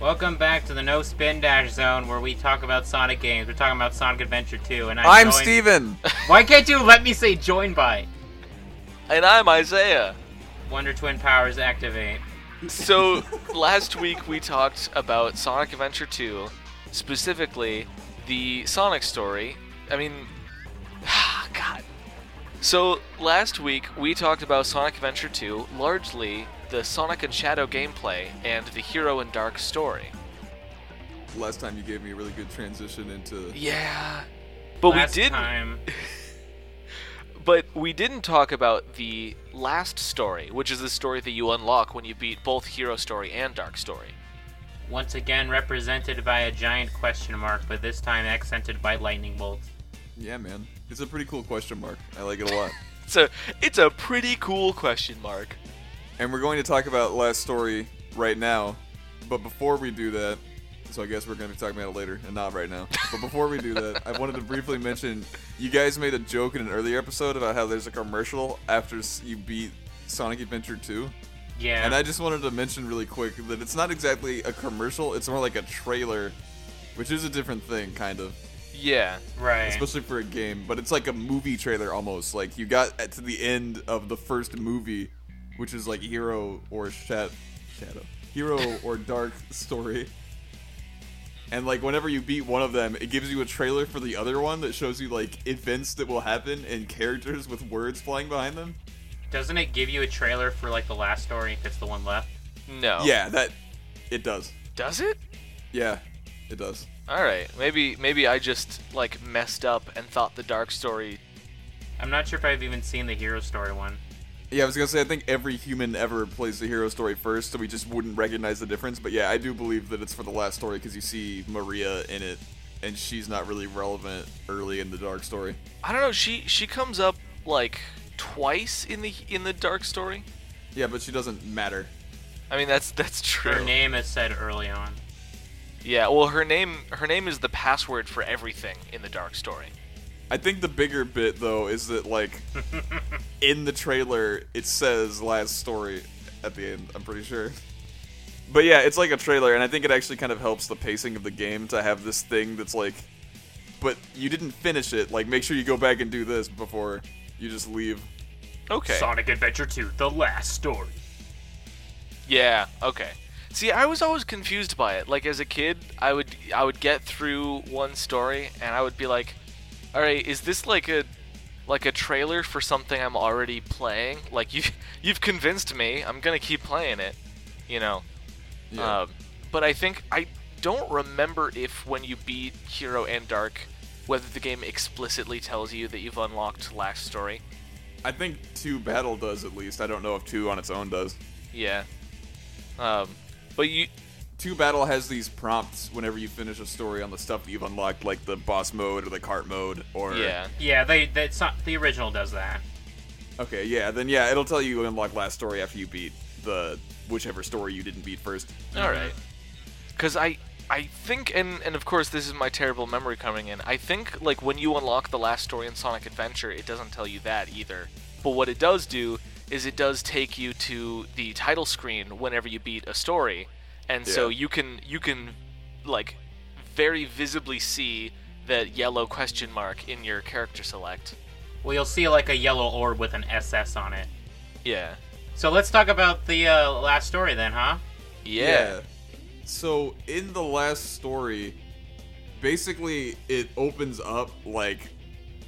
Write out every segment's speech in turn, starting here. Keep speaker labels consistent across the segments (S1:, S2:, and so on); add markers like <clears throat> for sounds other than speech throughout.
S1: Welcome back to the No Spin Dash Zone where we talk about Sonic games. We're talking about Sonic Adventure 2 and I'm,
S2: I'm
S1: joined-
S2: Steven.
S1: Why can't you let me say join by?
S3: <laughs> And I'm Isaiah.
S1: Wonder Twin powers activate.
S3: So, last week we talked about Sonic Adventure 2, specifically the Sonic story. I mean, <sighs> God. So, last week we talked about Sonic Adventure 2, largely the Sonic and Shadow gameplay and the Hero and Dark story.
S2: Last time you gave me a really good transition into.
S3: Yeah. But
S1: Last
S3: we didn't
S1: time.
S3: But we didn't talk about the last story, which is the story that you unlock when you beat both Hero Story and Dark Story.
S1: Once again represented by a giant question mark, but this time accented by lightning bolts.
S2: Yeah, man. It's a pretty cool question mark. I like it a lot.
S3: <laughs> So it's a pretty cool question mark.
S2: and we're going to talk about last story right now. But before we do that, so I guess we're going to be talking about it later and not right now. But before we do that, I wanted to briefly mention you guys made a joke in an earlier episode about how there's a commercial after s- you beat Sonic Adventure 2.
S1: Yeah.
S2: And I just wanted to mention really quick that it's not exactly a commercial, it's more like a trailer, which is a different thing, kind of.
S3: Yeah.
S1: right.
S2: especially for a game but it's like a movie trailer almost like you got at- to the end of the first movie which is like hero or shat shadow hero or dark story and like whenever you beat one of them it gives you a trailer for the other one that shows you like events that will happen and characters with words flying behind them
S1: Doesn't it give you a trailer for like the last story if it's the one left?
S3: No.
S2: yeah that it does
S3: Does it?
S2: yeah it does
S3: All right. Maybe maybe I just like messed up and thought the Dark Story.
S1: I'm not sure if I've even seen the hero story one.
S2: yeah i was gonna say i think every human ever plays the hero story first so we just wouldn't recognize the difference but yeah i do believe that it's for the last story because you see maria in it and she's not really relevant early in the dark story
S3: I don't know. She she comes up like twice in the in the Dark Story.
S2: yeah but she doesn't matter
S3: I mean that's that's true.
S1: Her name is said early on.
S3: Yeah. Well, her name her name is the password for everything in the Dark Story.
S2: i think the bigger bit though is that like in the trailer it says last story at the end i'm pretty sure but yeah it's like a trailer and i think it actually kind of helps the pacing of the game to have this thing that's like but you didn't finish it like make sure you go back and do this before you just leave
S3: Okay.
S1: Sonic Adventure 2, the last story.
S3: Yeah. Okay. See, I was always confused by it. Like as a kid, I would I would get through one story and I would be like, "All right, is this like a like a trailer for something I'm already playing? Like you you've convinced me. I'm going to keep playing it." You know. Um, but I think I don't remember if when you beat Hero and Dark whether the game explicitly tells you that you've unlocked last story.
S2: I think two battle does at least. I don't know if two on its own does.
S3: Yeah. Um, but you
S2: Two battle has these prompts whenever you finish a story on the stuff that you've unlocked, like the boss mode or the cart mode, or
S3: yeah.
S1: Yeah, they that's not the original does that.
S2: Okay, yeah, then yeah, it'll tell you you unlock last story after you beat the whichever story you didn't beat first.
S3: All right. Because I, I think, and and of course this is my terrible memory coming in. I think like when you unlock the last story in Sonic Adventure, it doesn't tell you that either. But what it does do is it does take you to the title screen whenever you beat a story, and so
S2: Yeah.
S3: you can you can like very visibly see that yellow question mark in your character select.
S1: Well, you'll see like a yellow orb with an SS on it.
S3: Yeah.
S1: So let's talk about the uh, last story then, huh?
S3: Yeah.
S2: So in the last story, basically it opens up like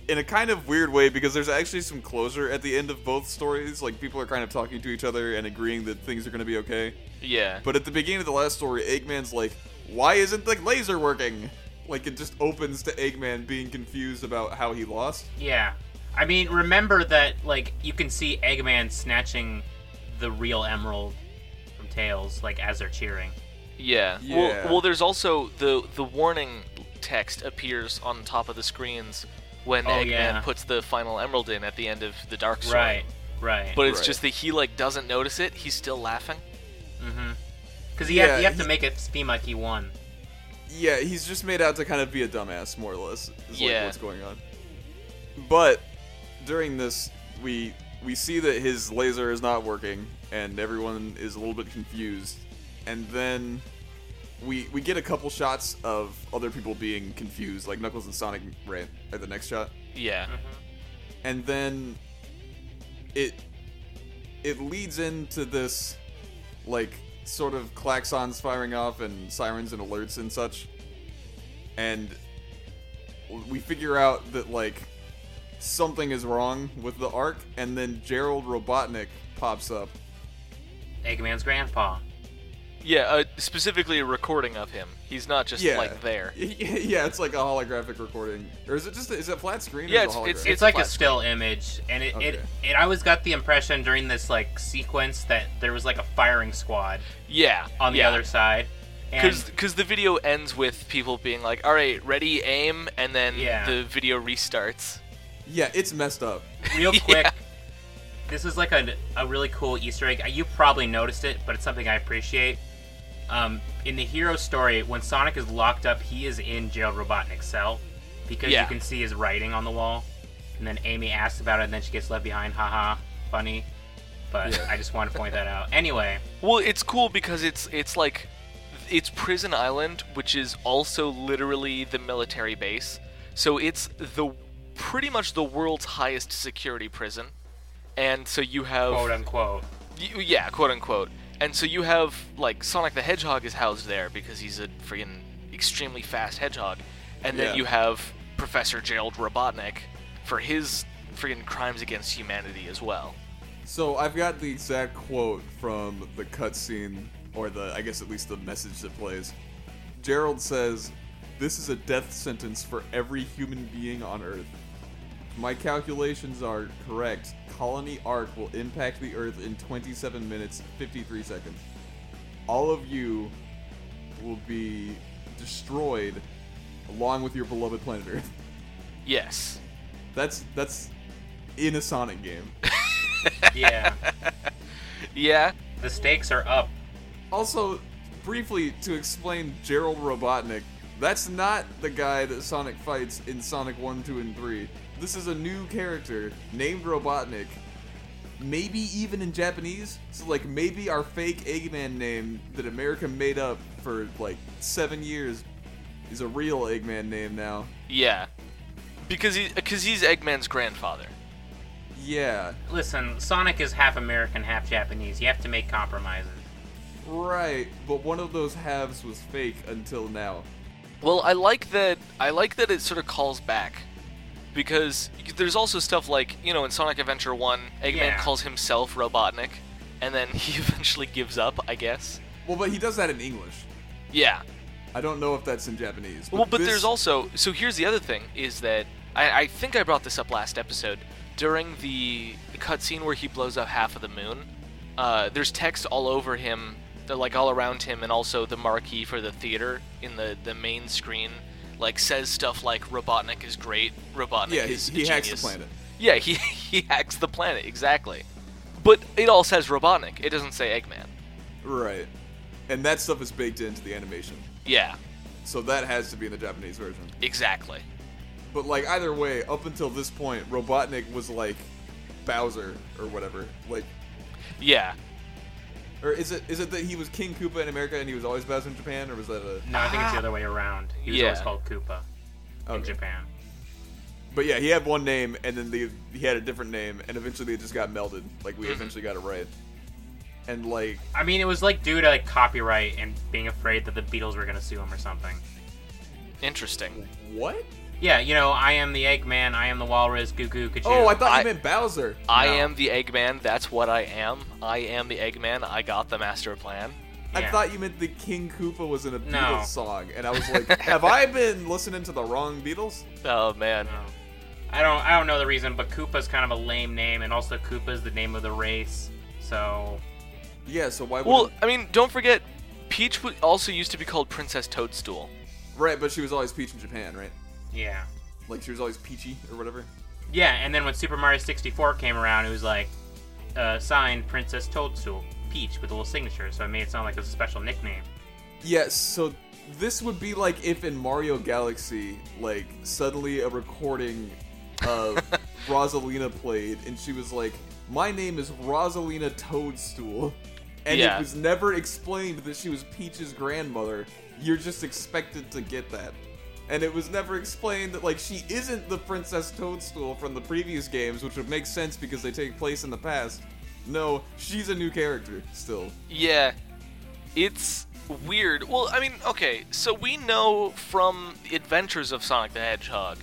S2: in a kind of weird way because there's actually some closure at the end of both stories. Like people are kind of talking to each other and agreeing that things are going to be okay.
S3: Yeah.
S2: But at the beginning of the last story, Eggman's like, "Why isn't the laser working?" Like it just opens to Eggman being confused about how he lost.
S1: Yeah. I mean, remember that like you can see Eggman snatching the real emerald from Tails like as they're cheering.
S3: Yeah.
S2: Yeah.
S3: Well, well, there's also the the warning text appears on top of the screens when
S1: Oh,
S3: Eggman
S1: yeah.
S3: puts the final emerald in at the end of the Dark Story.
S1: Right. Right.
S3: But it's
S2: Right.
S3: just that he like doesn't notice it. He's still laughing.
S1: Cuz you, have-
S2: yeah,
S1: you have to
S2: he-
S1: make it seem like he won.
S2: Yeah, he's just made out to kind of be a dumbass, more or less. Is like
S3: Yeah.
S2: what's going on. But during this, we we see that his laser is not working, and everyone is a little bit confused. And then we we get a couple shots of other people being confused, like Knuckles and Sonic ran at the next shot,
S3: Yeah.
S1: Mm-hmm.
S2: and then it it leads into this like sort of klaxons firing off and sirens and alerts and such, and we figure out that like something is wrong with the arc, and then Gerald Robotnik pops up.
S1: Eggman's grandpa.
S3: Yeah, uh, specifically a recording of him. He's not just
S2: Yeah,
S3: like there.
S2: <laughs> Yeah, it's like a holographic recording, or is it just is it flat screen?
S3: Yeah,
S2: or is it
S3: it's-
S2: holographic?
S3: it's-
S1: It's like a
S3: flat screen.
S1: still image, and it, it
S2: Okay.
S1: it I always got the impression during this like sequence that there was like a firing squad
S3: Yeah.
S1: on the
S3: yeah.
S1: other side, and
S3: Because the video ends with people being like, all right, ready, aim, and then
S1: Yeah.
S3: the video restarts.
S2: Yeah, it's messed up.
S1: real
S3: <laughs> Yeah.
S1: quick. This is like a, a really cool Easter egg. You probably noticed it, but it's something I appreciate. Um, in the hero story, when Sonic is locked up, he is in Gerald Robotnik's cell because
S3: Yeah.
S1: you can see his writing on the wall. And then Amy asks about it, and then she gets left behind. Haha, funny. But I just want to point that out.
S3: <laughs>
S1: Anyway,
S3: Well, it's cool because it's it's like it's Prison Island, which is also literally the military base. So it's the pretty much the world's highest security prison. And so you have
S1: quote unquote.
S3: y- yeah, quote unquote. And so you have like Sonic the Hedgehog is housed there because he's a freaking extremely fast hedgehog. And then
S2: Yeah.
S3: you have Professor Gerald Robotnik for his freaking crimes against humanity as well.
S2: So I've got the exact quote from the cutscene, or the I guess at least the message that plays. Gerald says, "This is a death sentence for every human being on Earth. If my calculations are correct. Colony arc will impact the Earth in 27 minutes 53 seconds. All of you will be destroyed, along with your beloved planet Earth."
S3: Yes.
S2: That's that's in a Sonic game.
S3: <laughs>
S1: Yeah,
S3: Yeah.
S1: the stakes are up.
S2: Also, briefly to explain Gerald Robotnik, that's not the guy that Sonic fights in Sonic 1, 2, and 3. This is a new character named Robotnik. Maybe even in Japanese. So, like, maybe our fake Eggman name that America made up for, like, seven years is a real Eggman name now.
S3: Yeah, because he because he's Eggman's grandfather.
S2: Yeah,
S1: Listen, Sonic is half American, half Japanese. You have to make compromises.
S2: right. But one of those halves was fake until now.
S3: Well, I like that. I like that it sort of calls back, because there's also stuff like you know in Sonic Adventure One, Eggman
S1: Yeah.
S3: calls himself Robotnik, and then <laughs> he eventually gives up. I guess.
S2: Well, but he does that in English.
S3: Yeah.
S2: I don't know if that's in Japanese.
S3: Well, but
S2: this-
S3: there's also so here's the other thing is that I, I think I brought this up last episode during the cutscene where he blows up half of the moon. Uh, there's text all over him, uh, like all around him, and also the marquee for the theater in the the main screen, like says stuff like Robotnik is great. Robotnik
S2: Yeah, he-
S3: is a
S2: he hacks the
S3: genius."
S2: planet.
S3: Yeah, he <laughs> he hacks the planet exactly. But it all says Robotnik. It doesn't say Eggman.
S2: Right. And that stuff is baked into the animation.
S3: Yeah,
S2: So that has to be in the Japanese version.
S3: exactly.
S2: But like either way, up until this point, Robotnik was like Bowser or whatever. Like
S3: Yeah,
S2: or is it is it that he was King Koopa in America and he was always Bowser in Japan or was that a
S1: No, I think it's the other way around. He was
S3: Yeah.
S1: always called Koopa in
S2: Okay.
S1: Japan.
S2: But yeah, he had one name and then the he had a different name and eventually it just got melded. Like
S3: Mm-hmm.
S2: we eventually got it right. And like
S1: I mean, it was like due to like, copyright and being afraid that the Beatles were gonna sue him or something.
S3: interesting.
S2: what?
S1: Yeah, you know, I am the Eggman, I am the Walrus, Goo Goo Kajoo.
S2: Oh, I thought
S3: I-
S2: you meant Bowser.
S3: I
S1: No.
S3: am the Eggman. That's what I am. I am the Eggman. I got the master plan.
S2: I
S1: Yeah.
S2: thought you meant the King Koopa was in a Beatles
S1: No.
S2: song, and I was
S1: <laughs>
S2: like, "Have I been listening to the wrong Beatles?"
S3: Oh man.
S1: No. I don't. I don't know the reason, but Koopa's kind of a lame name, and also Koopa's the name of the race. So
S2: Yeah, so why?
S3: Well,
S2: would
S3: I mean, don't forget, Peach wa- also used to be called Princess Toadstool.
S2: right, but she was always Peach in Japan, right?
S1: yeah,
S2: Like she was always Peachy or whatever.
S1: yeah. And then when Super Mario 64 came around, it was like uh, signed Princess Toadstool, Peach, with a little signature. So it made it sound like it was a special nickname.
S2: Yeah, so this would be like if in Mario Galaxy, like suddenly a recording of Rosalina played, and she was like, "My name is Rosalina Toadstool," and
S3: Yeah.
S2: it was never explained that she was Peach's grandmother. you're just expected to get that. And it was never explained that like she isn't the Princess Toadstool from the previous games, which would make sense because they take place in the past. No, she's a new character still.
S3: Yeah. It's weird. Well, I mean, okay, so we know from the adventures of Sonic the Hedgehog.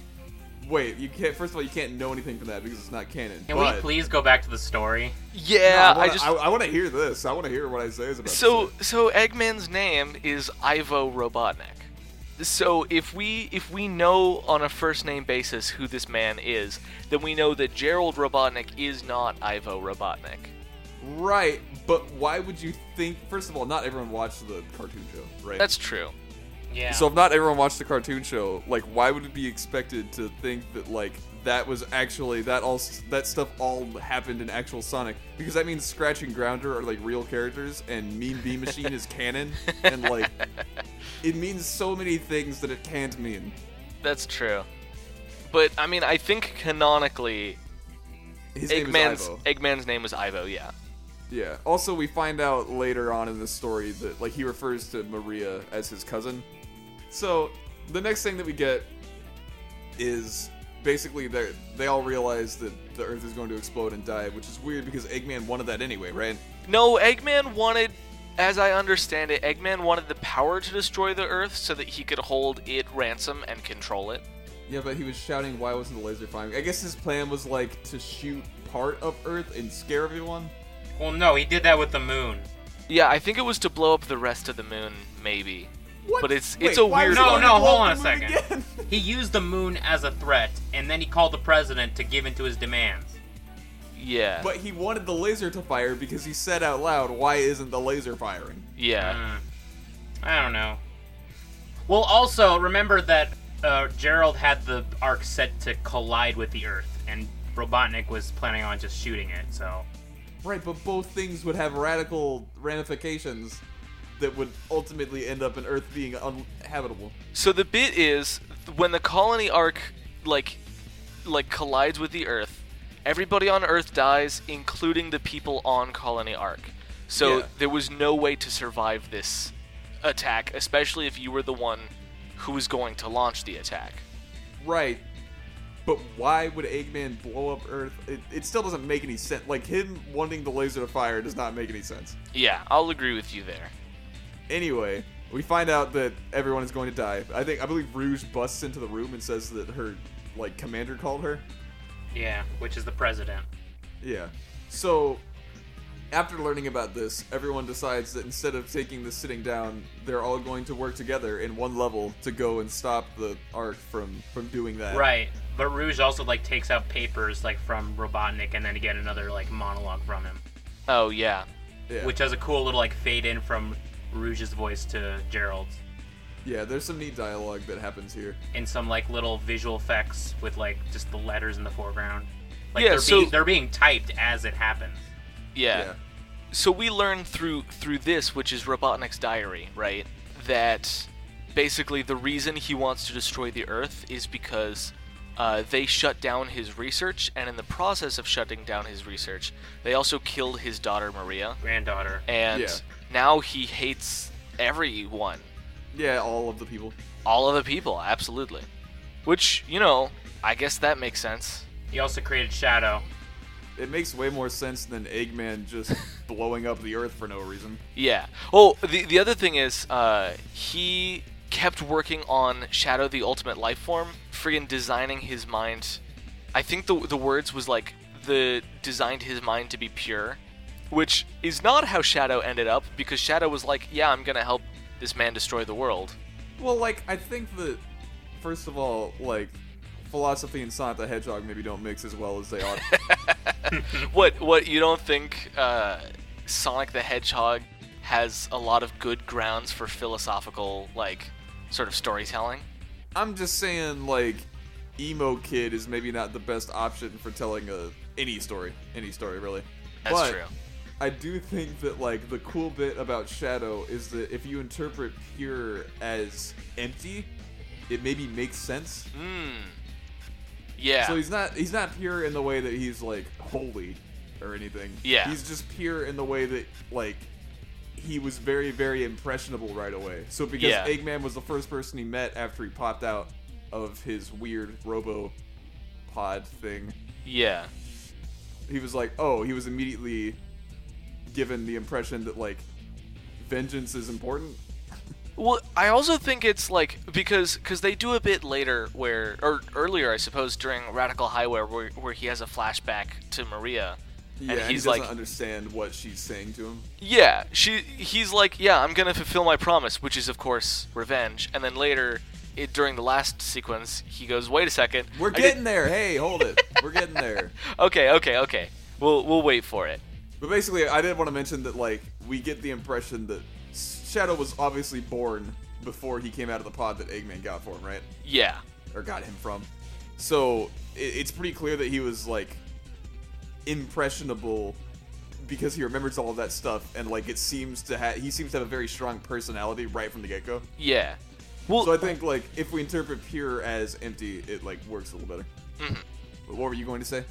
S2: Wait, you can't. First of all, you can't know anything from that because it's not canon.
S1: Can
S2: but
S1: we please go back to the story?
S3: Yeah,
S2: I,
S3: I
S2: wanna,
S3: just
S2: I, I want to hear this. I want to hear what Isaiah's about. to
S3: So
S2: say.
S3: so Eggman's name is Ivo Robotnik. So if we if we know on a first name basis who this man is, then we know that Gerald Robotnik is not Ivo Robotnik.
S2: right, but why would you think? First of all, not everyone watched the cartoon show, right?
S3: That's true.
S1: Yeah.
S2: So if not everyone watched the cartoon show, like why would it be expected to think that like that was actually that all that stuff all happened in actual Sonic? Because that means Scratch and Grounder are like real characters, and Mean Bee Machine is canon, and like it means so many things that it can't mean.
S3: That's true. But I mean, I think canonically
S2: His name is
S3: Eggman's
S2: Ivo.
S3: Eggman's name was Ivo, yeah.
S2: yeah. Also, we find out later on in the story that like he refers to Maria as his cousin. So the next thing that we get is basically they they all realize that the Earth is going to explode and die, which is weird because Eggman wanted that anyway, right?
S3: No, Eggman wanted, as I understand it, Eggman wanted the power to destroy the Earth so that he could hold it ransom and control it.
S2: Yeah, but he was shouting, "Why wasn't the laser firing?" I guess his plan was like to shoot part of Earth and scare everyone.
S1: well, no, he did that with the moon.
S3: Yeah, I think it was to blow up the rest of the moon, maybe.
S2: What?
S3: But it's- it's a
S2: why
S3: weird-
S2: would
S1: No,
S2: he
S1: no,
S2: blow
S1: hold
S2: up
S1: on
S2: the
S1: a
S2: moon
S1: second.
S2: again?
S1: He used the moon as a threat, and then he called the president to give in to his demands.
S3: Yeah.
S2: <laughs> But he wanted the laser to fire because he said out loud, "Why isn't the laser firing?"
S3: Yeah.
S1: Mm. I don't know. Well, also remember that uh, Gerald had the arc set to collide with the Earth, and Robotnik was planning on just shooting it. So
S2: Right, but both things would have radical ramifications that would ultimately end up in Earth being uninhabitable.
S3: So the bit is when the colony arc like like collides with the Earth, everybody on Earth dies, including the people on colony arc. So
S2: Yeah.
S3: there was no way to survive this attack, especially if you were the one who was going to launch the attack.
S2: Right. But why would Eggman blow up Earth? It, it still doesn't make any sense. Like, him wanting the laser to fire does not make any sense.
S3: Yeah, I'll agree with you there.
S2: Anyway, we find out that everyone is going to die. I think, I believe Rouge busts into the room and says that her, like, commander called her.
S1: yeah, which is the president.
S2: Yeah. So, after learning about this, everyone decides that instead of taking this sitting down, they're all going to work together in one level to go and stop the arc from from doing that.
S1: Right. But Rouge also like takes out papers like from Robotnik, and then you get another like monologue from him,
S3: Oh yeah.
S2: Yeah.
S1: which has a cool little like fade in from Rouge's voice to Gerald's,
S2: yeah. There's some neat dialogue that happens here.
S1: and some like little visual effects with like just the letters in the foreground. Like
S3: Yeah,
S1: they're,
S3: so-
S1: being, they're being typed as it happens.
S3: Yeah. So we learn through through this, which is Robotnik's diary, right? That basically the reason he wants to destroy the Earth is because uh, they shut down his research, and in the process of shutting down his research, they also killed his daughter Maria,
S1: Granddaughter.
S3: and
S2: Yeah.
S3: now he hates everyone,
S2: Yeah. All of the people.
S3: all of the people, absolutely. Which you know, I guess that makes sense.
S1: He also created Shadow.
S2: It makes way more sense than Eggman
S1: <laughs>
S2: just blowing up the Earth for no reason.
S3: Yeah. Oh, the the other thing is, uh, he kept working on Shadow the Ultimate Life Form, friggin' designing his mind. I think the the words was like the designed his mind to be pure, which is not how Shadow ended up because Shadow was like, yeah, I'm gonna help this man destroy the world. <laughs>
S2: Well, like I think that first of all, like philosophy and Sonic the Hedgehog maybe don't mix as well as
S1: <laughs>
S2: they ought.
S3: What what you don't think uh, Sonic the Hedgehog has a lot of good grounds for philosophical like sort of storytelling?
S2: I'm just saying, like, emo kid is maybe not the best option for telling a any story, any story really.
S3: That's
S2: But
S3: true.
S2: I do think that like the cool bit about Shadow is that if you interpret pure as empty, it maybe makes sense.
S3: Hmm. Yeah.
S2: So he's not he's not pure in the way that he's like holy or anything.
S3: Yeah.
S2: He's just pure in the way that like he was very, very impressionable right away. So because
S3: Yeah.
S2: Eggman was the first person he met after he popped out of his weird robo pod thing,
S3: Yeah.
S2: he was like, oh, he was immediately given the impression that like vengeance is important.
S3: Well, I also think it's like because because they do a bit later where or earlier I suppose during Radical Highway where where he has a flashback to Maria.
S2: Yeah,
S3: and
S2: and
S3: he's
S2: he doesn't
S3: like,
S2: understand what she's saying to him.
S3: yeah, she he's like, yeah, I'm gonna fulfill my promise, which is of course revenge. And then later, it, during the last sequence, he goes, wait a second,
S2: We're
S3: I did-
S2: getting there. Hey, hold it. We're getting there.
S3: okay, okay, okay. We'll we'll wait for it.
S2: But basically, I did want to mention that like we get the impression that Shadow was obviously born before he came out of the pod that Eggman got for him, right?
S3: Yeah,
S2: Or got him from. So i it's pretty clear that he was like impressionable because he remembers all of that stuff, and like it seems to have he seems to have a very strong personality right from the get go.
S3: yeah. Well,
S2: So I think like if we interpret pure as empty, it like works a little better. But what were you going to say?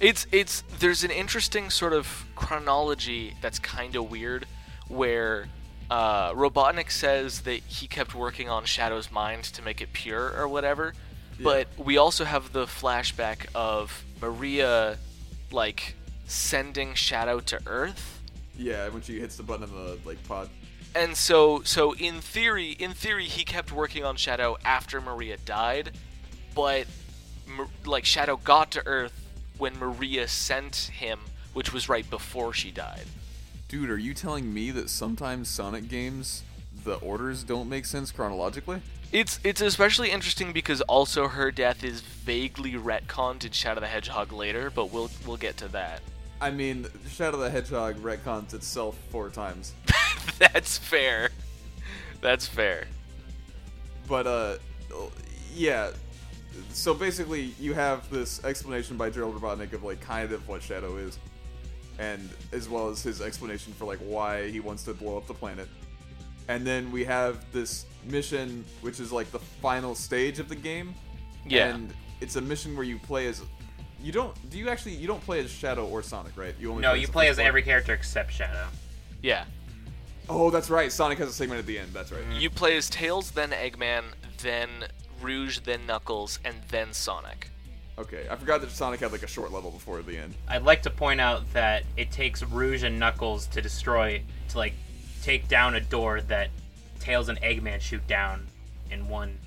S3: It's it's there's an interesting sort of chronology that's kind of weird, where uh, Robotnik says that he kept working on Shadow's mind to make it pure or whatever, but we also have the flashback of Maria, like sending Shadow to Earth,
S2: Yeah, when she hits the button on the like pod.
S3: and so so in theory in theory he kept working on Shadow after Maria died, but Mar- like Shadow got to Earth when Maria sent him, which was right before she died.
S2: Dude, are you telling me that sometimes Sonic games, the orders don't make sense chronologically?
S3: It's it's especially interesting because also her death is vaguely retconned in Shadow the Hedgehog later, but we'll we'll get to that. <laughs>
S2: I mean, Shadow the Hedgehog retcons itself four times.
S3: That's fair. That's fair.
S2: But, uh, yeah. So basically, you have this explanation by Gerald Robotnik of, like, kind of what Shadow is, and as well as his explanation for, like, why he wants to blow up the planet. And then we have this mission, which is, like, the final stage of the game,
S3: Yeah.
S2: And it's a mission where you play as you don't do you actually you don't play as Shadow or Sonic, right? You only
S1: No, you
S2: the
S1: play as
S2: first one.
S1: every character except Shadow.
S3: yeah.
S2: Oh, that's right. Sonic has a segment at the end. That's right.
S3: You play as Tails, then Eggman, then Rouge, then Knuckles, and then Sonic.
S2: Okay, I forgot that Sonic had like a short level before the end.
S1: I'd like to point out that it takes Rouge and Knuckles to destroy, to like take down a door that Tails and Eggman shoot down in one.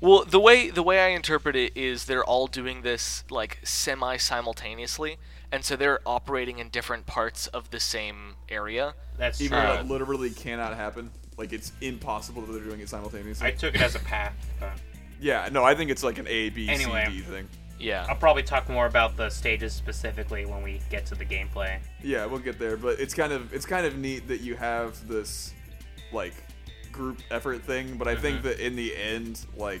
S3: Well, the way the way I interpret it is they're all doing this like semi simultaneously, and so they're operating in different parts of the same area.
S1: That's uh,
S2: Even
S1: true.
S2: though that literally cannot happen. Like it's impossible that they're doing it simultaneously.
S1: I took it as a path. But
S2: yeah, no, I think it's like an A B C D
S1: Anyway.
S2: thing.
S1: I'll
S3: Yeah.
S1: probably talk more about the stages specifically when we get to the gameplay.
S2: Yeah, we'll get there, but it's kind of it's kind of neat that you have this like group effort thing, but I
S1: Mm-hmm.
S2: think that in the end, like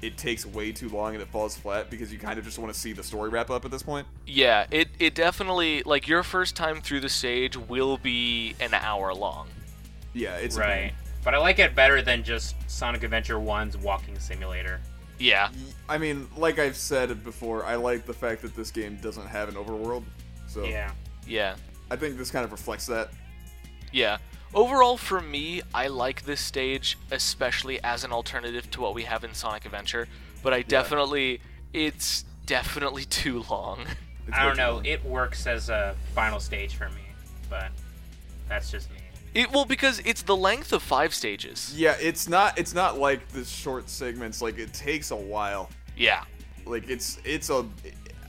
S2: it takes way too long and it falls flat because you kind of just want to see the story wrap up at this point.
S3: Yeah, it it definitely like your first time through the stage will be an hour long.
S2: Yeah, it's a
S1: Right.
S2: pain.
S1: But I like it better than just Sonic Adventure 1's walking simulator.
S3: Yeah.
S2: I mean, like I've said before, I like the fact that this game doesn't have an overworld. So
S1: Yeah.
S3: Yeah.
S2: I think this kind of reflects that.
S3: Yeah. Overall for me, I like this stage especially as an alternative to what we have in Sonic Adventure, but I definitely it's definitely <laughs> too long.
S2: It's
S1: I
S2: way
S1: don't
S2: too
S1: know.
S2: long.
S1: It works as a final stage for me, but that's just me.
S3: It well because it's the length of 5 stages.
S2: Yeah, it's not it's not like the short segments like it takes a while.
S3: Yeah.
S2: Like it's it's a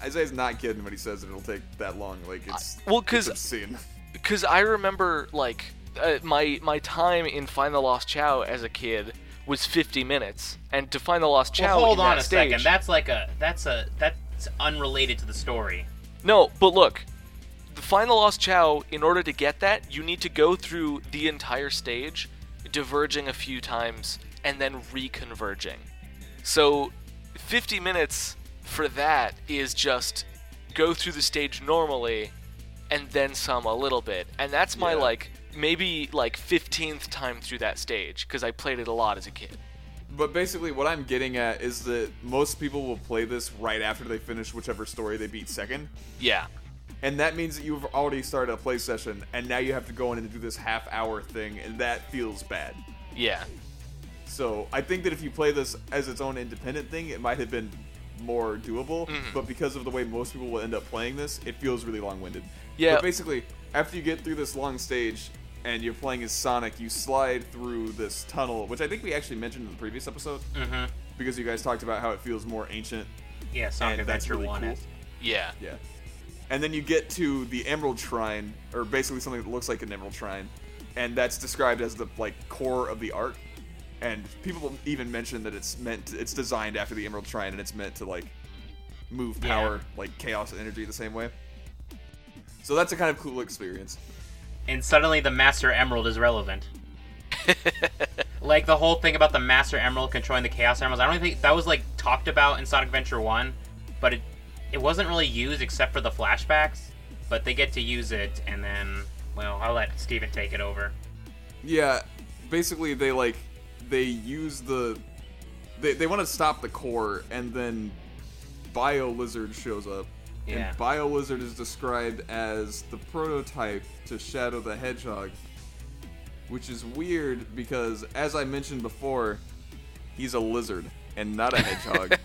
S2: Isaiah's not kidding when he says that it'll take that long. Like it's
S3: Well,
S2: it's
S3: cuz
S2: obscene.
S3: because I remember like uh, my my time in Find the Lost Chow as a kid was 50 minutes, and to Find the Lost Chow.
S1: Well, hold
S3: in
S1: on
S3: that
S1: a
S3: stage,
S1: second. That's like a that's a that's unrelated to the story.
S3: No, but look, the Find the Lost Chow. In order to get that, you need to go through the entire stage, diverging a few times, and then reconverging. So, 50 minutes for that is just go through the stage normally, and then some a little bit. And that's my
S2: Yeah.
S3: like maybe like 15th time through that stage because I played it a lot as a kid.
S2: <laughs> But basically what I'm getting at is that most people will play this right after they finish whichever story they beat second.
S3: Yeah.
S2: and that means that you've already started a play session, and now you have to go in and do this half hour thing, and that feels bad.
S3: Yeah.
S2: So I think that if you play this as its own independent thing, it might have been more doable.
S1: Mm-hmm.
S2: But because of the way most people will end up playing this, it feels really long-winded.
S3: Yeah.
S2: But basically, after you get through this long stage and you're playing as Sonic, you slide through this tunnel, which I think we actually mentioned in the previous episode
S1: Mm-hmm.
S2: because you guys talked about how it feels more ancient.
S1: Yeah, Sonic
S2: and that's
S1: Adventure
S2: really
S1: One.
S2: cool.
S1: is-
S3: Yeah.
S2: Yeah. And then you get to the Emerald Shrine, or basically something that looks like an Emerald Shrine, and that's described as the like core of the arc. And people even mention that it's meant it's designed after the Emerald Shrine and it's meant to like move
S1: Yeah.
S2: power, like chaos energy the same way. So that's a kind of cool experience.
S1: And suddenly the Master Emerald is relevant. like the whole thing about the Master Emerald controlling the Chaos Emeralds. I don't even think that was like talked about in Sonic Adventure One, but it it wasn't really used except for the flashbacks. But they get to use it, and then well, I'll let Steven take it over.
S2: Yeah, basically they like they use the they, they want to stop the core and then Bio Lizard shows up.
S1: Yeah.
S2: And Bio Lizard is described as the prototype to Shadow the Hedgehog, which is weird because as I mentioned before, he's a lizard and not a hedgehog.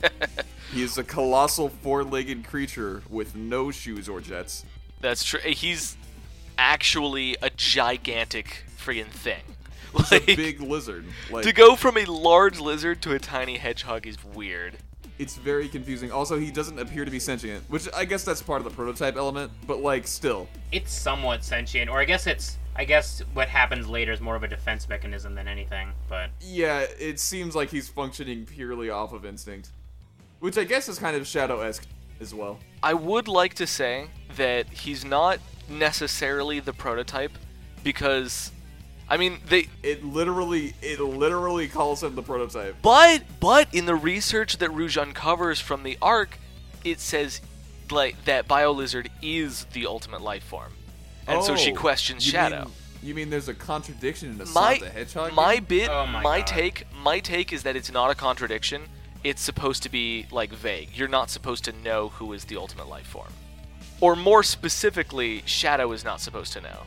S2: he is a colossal four-legged creature with no shoes or jets.
S3: That's true. Eh, He's actually a gigantic freaking thing. <laughs>
S2: A
S3: Like
S2: big lizard. Like
S3: to go from a large lizard to a tiny hedgehog is weird.
S2: it's very confusing. Also, he doesn't appear to be sentient, which I guess that's part of the prototype element, but like still.
S1: It's somewhat sentient, or I guess it's I guess what happens later is more of a defense mechanism than anything. But
S2: Yeah, it seems like he's functioning purely off of instinct. Which I guess is kind of Shadow esque as well.
S3: I would like to say that he's not necessarily the prototype because I mean they
S2: It literally it literally calls him the prototype.
S3: but but in the research that Rouge uncovers from the arc, it says like that BioLizard is the ultimate life form. And so she
S2: Oh,
S3: questions
S2: you
S3: Shadow.
S2: mean- you mean there's a contradiction in the
S3: my
S2: Sonic the Hedgehog?
S3: my
S2: game?
S3: bit
S1: Oh
S3: my,
S1: my God.
S3: take my take is that it's not a contradiction it's supposed to be like vague you're not supposed to know who is the ultimate life form or more specifically shadow is not supposed to know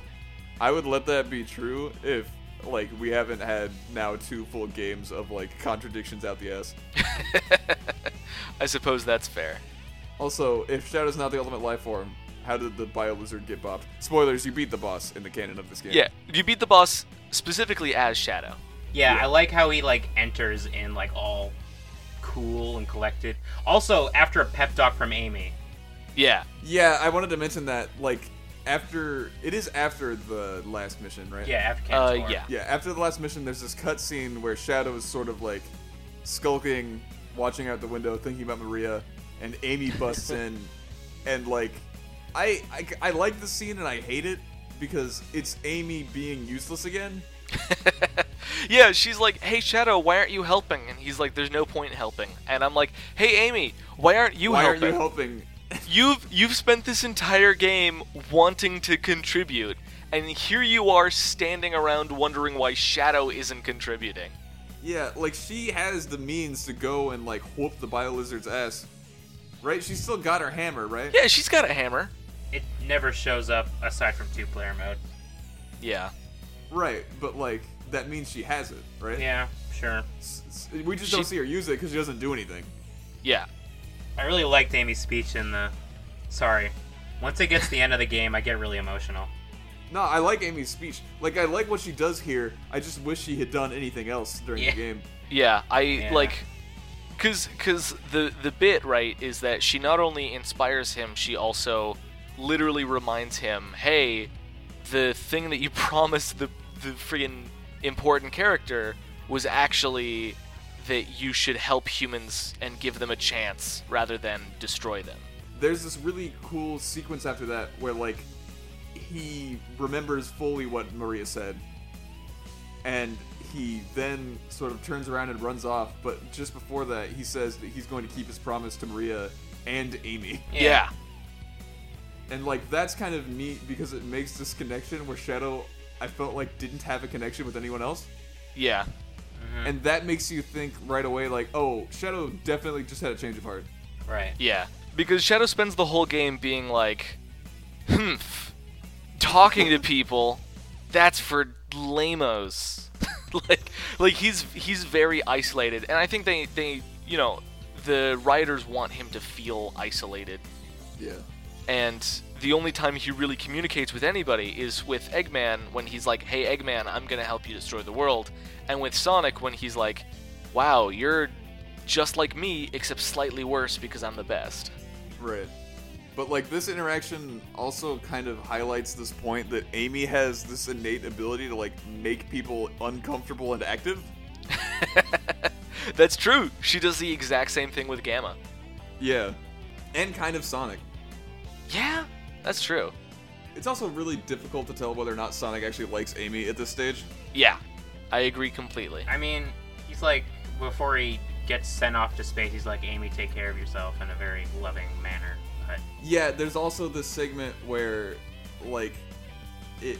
S2: I would let that be true if like we haven't had now two full games of like contradictions out the ass.
S3: i suppose that's fair
S2: Also, if Shadow's not the ultimate life form, how did the Bio Lizard get bopped? Spoilers, you beat the boss in the canon of this game.
S3: yeah you beat the boss specifically as shadow
S1: Yeah,
S2: Yeah.
S1: I like how he like enters in like all cool and collected. Also, after a pep talk from Amy,
S3: yeah
S2: Yeah, I wanted to mention that, like, after. It is after the last mission, right?
S1: yeah, after
S3: uh
S1: Kantor.
S3: yeah
S2: Yeah, after the last mission, there's this cutscene where Shadow is sort of, like, skulking, watching out the window, thinking about Maria, and Amy busts in, and, like, I, I, I like the scene and I hate it because it's Amy being useless again.
S3: yeah she's like hey shadow why aren't you helping and he's like there's no point helping and i'm like hey amy why aren't you
S2: Why
S3: helping
S2: are you helping?
S3: You've you've spent this entire game wanting to contribute, and here you are standing around wondering why Shadow isn't contributing.
S2: Yeah, like she has the means to go and like whoop the biolizard's ass. Right? She's still got her hammer, right?
S3: Yeah, she's got a hammer.
S1: It never shows up aside from two player mode.
S3: Yeah.
S2: Right, but like that means she has it, right?
S1: Yeah, sure.
S2: S- s- we just don't
S3: She-
S2: see her use it because she doesn't do anything.
S3: Yeah.
S1: I really liked Amy's speech in the. Sorry, once it gets to the end of the game, I get really emotional.
S2: No, I like Amy's speech. Like I like what she does here. I just wish she had done anything else during
S1: Yeah.
S2: the game.
S3: Yeah, I
S1: Yeah.
S3: like cuz cuz the the bit right is that she not only inspires him, she also literally reminds him, "Hey, the thing that you <laughs> promised the the freaking important character was actually that you should help humans and give them a chance rather than destroy them."
S2: There's this really cool sequence after that where like he remembers fully what Maria said. And he then sort of turns around and runs off, but just before that, he says that he's going to keep his promise to Maria and Amy.
S3: Yeah.
S2: And like that's kind of neat because it makes this connection where Shadow I felt like didn't have a connection with anyone else.
S3: Yeah.
S2: And that makes you think right away like, "Oh, Shadow definitely just had a change of heart."
S1: Right.
S3: Yeah. Because Shadow spends the whole game being like, Humph. Talking to people, that's for lamos. <laughs> like, like he's he's very isolated, and I think they they you know the writers want him to feel isolated
S2: Yeah.
S3: and the only time he really communicates with anybody is with Eggman when he's like, "Hey Eggman, I'm going to help you destroy the world." And with Sonic when he's like, "Wow, you're just like me except slightly worse because I'm the best."
S2: Right. But like this interaction also kind of highlights this point that Amy has this innate ability to like make people uncomfortable and active.
S3: <laughs> That's true. She does the exact same thing with Gamma.
S2: Yeah. And kind of Sonic.
S3: Yeah, that's true.
S2: It's also really difficult to tell whether or not Sonic actually likes Amy at this stage.
S3: Yeah. I agree completely.
S1: I mean, he's like before he gets sent off to space, he's like, "Amy, take care of yourself" in a very loving manner. But
S2: Yeah, there's also this segment where like it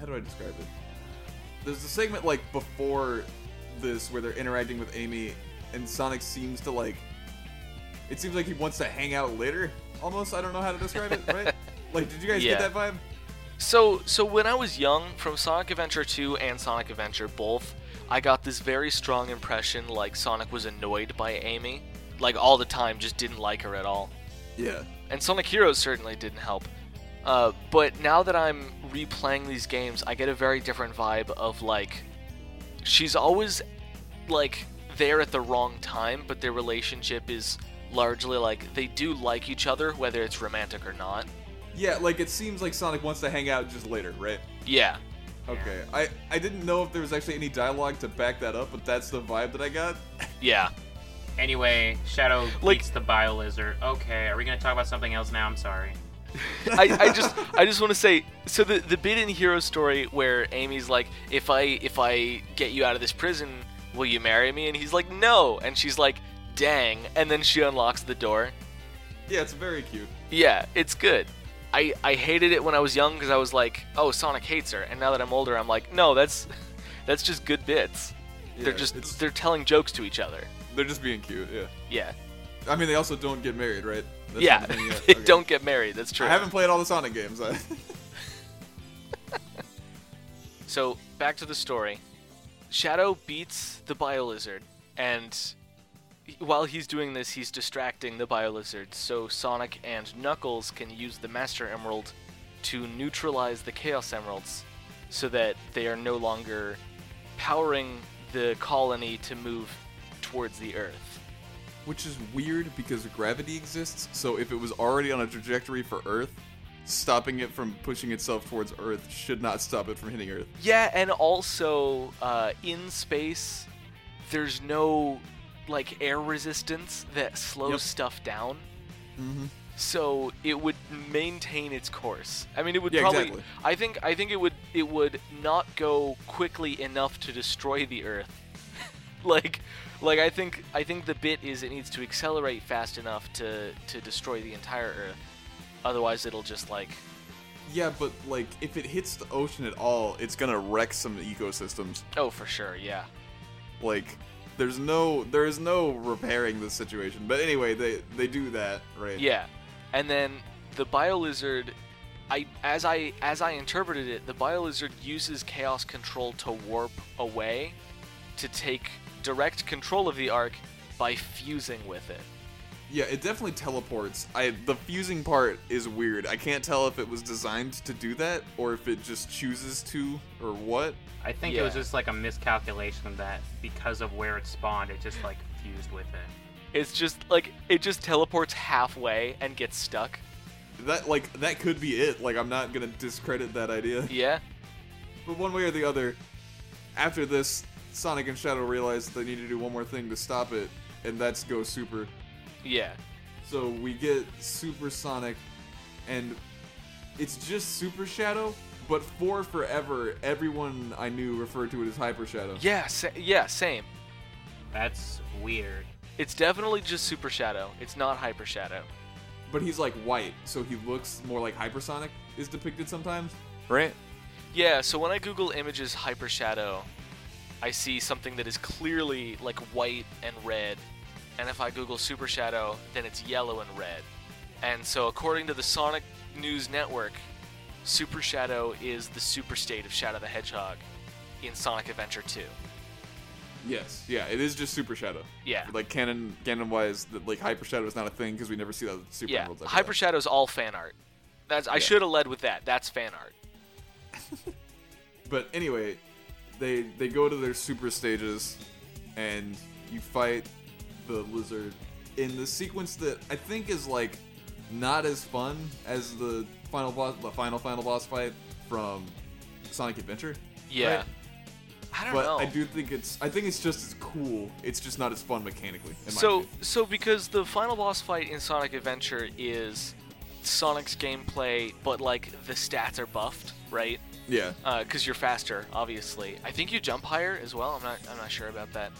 S2: how do I describe it? There's a segment like before this where they're interacting with Amy and Sonic seems to like it seems like he wants to hang out later almost. I don't know how to describe it,
S3: <laughs>
S2: right? like did you guys
S3: Yeah.
S2: get that vibe?
S3: So, so when I was young, from Sonic Adventure 2 and Sonic Adventure both, I got this very strong impression like Sonic was annoyed by Amy, like all the time, just didn't like her at all.
S2: Yeah.
S3: And Sonic Heroes certainly didn't help. Uh, but now that I'm replaying these games, I get a very different vibe of like, she's always like there at the wrong time, but their relationship is largely like they do like each other, whether it's romantic or not.
S2: Yeah, like it seems like Sonic wants to hang out just later, right?
S3: Yeah,
S2: Okay. I I didn't know if there was actually any dialogue to back that up, but that's the vibe that I got.
S3: yeah.
S1: anyway, Shadow
S3: Like-
S1: beats the bio lizard. Okay, are we gonna talk about something else now? I'm sorry.
S3: I, I just I just want to say so the the bit in Hero Story where Amy's like if I if I get you out of this prison will you marry me and he's like no and she's like dang and then she unlocks the door
S2: <laughs> Yeah, it's very cute.
S3: yeah it's good I I hated it when I was young because I was like oh Sonic hates her and now that I'm older I'm like no that's <laughs> that's just good bits
S2: Yeah,
S3: they're
S2: it's-
S3: just they're telling jokes to each other
S2: They're just being cute, yeah.
S3: yeah
S2: I mean, they also don't get married, right? That's
S3: yeah
S2: not the thing
S3: <laughs>
S2: yet.
S3: they
S2: Okay.
S3: don't get married that's true
S2: I haven't played all the Sonic games. I- <laughs>
S3: So back to the story. Shadow beats the Biolizard, and he- while he's doing this, he's distracting the Biolizard so Sonic and Knuckles can use the Master Emerald to neutralize the Chaos Emeralds so that they are no longer powering the colony to move towards the Earth.
S2: Which is weird because gravity exists. So if it was already on a trajectory for Earth, stopping it from pushing itself towards Earth should not stop it from hitting Earth.
S3: Yeah, and also uh, in space, there's no like air resistance that slows
S2: Yep.
S3: stuff down.
S2: Mhm.
S3: So it would maintain its course. I mean, it would
S2: Yeah,
S3: probably.
S2: exactly.
S3: I think. I think it would. It would not go quickly enough to destroy the Earth. <laughs> like, like I think. I think the bit is it needs to accelerate fast enough to to destroy the entire Earth. Otherwise, it'll just like.
S2: Yeah, but like if it hits the ocean at all, it's gonna wreck some ecosystems.
S3: Oh, for sure. Yeah.
S2: Like there's no there is no repairing this situation. But anyway, they they do that, right?
S3: Yeah, and then the biolizard, I as I as I interpreted it, the biolizard uses chaos control to warp away, to take direct control of the arc by fusing with it.
S2: Yeah, it definitely teleports. I the fusing part is weird. I can't tell if it was designed to do that or if it just chooses to or what.
S1: I think it was
S3: Yeah.
S1: just like a miscalculation that because of where it spawned, it just like fused with it.
S3: It's just like it just teleports halfway and gets stuck.
S2: That like that could be it. Like I'm not going to discredit that idea.
S3: Yeah.
S2: But one way or the other, after this Sonic and Shadow realized they need to do one more thing to stop it and that's go super.
S3: Yeah.
S2: So we get Super Sonic and it's just Super Shadow, but for forever everyone I knew referred to it as Hyper Shadow.
S3: Yeah. Sa- yeah. Same.
S1: That's weird.
S3: It's definitely just Super Shadow. It's not Hyper Shadow.
S2: but he's like white, so he looks more like hypersonic is depicted sometimes. Right.
S3: Yeah, so when I Google images Hyper Shadow, I see something that is clearly like white and red. And if I Google Super Shadow, then it's yellow and red. And so according to the Sonic news network, Super Shadow is the super state of Shadow the Hedgehog in Sonic Adventure 2.
S2: Yes, yeah, it is just Super Shadow.
S3: Yeah.
S2: like canon canon wise, that like Hyper Shadow is not a thing because we never see that Super
S3: yeah,
S2: Emeralds. after
S3: Hyper
S2: that.
S3: Shadow's all fan art. That's I
S2: Yeah.
S3: should have led with that. That's fan art.
S2: But anyway, they they go to their super stages, and you fight the lizard in the sequence that I think is like not as fun as the final boss, the final final boss fight from Sonic Adventure.
S3: Yeah.
S2: Right?
S3: I don't
S2: But
S3: know.
S2: I do think it's I think it's just as cool. It's just not as fun mechanically. In my
S3: so
S2: opinion.
S3: so because the final boss fight in Sonic Adventure is Sonic's gameplay, but like the stats are buffed, right?
S2: yeah,
S3: because Uh, you're faster, obviously. I think you jump higher as well. I'm not. I'm not sure about that.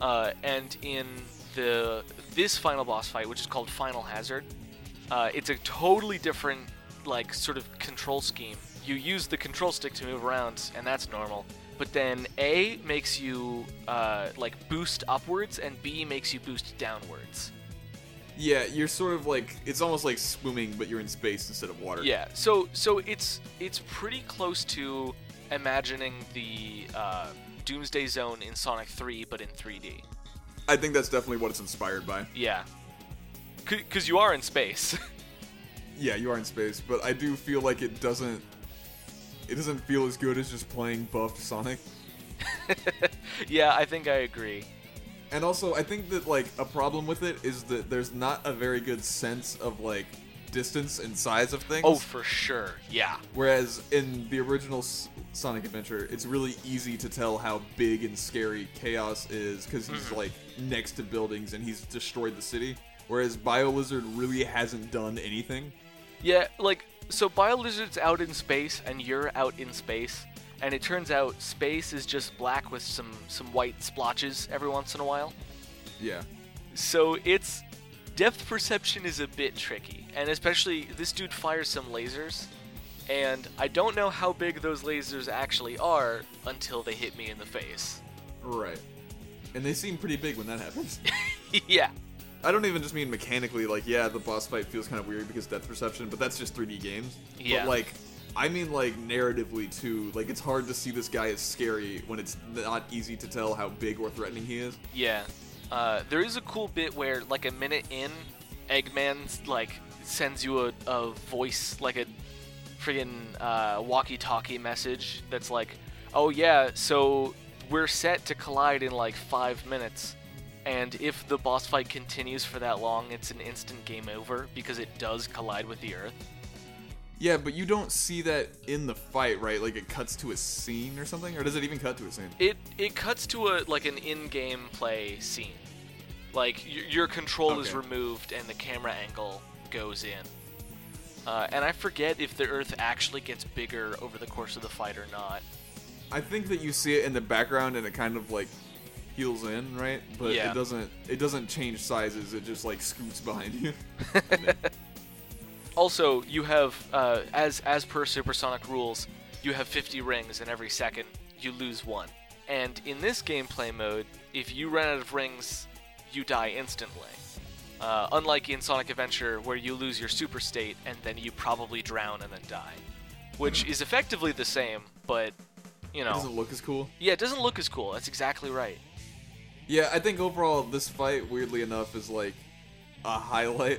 S3: Uh, and in the this final boss fight, which is called Final Hazard, uh, it's a totally different like sort of control scheme. You use the control stick to move around, and that's normal. But then A makes you uh, like boost upwards, and B makes you boost downwards.
S2: yeah, you're sort of like it's almost like swimming, but you're in space instead of water.
S3: Yeah. So so it's it's pretty close to imagining the uh, Doomsday Zone in Sonic 3, but in 3D.
S2: I think that's definitely what it's inspired by.
S3: Yeah. Because you are in space. <laughs>
S2: yeah, you are in space, but I do feel like it doesn't it doesn't feel as good as just playing buffed Sonic.
S3: yeah, I think I agree.
S2: And also, I think that like a problem with it is that there's not a very good sense of like distance and size of things.
S3: Oh, for sure. Yeah.
S2: Whereas in the original S- Sonic Adventure, it's really easy to tell how big and scary Chaos is because he's like next to buildings and he's destroyed the city. Whereas BioLizard really hasn't done anything.
S3: Yeah, like so BioLizard's out in space and you're out in space, and it turns out space is just black with some some white splotches every once in a while.
S2: Yeah.
S3: So it's depth perception is a bit tricky, and especially this dude fires some lasers, and I don't know how big those lasers actually are until they hit me in the face. <laughs>
S2: Right. And they seem pretty big when that happens.
S3: yeah,
S2: I don't even just mean mechanically, like, yeah, the boss fight feels kind of weird because depth perception, but that's just 3D games.
S3: Yeah.
S2: But, like, I mean, like, narratively, too. Like, it's hard to see this guy as scary when it's not easy to tell how big or threatening he is.
S3: yeah. Uh, there is a cool bit where, like a minute in, Eggman like sends you a, a voice, like a friggin' uh, walkie-talkie message that's like, "Oh yeah, so we're set to collide in like five minutes." And if the boss fight continues for that long, it's an instant game over because it does collide with the Earth.
S2: Yeah, but you don't see that in the fight, right? Like, it cuts to a scene or something? Or does it even cut to a scene?
S3: It it cuts to a like an in-game play scene, like y- your control is
S2: Okay.
S3: removed and the camera angle goes in. Uh, and I forget if the Earth actually gets bigger over the course of the fight or not.
S2: I think that you see it in the background and it kind of, like, heals in, right? But
S3: Yeah.
S2: it doesn't it doesn't change sizes, it just, like, scoots behind you. <laughs>
S3: Also, you have uh, as as per supersonic rules, you have 50 rings, and every second you lose one. And in this gameplay mode, if you run out of rings, you die instantly. Uh, unlike in Sonic Adventure, where you lose your super state and then you probably drown and then die, which is effectively the same, but you know,
S2: doesn't look as cool.
S3: yeah, it doesn't look as cool. That's exactly right.
S2: Yeah, I think overall this fight, weirdly enough, is like a highlight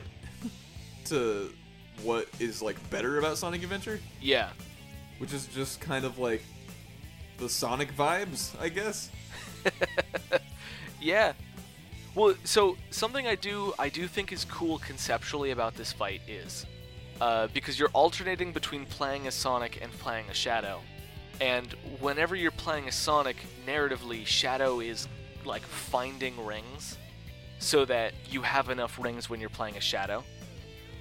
S2: <laughs> to what is like better about Sonic Adventure,
S3: Yeah,
S2: which is just kind of like the Sonic vibes, I guess.
S3: Yeah. Well, so something I do I do think is cool conceptually about this fight is uh, because you're alternating between playing as Sonic and playing as Shadow, and whenever you're playing as Sonic, narratively Shadow is like finding rings, so that you have enough rings when you're playing as Shadow.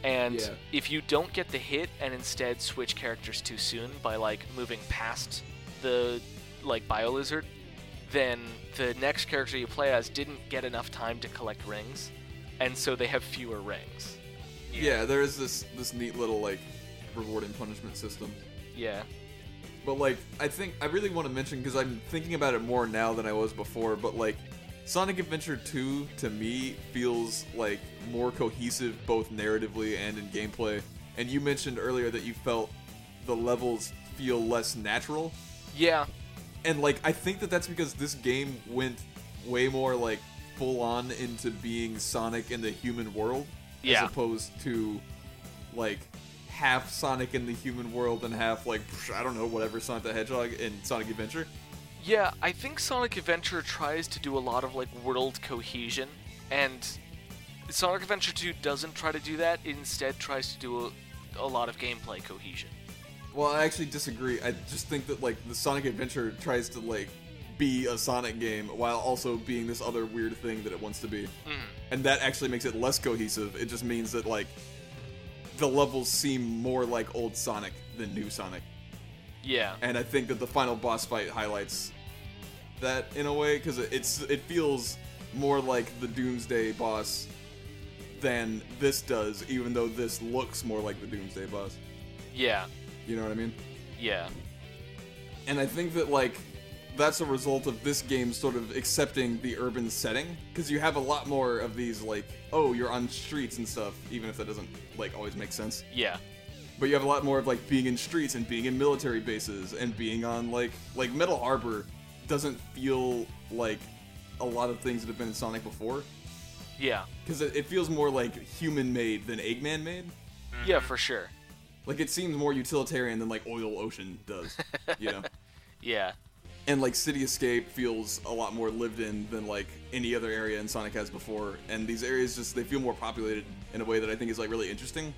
S3: And
S2: Yeah.
S3: if you don't get the hit and instead switch characters too soon by like moving past the like BioLizard, then the next character you play as didn't get enough time to collect rings, and so they have fewer rings.
S2: Yeah, there is this this neat little like reward and punishment system.
S3: Yeah.
S2: But like, I think I really want to mention because I'm thinking about it more now than I was before. But like, Sonic Adventure 2 to me feels like more cohesive both narratively and in gameplay, And you mentioned earlier that you felt the levels feel less natural.
S3: Yeah.
S2: And like I think that that's because this game went way more like full on into being Sonic in the human world
S3: Yeah.
S2: as opposed to like half Sonic in the human world and half like psh, I don't know whatever Sonic the Hedgehog and Sonic Adventure.
S3: Yeah, I think Sonic Adventure tries to do a lot of like world cohesion, and Sonic Adventure 2 doesn't try to do that. It instead tries to do a, a lot of gameplay cohesion.
S2: Well, I actually disagree. I just think that like the Sonic Adventure tries to like be a Sonic game while also being this other weird thing that it wants to be. And that actually makes it less cohesive. It just means that like the levels seem more like old Sonic than new Sonic.
S3: Yeah,
S2: And I think that the final boss fight highlights that in a way cuz it's it feels more like the Doomsday boss than this does even though this looks more like the Doomsday boss.
S3: yeah,
S2: You know what I mean?
S3: yeah,
S2: and I think that like that's a result of this game sort of accepting the urban setting because you have a lot more of these like oh you're on streets and stuff even if that doesn't like always make sense
S3: yeah,
S2: but you have a lot more of like being in streets and being in military bases and being on like like Metal Harbor doesn't feel like a lot of things that have been in Sonic before
S3: yeah,
S2: because it, it feels more like human made than Eggman made
S3: yeah, for sure.
S2: like it seems more utilitarian than like Oil Ocean does you know
S3: Yeah,
S2: and like city escape feels a lot more lived in than like any other area in sonic has before and these areas just they feel more populated in a way that i think is like really interesting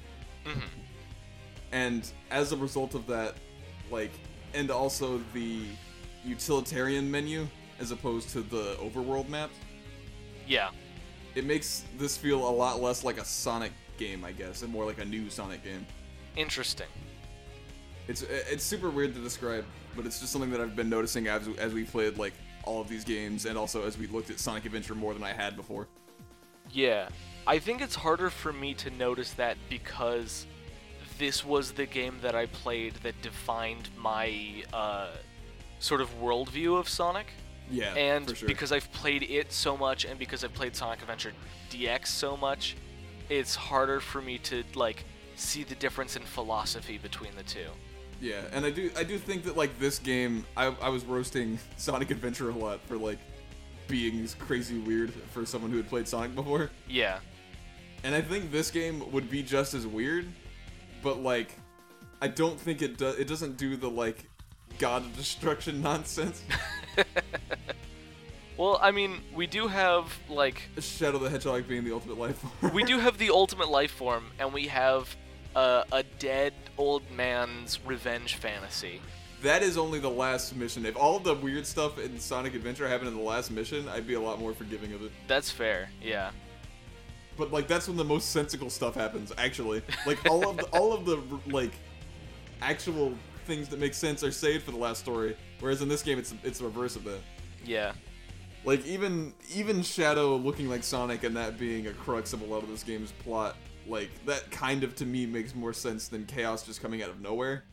S2: and as a result of that like and also the utilitarian menu as opposed to the overworld map
S3: yeah,
S2: it makes this feel a lot less like a sonic game i guess and more like a new sonic game
S3: interesting.
S2: it's uh, it's super weird to describe, but it's just something that I've been noticing as as we played like all of these games, and also as we looked at Sonic Adventure more than I had before.
S3: Yeah, I think it's harder for me to notice that because this was the game that I played that defined my uh, sort of worldview of Sonic.
S2: Yeah,
S3: and
S2: for sure.
S3: because I've played it so much, and because I've played Sonic Adventure DX so much, it's harder for me to like see the difference in philosophy between the two.
S2: yeah, and I do I do think that like this game, I I was roasting <laughs> Sonic Adventure a lot for like being crazy weird for someone who had played Sonic before,
S3: Yeah,
S2: and I think this game would be just as weird, but like I don't think it does it doesn't do the like god of destruction <laughs> nonsense.
S3: well, I mean, we do have like
S2: Shadow the Hedgehog being the ultimate life form.
S3: we do have the ultimate life form, and we have uh, a dead old man's revenge fantasy.
S2: That is only the last mission. If all the weird stuff in Sonic Adventure happened in the last mission, I'd be a lot more forgiving of it.
S3: That's fair. Yeah,
S2: But like that's when the most sensical stuff happens actually. Like all of the, all of the like actual things that make sense are saved for the last story, whereas in this game it's it's the reverse of that.
S3: yeah,
S2: Like even even Shadow looking like Sonic and that being a crux of a lot of this game's plot, like that kind of to me makes more sense than Chaos just coming out of nowhere.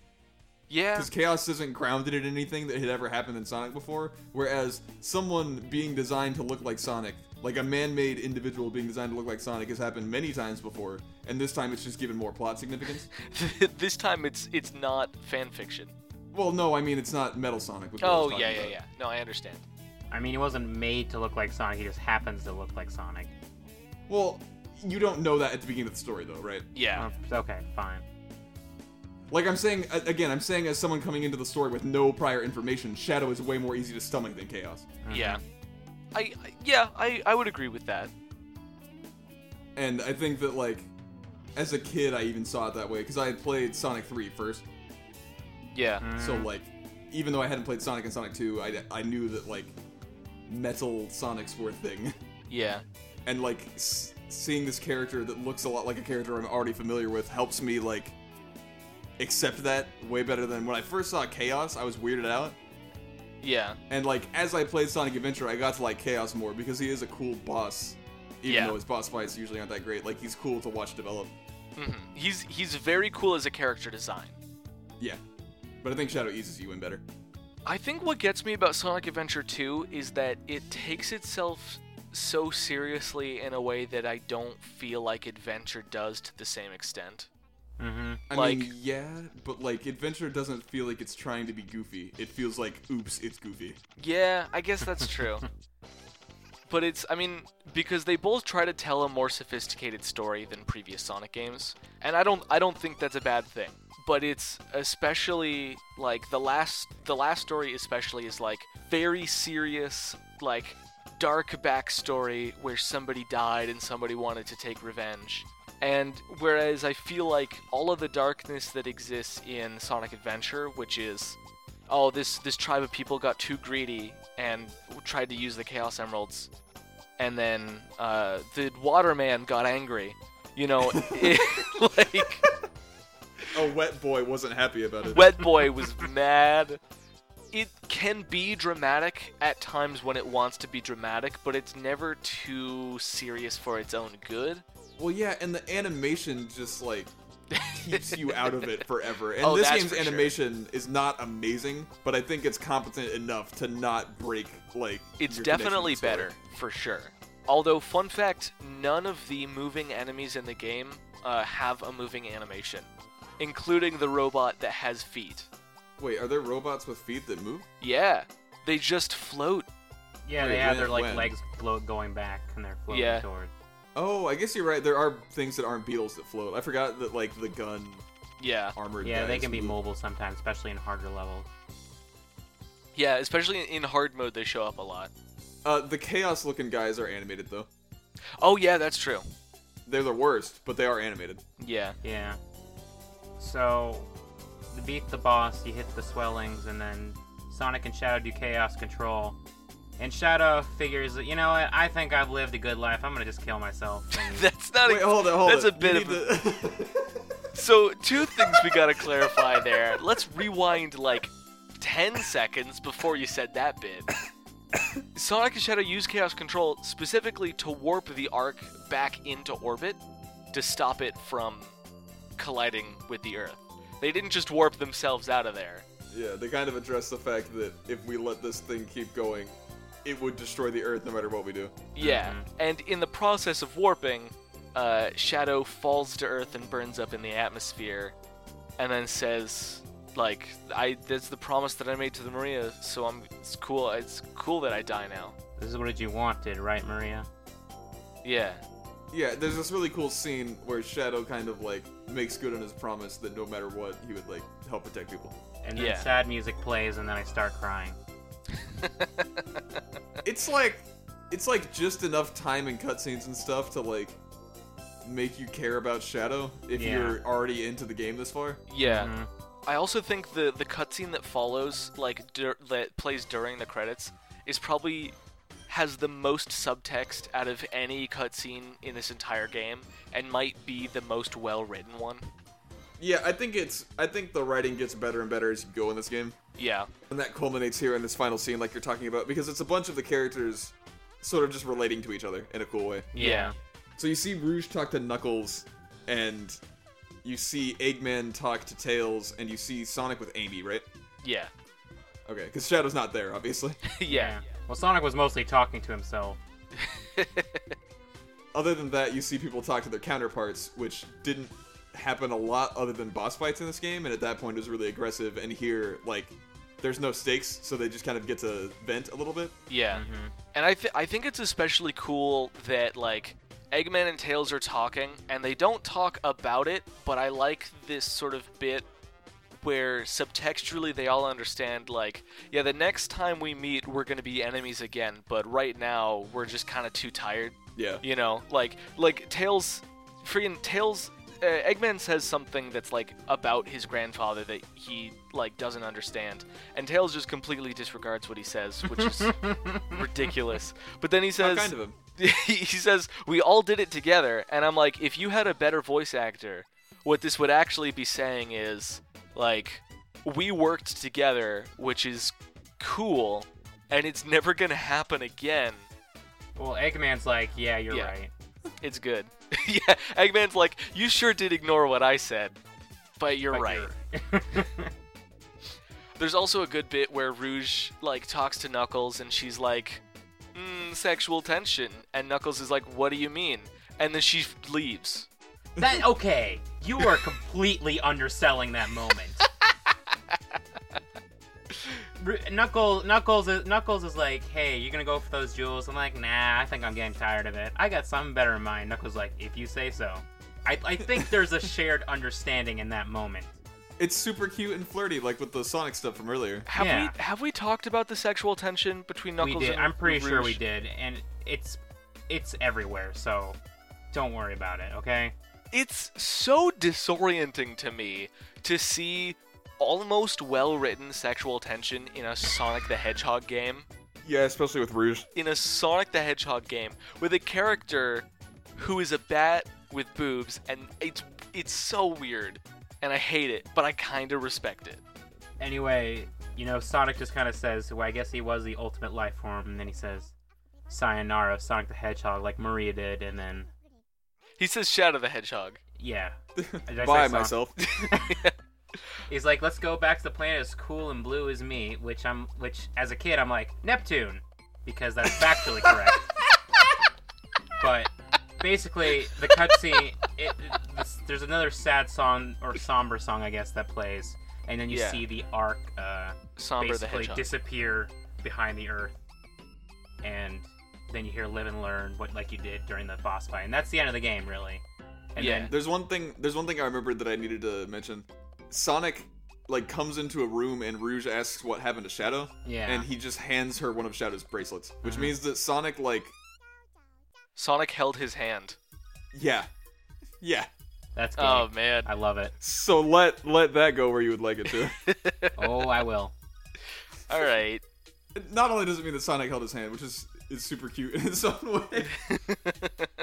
S3: yeah,
S2: Because chaos isn't grounded in anything that had ever happened in Sonic before, whereas someone being designed to look like Sonic, like a man-made individual being designed to look like Sonic, has happened many times before, and this time it's just given more plot significance.
S3: <laughs> this time it's it's not fan fiction.
S2: well, no, I mean it's not Metal Sonic. which is what I was
S3: Oh
S2: talking
S3: yeah, yeah,
S2: about.
S3: yeah. No, I understand.
S1: I mean, he wasn't made to look like Sonic. He just happens to look like Sonic.
S2: Well, you don't know that at the beginning of the story, though, right?
S3: Yeah,
S1: Um, okay, fine.
S2: Like I'm saying a- again, I'm saying as someone coming into the story with no prior information, Shadow is way more easy to stomach than Chaos.
S3: yeah. I I- yeah, I I would agree with that.
S2: and I think that like as a kid I even saw it that way because I had played Sonic 3 first.
S3: Yeah,
S2: So like even though I hadn't played Sonic and Sonic 2, I, I knew that like metal Sonics were a thing. <laughs>
S3: yeah,
S2: And like s- seeing this character that looks a lot like a character I'm already familiar with helps me like accept that way better than when I first saw Chaos, I was weirded out.
S3: yeah,
S2: And like as I played Sonic Adventure, I got to like Chaos more because he is a cool boss. Even
S3: Yeah.
S2: though his boss fights usually aren't that great, like he's cool to watch develop.
S3: hmm He's he's very cool as a character design.
S2: Yeah. But I think Shadow eases you in better.
S3: I think what gets me about Sonic Adventure 2 is that it takes itself so seriously in a way that I don't feel like Adventure does to the same extent.
S1: Mm-hmm.
S2: I
S3: Like-
S2: mean, yeah, but like adventure doesn't feel like it's trying to be goofy. It feels like, oops, it's goofy.
S3: Yeah, I guess that's true. but it's, I mean, because they both try to tell a more sophisticated story than previous Sonic games, and I don't, I don't think that's a bad thing. But it's especially like the last, the last story especially is like very serious, like dark backstory where somebody died and somebody wanted to take revenge. And whereas I feel like all of the darkness that exists in Sonic Adventure, which is oh this this tribe of people got too greedy and tried to use the chaos emeralds and then uh, the water man got angry you know <laughs> it, like
S2: A wet boy wasn't happy about it.
S3: wet boy was mad it can be dramatic at times when it wants to be dramatic but it's never too serious for its own good
S2: Well, yeah, and the animation just like keeps you out of
S3: <laughs>
S2: it forever. And
S3: Oh,
S2: this
S3: that's
S2: game's
S3: for sure.
S2: animation is not amazing, but I think it's competent enough to not break like.
S3: it's
S2: your connection
S3: definitely
S2: with the story.
S3: better for sure. Although, fun fact, none of the moving enemies in the game uh, have a moving animation, including the robot that has feet.
S2: Wait, are there robots with feet that move?
S3: Yeah, they just float.
S1: Yeah,
S2: Wait,
S1: they have
S2: when-
S1: their like
S2: when?
S1: legs blow- going back and they're floating
S3: Yeah.
S1: toward.
S2: Oh, I guess you're right. There are things that aren't beetles that float. I forgot that like the gun
S3: Yeah,
S2: armored.
S1: Yeah, they
S2: guys
S1: can be
S2: move.
S1: mobile sometimes, especially in harder levels.
S3: yeah. Especially in hard mode, they show up a lot.
S2: Uh, the chaos looking guys are animated though.
S3: Oh yeah, that's true.
S2: They're the worst, but they are animated.
S3: Yeah, <laughs>
S1: Yeah. So, you beat the boss, you hit the swellings, and then Sonic and Shadow do chaos control. And Shadow figures, you know what? I think I've lived a good life. I'm gonna just kill myself. And
S3: that's not.
S2: Wait, oh,
S3: a...
S2: hold it, hold
S3: that's
S2: it.
S3: a bit
S2: We
S3: of
S2: need to- <laughs>
S3: So two things we gotta clarify there. Let's rewind like ten seconds before you said that bit. Sonic and Shadow use Chaos Control specifically to warp the arc back into orbit to stop it from colliding with the Earth. They didn't just warp themselves out of there.
S2: Yeah, they kind of address the fact that if we let this thing keep going, it would destroy the Earth no matter what we do.
S3: Yeah, and in the process of warping, uh, Shadow falls to Earth and burns up in the atmosphere, and then says, "Like I, that's the promise that I made to the Maria. So I'm, it's cool. It's cool that I die now."
S1: this is what you wanted, right, Maria?
S3: Yeah,
S2: Yeah, there's this really cool scene where Shadow kind of like makes good on his promise that no matter what, he would like help protect people.
S1: And then
S3: Yeah.
S1: sad music plays, and then I start crying.
S2: It's like it's like just enough time and cutscenes and stuff to like make you care about Shadow if
S1: Yeah.
S2: you're already into the game this far.
S3: yeah.
S1: Mhm.
S3: I also think the the cutscene that follows, like dur- that plays during the credits, is probably has the most subtext out of any cutscene in this entire game, and might be the most well written one.
S2: Yeah, I think it's I think the writing gets better and better as you go in this game.
S3: Yeah.
S2: And that culminates here in this final scene, like you're talking about, because it's a bunch of the characters sort of just relating to each other in a cool way.
S3: Yeah.
S2: So you see Rouge talk to Knuckles, and you see Eggman talk to Tails, and you see Sonic with Amy, right?
S3: Yeah.
S2: Okay, because Shadow's not there,
S3: <laughs>
S2: obviously.
S3: yeah.
S1: Well, Sonic was mostly talking to himself.
S2: other than that, you see people talk to their counterparts, which didn't happen a lot other than boss fights in this game, and at that point it was really aggressive, and here, like, there's no stakes, so they just kind of get to vent a little bit.
S3: Yeah. And I, th- I think it's especially cool that, like, Eggman and Tails are talking, and they don't talk about it, but I like this sort of bit where subtextually they all understand, like, yeah, the next time we meet, we're going to be enemies again, but right now, we're just kind of too tired.
S2: Yeah.
S3: You know, like, like Tails, freaking Tails. Uh, Eggman says something that's like about his grandfather that he like doesn't understand, and Tails just completely disregards what he says,
S2: <laughs>
S3: which is ridiculous. But then he
S2: How
S3: says,
S2: kind of him.
S3: <laughs> he says, we all did it together, and I'm like, if you had a better voice actor, what this would actually be saying is like, we worked together, which is cool, and it's never gonna happen again.
S1: Well, Eggman's like, yeah, you're
S3: Yeah.
S1: right.
S3: It's good. <laughs> yeah, Eggman's like, you sure did ignore what I said, but you're
S1: But
S3: right.
S1: you're- <laughs>
S3: There's also a good bit where Rouge like talks to Knuckles, and she's like, "Hmm, mm, sexual tension, and Knuckles is like, what do you mean? And then she f- leaves.
S1: That okay? You are completely underselling that
S3: <laughs>
S1: moment. R- Knuckle, Knuckles, is, Knuckles is like, "Hey, you're gonna go for those jewels?" I'm like, "Nah, I think I'm getting tired of it. I got something better in mind." Knuckles like, "If you say so." I, I
S3: <laughs>
S1: think there's a shared understanding in that moment.
S2: It's super cute and flirty, like with the Sonic stuff from earlier.
S3: Have
S1: Yeah.
S3: we have we talked about the sexual tension between
S1: we
S3: Knuckles
S1: did.
S3: and
S1: I'm pretty sure we
S3: Rouge?
S1: did, and it's it's everywhere. So don't worry about it. Okay.
S3: It's so disorienting to me to see almost well-written sexual tension in a Sonic the Hedgehog game.
S2: Yeah, especially with Rouge.
S3: in a Sonic the Hedgehog game with a character who is a bat with boobs, and it's it's so weird, and I hate it, but I kind of respect it.
S1: Anyway, you know, Sonic just kind of says, "Well, I guess he was the ultimate life form," and then he says, "Sayonara, Sonic the Hedgehog," like Maria did, and then
S3: He says Shadow the Hedgehog.
S1: yeah, Did I say
S2: By
S1: Sonic?
S2: <laughs> myself.
S1: He's like, "Let's go back to the planet as cool and blue as me," which I'm, which as a kid I'm like Neptune, because that's factually correct. But basically, the cutscene, it, it- this, there's another sad song or somber song, I guess, that plays, and then you
S3: Yeah.
S1: see the arc uh,
S3: Somber the
S1: basically
S3: Hedgehog.
S1: disappear behind the earth, and then you hear "Live and Learn," what like you did during the boss fight, and that's the end of the game, really. And
S3: Yeah.
S1: then
S2: There's one thing. There's one thing I remembered that I needed to mention. Sonic like comes into a room and Rouge asks what happened to Shadow,
S1: yeah, Mm-hmm.
S2: and he just hands her one of Shadow's bracelets, which means that Sonic like
S3: Sonic held his hand.
S2: yeah, yeah.
S1: that's good.
S3: Oh man.
S1: I love
S3: <laughs>
S1: it.
S2: So let let that go where you would like
S1: <laughs>
S2: it to.
S1: Oh, I will.
S3: All right.
S2: Not only does it mean that Sonic held his hand, which is is super cute in its own
S1: <laughs>
S2: way,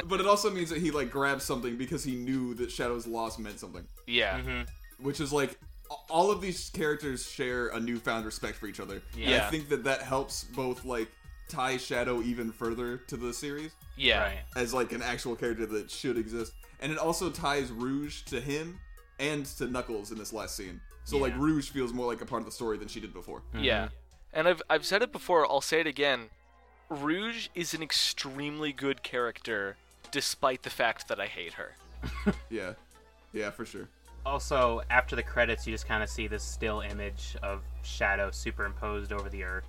S2: but it also means that he like grabbed something because he knew that Shadow's loss meant something.
S3: <laughs> yeah.
S1: hmm
S2: which is like a- all of these characters share a newfound respect for each other. And
S3: Yeah.
S2: I think that that helps both like tie Shadow even further to the series
S3: Yeah.
S1: Right.
S2: as like an actual character that should exist, and it also ties Rouge to him and to Knuckles in this last scene. So like
S1: Yeah.
S2: Rouge feels more like a part of the story than she did before.
S1: Mm-hmm.
S3: Yeah. And I've I've said it before, I'll say it again. Rouge is an extremely good character despite the fact that I hate her.
S2: Yeah, yeah, for sure.
S1: Also, after the credits, you just kind of see this still image of Shadow superimposed over the Earth,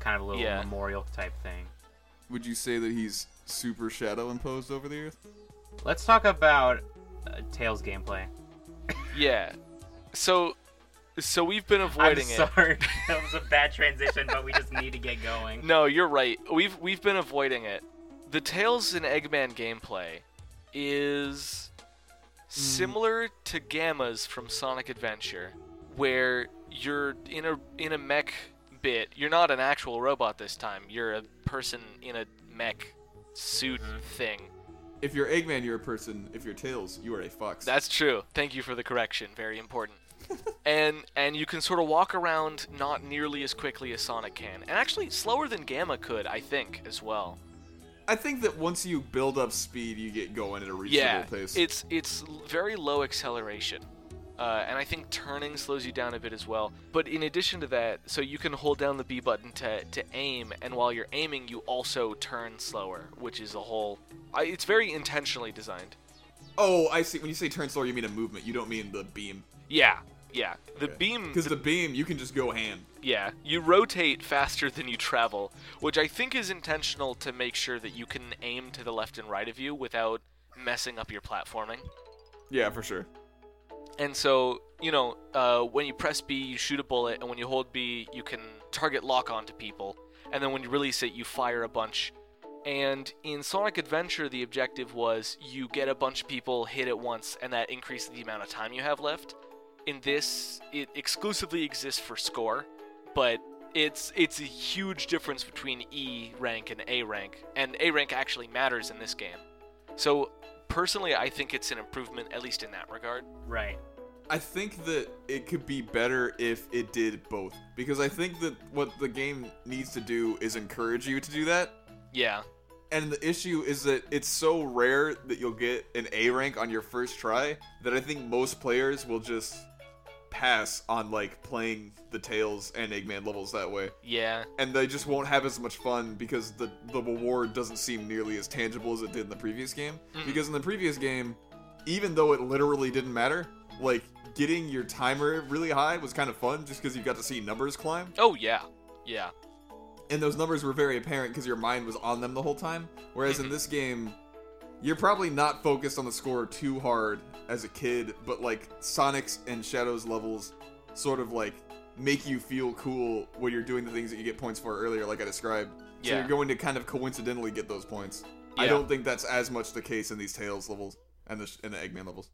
S1: kind of a little
S3: Yeah.
S1: memorial type thing.
S2: Would you say that he's super Shadow imposed over the Earth?
S1: Let's talk about uh, Tails gameplay.
S3: Yeah. So so we've been
S1: I'm
S3: avoiding it.
S1: sorry, <laughs> that was a bad transition, but we just need to get
S3: <laughs>
S1: going.
S3: No, you're right. We've we've been avoiding it. The Tails and Eggman gameplay is similar to Gamma's from Sonic Adventure, where you're in a in a mech bit. You're not an actual robot this time. You're a person in a mech suit thing.
S2: If you're Eggman, you're a person. If you're Tails, you are a fox.
S3: That's true. Thank you for the correction. Very important. and and you can sort of walk around not nearly as quickly as Sonic can, and actually slower than Gamma could, I think, as well.
S2: I think that once you build up speed, you get going at a reasonable
S3: yeah,
S2: pace.
S3: it's it's l- very low acceleration, uh, and I think turning slows you down a bit as well. But in addition to that, so you can hold down the B button to to aim, and while you're aiming, you also turn slower, which is a whole. I, it's very intentionally designed.
S2: Oh, I see. When you say turn slower, you mean a movement. You don't mean the beam.
S3: Yeah, yeah. The beam.
S2: Because the beam, you can just go ham.
S3: Yeah, you rotate faster than you travel, which I think is intentional to make sure that you can aim to the left and right of you without messing up your platforming.
S2: Yeah, for sure.
S3: And so, you know, uh, when you press B, you shoot a bullet, and when you hold B, you can target lock onto people. And then when you release it, you fire a bunch. And in Sonic Adventure, the objective was you get a bunch of people hit at once, and that increases the amount of time you have left. In this, it exclusively exists for score, but it's it's a huge difference between E rank and A rank, and A rank actually matters in this game. So personally, I think it's an improvement, at least in that regard.
S1: Right.
S2: I think that it could be better if it did both. Because I think that what the game needs to do is encourage you to do that.
S3: Yeah.
S2: And the issue is that it's so rare that you'll get an A rank on your first try that I think most players will just pass on like playing the Tails and Eggman levels that way.
S3: Yeah.
S2: and they just won't have as much fun because the the reward doesn't seem nearly as tangible as it did in the previous game. Because in the previous game, even though it literally didn't matter, like getting your timer really high was kind of fun just because you got to see numbers climb.
S3: Oh yeah, yeah,
S2: And those numbers were very apparent because your mind was on them the whole time. Whereas in this game, you're probably not focused on the score too hard as a kid, but like Sonic's and Shadow's levels sort of like make you feel cool when you're doing the things that you get points for earlier, like I described. So
S3: Yeah.
S2: you're going to kind of coincidentally get those points. I
S3: Yeah.
S2: don't think that's as much the case in these Tails levels and the, and the Eggman levels.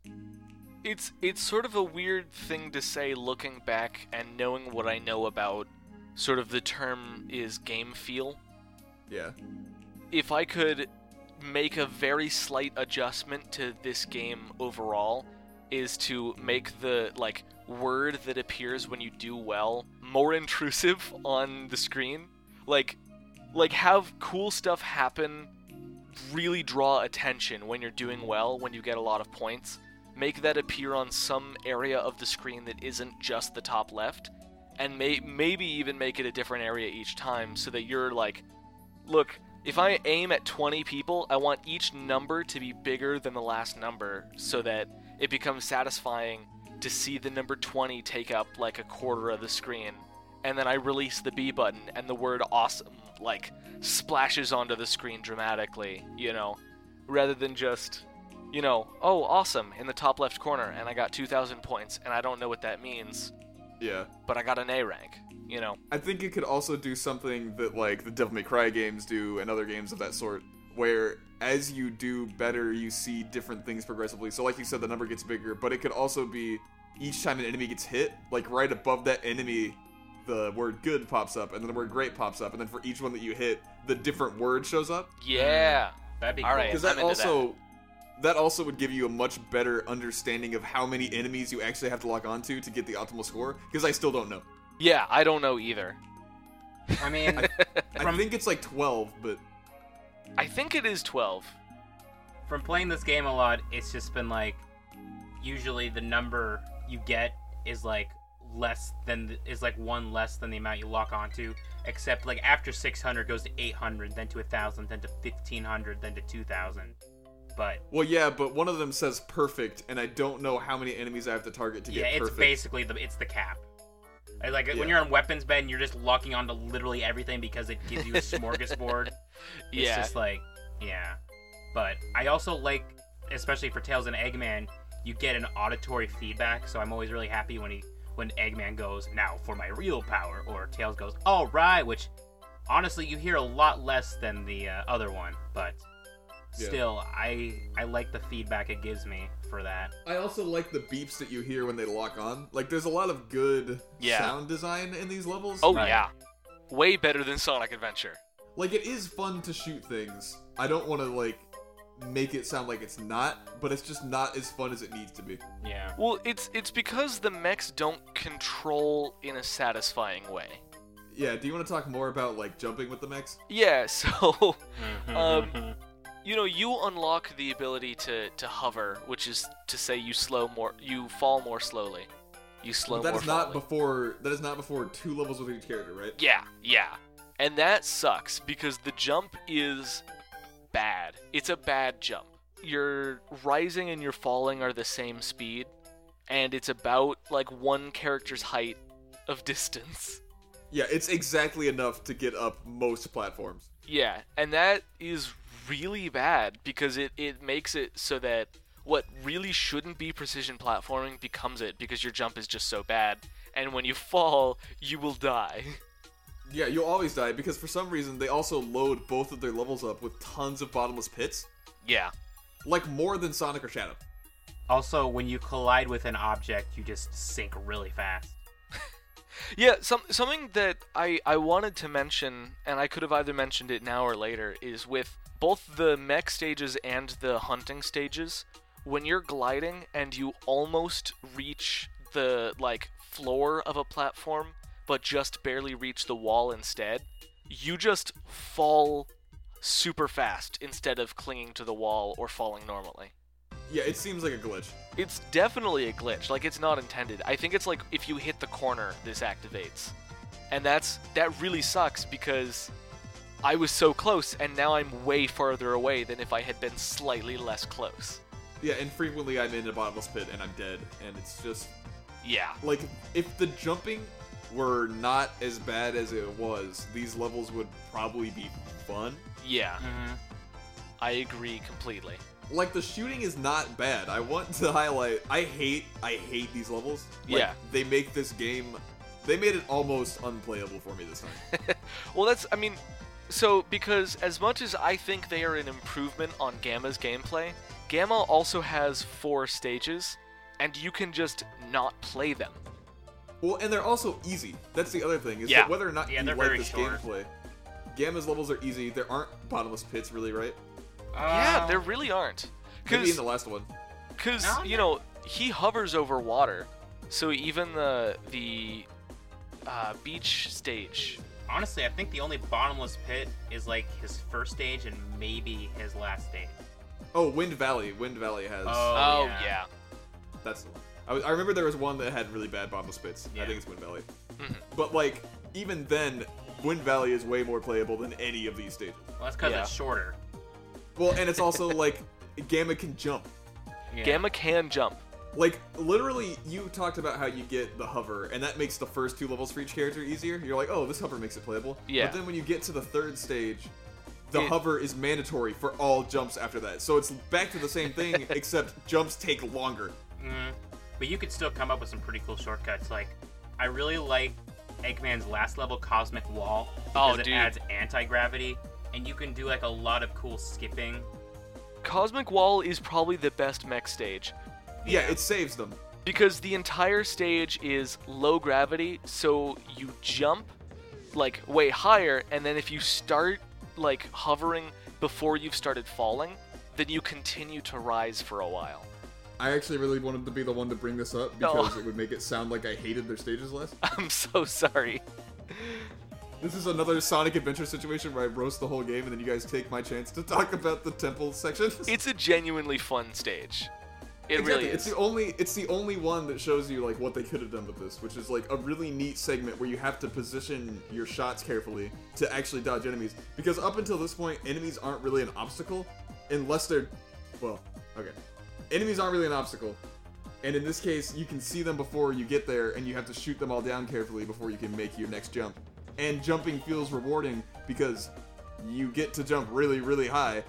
S3: it's it's sort of a weird thing to say looking back and knowing what I know about sort of the term is game feel.
S2: Yeah.
S3: If I could make a very slight adjustment to this game overall is to make the like word that appears when you do well more <laughs> intrusive on the screen. Like like have cool stuff happen really draw attention when you're doing well, when you get a lot of points. Make that appear on some area of the screen that isn't just the top left, and may- maybe even make it a different area each time so that you're like, look, if I aim at 20 people, I want each number to be bigger than the last number so that it becomes satisfying to see the number 20 take up like a quarter of the screen. And then I release the B button, and the word awesome like splashes onto the screen dramatically, you know, rather than just, you know, oh, awesome in the top left corner, and I got 2,000 points, and I don't know what that means,
S2: Yeah.
S3: but I got an A rank, you know.
S2: I think it could also do something that like the Devil May Cry games do and other games of that sort, where as you do better, you see different things progressively. So like you said, the number gets bigger, but it could also be each time an enemy gets hit, like right above that enemy, the word good pops up, and then the word great pops up, and then for each one that you hit, the different word shows up.
S3: Yeah.
S1: That'd be
S3: All
S1: cool.
S3: right.
S2: Because that
S3: I'm into that.
S2: also that also would give you a much better understanding of how many enemies you actually have to lock onto to get the optimal score. Because I still don't know.
S3: Yeah, I don't know either.
S1: I mean,
S2: <laughs> I think it's like twelve, but
S3: I think it is 12.
S1: from playing this game a lot, it's just been like usually the number you get is like less than the- is like one less than the amount you lock onto. Except like after 600 goes to 800, then to 1,000, then to 1,500, then to 2,000. But
S2: Well, yeah, but one of them says perfect, and I don't know how many enemies I have to target to
S1: yeah,
S2: get
S1: it's
S2: perfect.
S1: basically the it's the cap. I- Like
S2: Yeah.
S1: when you're on weapons bend, you're just locking onto literally everything because it gives you
S2: <laughs>
S1: a smorgasbord. It's
S3: yeah.
S1: just like, yeah. But I also like, especially for Tails and Eggman, you get an auditory feedback. So I'm always really happy when he, when Eggman goes now for my real power, or Tails goes all right, which honestly you hear a lot less than the uh, other one, but
S2: Yeah.
S1: still I I like the feedback it gives me for that.
S2: I also like the beeps that you hear when they lock on. Like, there's a lot of good
S3: Yeah.
S2: sound design in these levels.
S3: oh,
S1: Right.
S3: yeah. Way better than Sonic Adventure.
S2: like it is fun to shoot things. I don't want to like make it sound like it's not, but it's just not as fun as it needs to be.
S1: Yeah.
S3: Well, it's it's because the mechs don't control in a satisfying way.
S2: Yeah. Do you want to talk more about like jumping with the mechs?
S3: Yeah, <laughs> so Um, you know, you unlock the ability to to hover, which is to say you slow more you fall more slowly. You slow
S2: But that
S3: more
S2: is not
S3: slowly.
S2: before. That is not before two levels with each character, right?
S3: Yeah, yeah. And that sucks because the jump is bad. It's a bad jump. Your rising and your falling are the same speed, and it's about like one character's height of <laughs> distance.
S2: Yeah. It's exactly enough to get up most platforms.
S3: Yeah, and that is really bad because it, it makes it so that what really shouldn't be precision platforming becomes it because your jump is just so bad, and when you <laughs> fall, you will die. <laughs>
S2: Yeah, you'll always die because for some reason they also load both of their levels up with tons of bottomless pits,
S3: yeah.
S2: like more than Sonic or Shadow.
S1: also, when you collide with an object, you just sink really fast.
S3: Yeah, some, something that I, I wanted to mention, and I could have either mentioned it now or later, is with both the mech stages and the hunting stages, when you're gliding and you almost reach the like floor of a platform, but just barely reach the wall instead, you just fall super fast instead of clinging to the wall or falling normally.
S2: Yeah, it seems like a glitch.
S3: It's definitely a glitch. Like it's not intended. I think it's like if you hit the corner, this activates, and that's that really sucks because I was so close, and now I'm way farther away than if I had been slightly less close.
S2: Yeah, and frequently I'm in a bottomless pit and I'm dead, and it's just
S3: Yeah.
S2: like if the jumping were not as bad as it was, these levels would probably be fun.
S3: Yeah.
S1: hmm
S3: I agree completely.
S2: Like the shooting is not bad. I want to highlight. I hate. I hate these levels. Like,
S3: Yeah.
S2: They make this game. They made it almost unplayable for me this time.
S1: <laughs>
S3: Well, that's, I mean, so because as much as I think they are an improvement on Gamma's gameplay, Gamma also has four stages, and you can just not play them.
S2: Well, and they're also easy. That's the other thing. Is
S3: Yeah.
S2: that whether or not
S1: Yeah,
S2: you
S1: they're
S2: like
S1: very
S2: this
S1: short.
S2: gameplay, Gamma's levels are easy. There aren't bottomless pits, really, right?
S3: yeah, there really aren't.
S2: Maybe in
S3: Because,
S2: the last one.
S3: because
S1: No,
S3: you know, he hovers over water, so even the the uh, beach stage.
S1: Honestly, I think the only bottomless pit is like his first stage and maybe his last stage.
S2: Oh, Wind Valley. Wind Valley has.
S1: Oh. yeah.
S3: yeah.
S2: That's the one. I, was, I remember there was one that had really bad bottomless pits. I
S1: Yeah. Mm-hmm.
S2: think it's Wind Valley.
S3: Mhm.
S2: But like, even then, Wind Valley is way more playable than any of these stages.
S1: Well, that's because
S3: Yeah.
S1: it's shorter.
S2: Well, and it's also like Gamma can jump.
S1: Yeah.
S3: Gamma can jump.
S2: Like literally, you talked about how you get the hover, and that makes the first two levels for each character easier. You're like, oh, this hover makes it playable.
S3: Yeah.
S2: But then when you get to the third stage, the
S3: It-
S2: hover is mandatory for all jumps after that. So it's back to the same
S3: <laughs>
S2: thing, except jumps take longer.
S1: Mhm. But you could still come up with some pretty cool shortcuts. Like, I really like Eggman's last level, Cosmic Wall, because
S3: Oh,
S1: it
S3: dude.
S1: adds anti gravity, and you can do like a lot of cool skipping.
S3: Cosmic Wall is probably the best mech stage.
S2: Yeah,
S1: Yeah.
S2: it saves them.
S3: because the entire stage is low gravity so you jump like way higher and then if you start like hovering before you've started falling then you continue to rise for a while <laughs>
S2: I actually really wanted to be the one to bring this up
S3: No.
S2: because it would make it sound like I hated their stages
S3: <laughs>
S2: less.
S3: i'm so sorry
S2: this is another Sonic Adventure situation where I roast the whole game and then you guys take my chance to talk about the temple section.
S3: it's a genuinely fun stage it really
S2: It's
S3: is
S2: the only it's the only one that shows you like what they could have done with this, which is like a really neat segment where you have to position your shots carefully to actually dodge enemies. Because up until this point, enemies aren't really an obstacle unless they're well, okay. Enemies aren't really an obstacle. And in this case, you can see them before you get there and you have to shoot them all down carefully before you can make your next jump. And jumping feels rewarding because you get to jump really, really high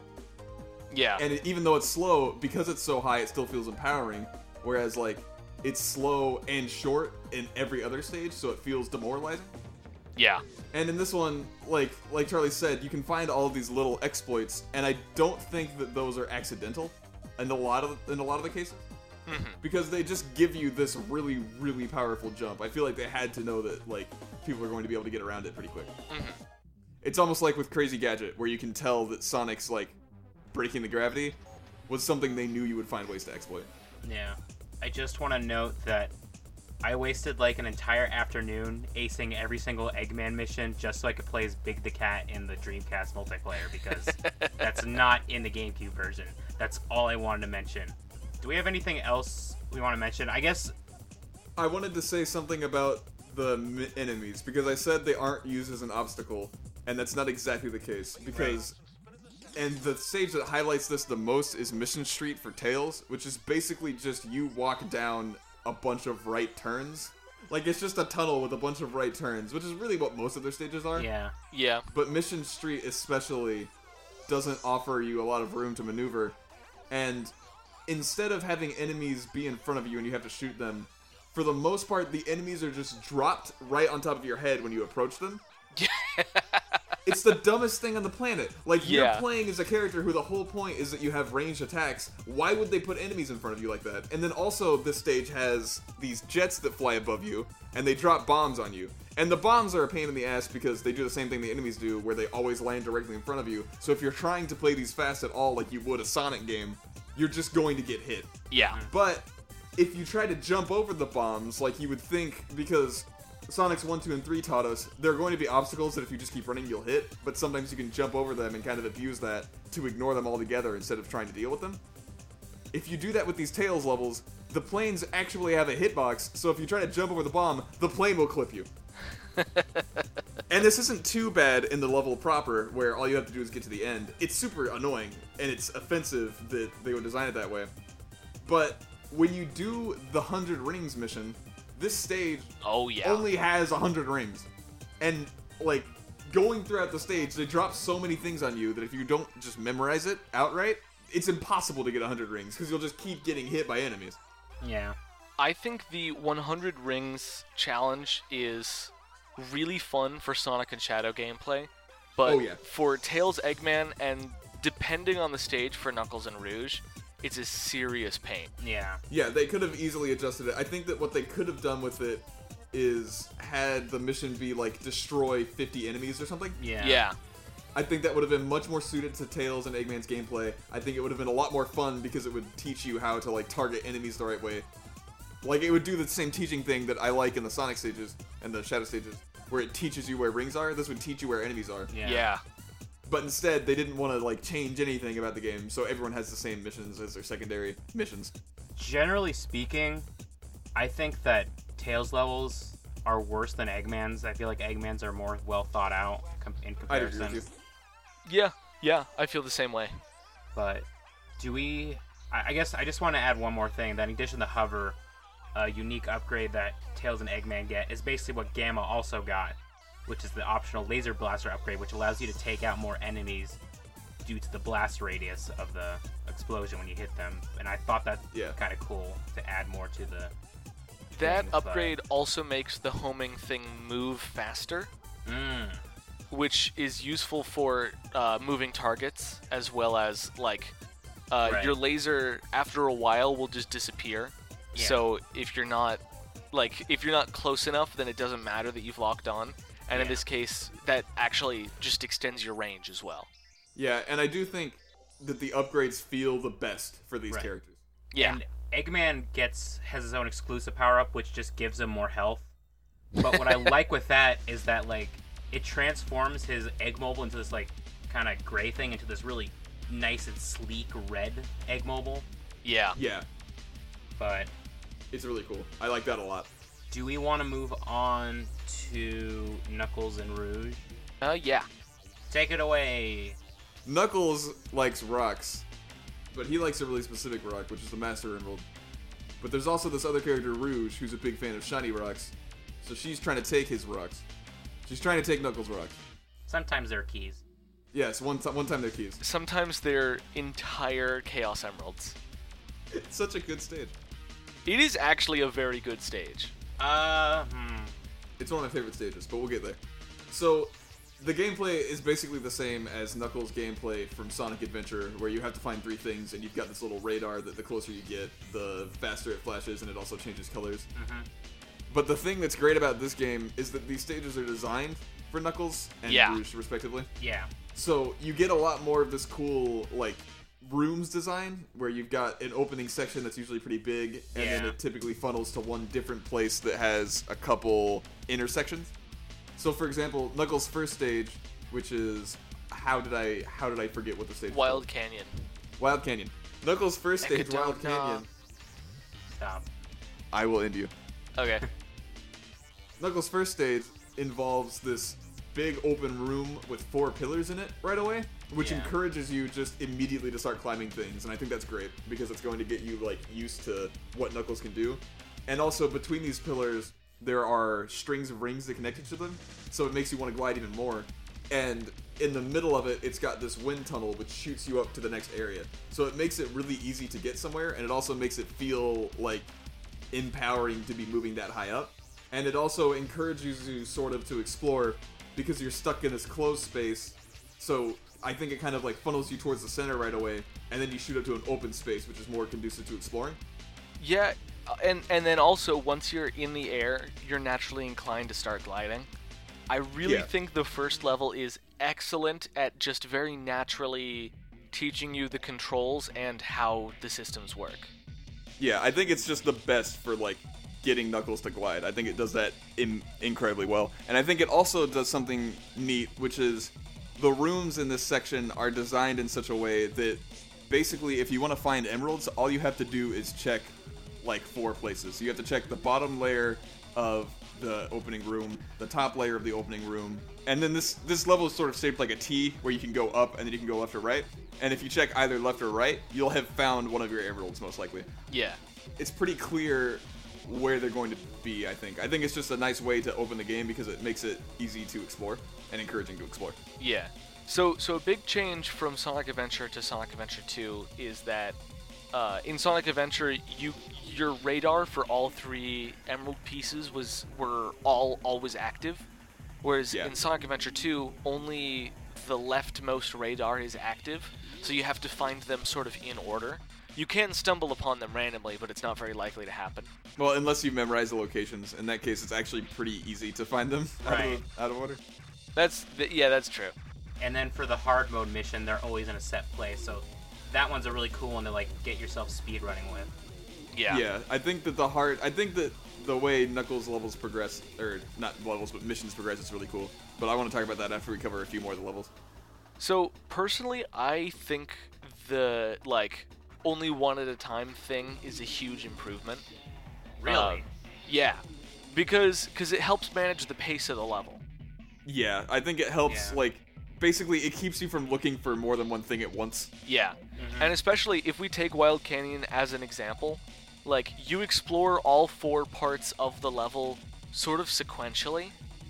S3: yeah
S2: and it, even though it's slow, because it's so high, it still feels empowering. Whereas like it's slow and short in every other stage, so it feels demoralizing.
S3: yeah
S2: And in this one, like like Charlie said, you can find all of these little exploits, and I don't think that those are accidental in a lot of in a lot of the cases. Because they just give you this really, really powerful jump. I feel like they had to know that like people are going to be able to get around it pretty quick. It's almost like with Crazy Gadget, where you can tell that Sonic's like breaking the gravity was something they knew you would find ways to exploit.
S1: Yeah. I just want to note that I wasted like an entire afternoon acing every single Eggman mission just so I could play as Big the Cat in the Dreamcast multiplayer
S3: <laughs>
S1: because that's not in the GameCube version. That's all I wanted to mention. Do we have anything else we want to mention? I guess
S2: I wanted to say something about the m- enemies because I said they aren't used as an obstacle, and that's not exactly the case. Because, and the stage that highlights this the most is Mission Street for Tails, which is basically just you walk down a bunch of right turns. Like it's just a tunnel with a bunch of right turns, which is really what most of their stages are.
S1: yeah.
S3: yeah
S2: But Mission Street especially doesn't offer you a lot of room to maneuver. And instead of having enemies be in front of you and you have to shoot them, for the most part, the enemies are just dropped right on top of your head when you approach them. it's the dumbest thing on the planet. Like, you're
S3: Yeah.
S2: playing as a character who the whole point is that you have ranged attacks. Why would they put enemies in front of you like that? And then also, this stage has these jets that fly above you, and they drop bombs on you. And the bombs are a pain in the ass because they do the same thing the enemies do, where they always land directly in front of you. So if you're trying to play these fast at all, like you would a Sonic game, you're just going to get hit.
S3: yeah
S2: But if you try to jump over the bombs, like you would think, because Sonic's 1, 2, and 3 taught us, there are going to be obstacles that if you just keep running, you'll hit, but sometimes you can jump over them and kind of abuse that to ignore them altogether instead of trying to deal with them. If you do that with these Tails levels, the planes actually have a hitbox, so if you try to jump over the bomb, the plane will clip you. and this isn't too bad in the level proper, where all you have to do is get to the end. It's super annoying, and it's offensive that they would design it that way. But when you do the hundred rings mission, this stage
S3: Oh yeah.
S2: only has 100 rings. And, like, going throughout the stage, they drop so many things on you that if you don't just memorize it outright, it's impossible to get 100 rings because you'll just keep getting hit by enemies.
S1: Yeah.
S3: I think the 100 rings challenge is really fun for Sonic and Shadow gameplay, but
S2: Oh, yeah.
S3: for Tails, Eggman, and depending on the stage for Knuckles and Rouge, it's a serious pain.
S1: Yeah.
S2: Yeah, they could have easily adjusted it. I think that what they could have done with it is had the mission be, like, destroy 50 enemies or something.
S1: Yeah.
S3: Yeah.
S2: I think that would have been much more suited to Tails and Eggman's gameplay. I think it would have been a lot more fun because it would teach you how to like target enemies the right way. Like it would do the same teaching thing that I like in the Sonic stages and the Shadow stages, where it teaches you where rings are. This would teach you where enemies are.
S1: Yeah.
S3: Yeah.
S2: But instead, they didn't want to like change anything about the game, so everyone has the same missions as their secondary missions.
S1: Generally speaking, I think that Tails levels are worse than Eggman's. I feel like Eggman's are more well thought out com- in
S2: I'd agree
S1: comparison.
S2: with you.
S3: Yeah. Yeah, I feel the same way.
S1: But do we? I I guess I just want to add one more thing. That in addition to hover, a unique upgrade that Tails and Eggman get is basically what Gamma also got, which is the optional laser blaster upgrade, which allows you to take out more enemies due to the blast radius of the explosion when you hit them. And I thought that
S2: Yeah.
S1: kind of cool to add more to the.
S3: That
S1: Things, uh,
S3: upgrade also makes the homing thing move faster,
S1: Mm,
S3: which is useful for uh, moving targets as well as like uh,
S1: Right.
S3: your laser after a while will just disappear
S1: Yeah.
S3: so if you're not like if you're not close enough then it doesn't matter that you've locked on and in
S1: Yeah.
S3: this case that actually just extends your range as well
S2: Yeah, and I do think that the upgrades feel the best for these
S1: Right.
S2: characters.
S3: yeah
S1: And Eggman gets has his own exclusive power up, which just gives him more health. But what I like with that is that like it transforms his egg mobile into this like kind of gray thing into this really nice and sleek red egg mobile.
S3: yeah
S2: Yeah,
S1: But
S2: it's really cool. I like that a lot.
S1: do we want to move on to Knuckles and Rouge?
S3: uh, yeah
S1: Take it away.
S2: Knuckles likes rocks, but he likes a really specific rock, which is the Master Emerald. But there's also this other character, Rouge, who's a big fan of shiny rocks, so she's trying to take his rocks. She's trying to take Knuckles' rocks.
S1: Sometimes there are keys.
S2: Yes, one, ti- one time they're keys.
S3: sometimes they're entire chaos emeralds
S2: It's <laughs> such a good stage.
S3: it is actually a very good stage
S1: Uh, hmm.
S2: It's one of my favorite stages, but we'll get there. So, the gameplay is basically the same as Knuckles' gameplay from Sonic Adventure, where you have to find three things, and you've got this little radar that the closer you get, the faster it flashes, and it also changes colors. But the thing that's great about this game is that these stages are designed for Knuckles and
S3: Yeah.
S2: Rouge, respectively.
S1: yeah.
S2: So you get a lot more of this cool like rooms design where you've got an opening section that's usually pretty big and then
S1: Yeah.
S2: it typically funnels to one different place that has a couple intersections. So for example, Knuckles' first stage, which is how did I how did I forget what the stage was
S3: wild canyon
S2: called? Wild Canyon. Knuckles' first stage, Wild
S3: Ecodona.
S2: Canyon.
S1: Stop.
S2: I will end you.
S3: okay
S2: Knuckles' first stage involves this big open room with four pillars in it right away, which
S1: Yeah.
S2: encourages you just immediately to start climbing things, and I think that's great because it's going to get you like used to what Knuckles can do. And also between these pillars, there are strings of rings that connect each of them, so it makes you want to glide even more. And in the middle of it, it's got this wind tunnel which shoots you up to the next area. So it makes it really easy to get somewhere, and it also makes it feel like empowering to be moving that high up. And it also encourages you sort of to explore because you're stuck in this closed space. So I think it kind of like funnels you towards the center right away, and then you shoot up to an open space, which is more conducive to exploring.
S3: <laughs> Yeah, uh, and and then also once you're in the air, you're naturally inclined to start gliding. I really
S2: Yeah.
S3: think the first level is excellent at just very naturally teaching you the controls and how the systems work.
S2: Yeah, I think it's just the best for like getting Knuckles to glide. I think it does that Im- incredibly well. And I think it also does something neat, which is the rooms in this section are designed in such a way that basically if you want to find emeralds, all you have to do is check like four places. So you have to check the bottom layer of the opening room, the top layer of the opening room, and then this this level is sort of shaped like a T where you can go up and then you can go left or right. and if you check either left or right, you'll have found one of your emeralds most likely.
S3: Yeah.
S2: It's pretty clear where they're going to be, I think. I think it's just a nice way to open the game because it makes it easy to explore and encouraging to explore.
S3: Yeah. So so a big change from Sonic Adventure to Sonic Adventure 2 is that uh, in Sonic Adventure you your radar for all three emerald pieces was were all always active whereas
S2: Yeah.
S3: in Sonic Adventure 2 only the leftmost radar is active so you have to find them sort of in order. You can stumble upon them randomly but it's not very likely to happen.
S2: Well, unless you memorize the locations, in that case, it's actually pretty easy to find them <laughs> out,
S1: Right.
S2: of, out of order.
S3: That's th- yeah, that's true.
S1: And then for the hard mode mission, they're always in a set place. So that one's a really cool one to like get yourself speed running with.
S3: Yeah.
S2: I think that the hard. I think that the way Knuckles levels progress, or not levels, but missions progress, is really cool. But I want to talk about that after we cover a few more of the levels.
S3: So personally, I think the like only one at a time thing is a huge improvement.
S1: Really?
S3: Um, yeah, because because it helps manage the pace of the level.
S2: Yeah, I think it helps.
S1: Yeah.
S2: Like, basically, it keeps you from looking for more than one thing at once.
S3: Yeah, and especially if we take Wild Canyon as an example, like you explore all four parts of the level sort of sequentially,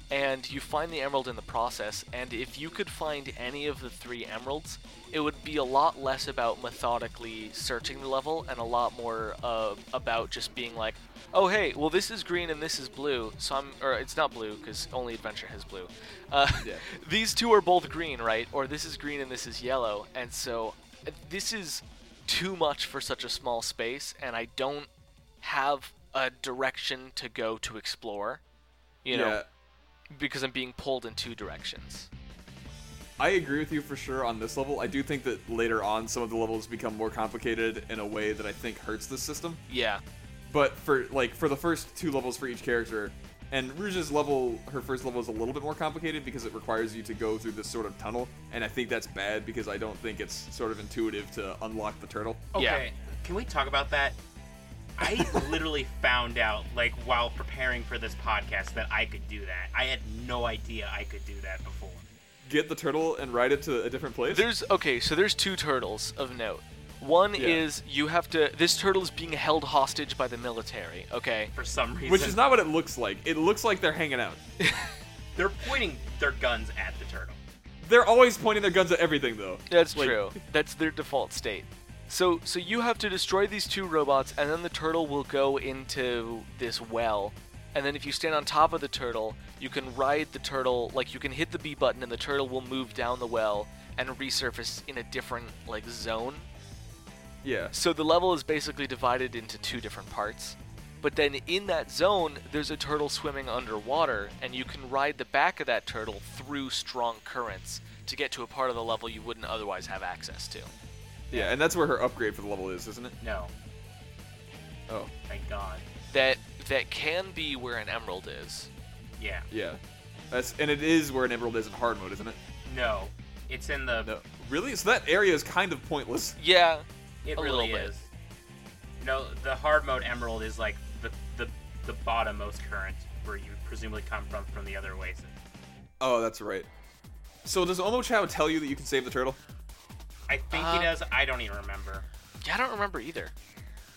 S3: and you find the emerald in the process. And if you could find any of the three emeralds, it would be a lot less about methodically searching the level and a lot more uh, about just being like, oh hey, well this is green and this is blue, so I'm or it's not blue because only adventure has blue. Uh,
S2: Yeah.
S3: <laughs> these two are both green, right? Or this is green and this is yellow, and so uh, this is too much for such a small space, and I don't have a direction to go to explore. You know,
S2: yeah,
S3: because I'm being pulled in two directions.
S2: I agree with you for sure on this level. I do think that later on, some of the levels become more complicated in a way that I think hurts the system.
S3: Yeah.
S2: but for like for the first two levels for each character and rouge's level her first level is a little bit more complicated because it requires you to go through this sort of tunnel and i think that's bad because i don't think it's sort of intuitive to unlock the turtle
S3: Yeah.
S1: Okay. Can we talk about that?
S2: <laughs>
S1: I literally found out, like, while preparing for this podcast, that I could do that. I had no idea I could do that before.
S2: get the turtle and ride it to a different place
S3: There's okay, so there's two turtles of note. One
S2: Yeah.
S3: is you have to this turtle is being held hostage by the military, okay?
S1: For some reason,
S2: which is not what it looks like it looks like they're hanging out
S1: they're pointing their guns at the turtle.
S2: they're always pointing their guns at everything though
S3: That's
S2: Like-
S3: true. That's their default state. So so you have to destroy these two robots and then the turtle will go into this well. And then if you stand on top of the turtle, you can ride the turtle like you can hit the B button and the turtle will move down the well and resurface in a different like zone.
S2: yeah
S3: So the level is basically divided into two different parts. But then in that zone, there's a turtle swimming underwater, and you can ride the back of that turtle through strong currents to get to a part of the level you wouldn't otherwise have access to.
S2: yeah and that's where her upgrade for the level is isn't it
S1: No,
S2: oh
S1: thank God.
S3: That that can be where an emerald is.
S1: Yeah.
S2: yeah that's and it is where an emerald is in hard mode isn't it
S1: No, it's in the.
S2: no really so that area is kind of pointless
S3: Yeah.
S1: It
S3: a
S1: really
S3: little bit.
S1: is. No, the hard mode emerald is like the the the bottom most current where you presumably come from from the other oasis.
S2: Oh, that's right. So does Omo Chow tell you that you can save the turtle?
S1: I think
S3: Uh,
S1: he does. I don't even remember.
S3: Yeah, I don't remember either.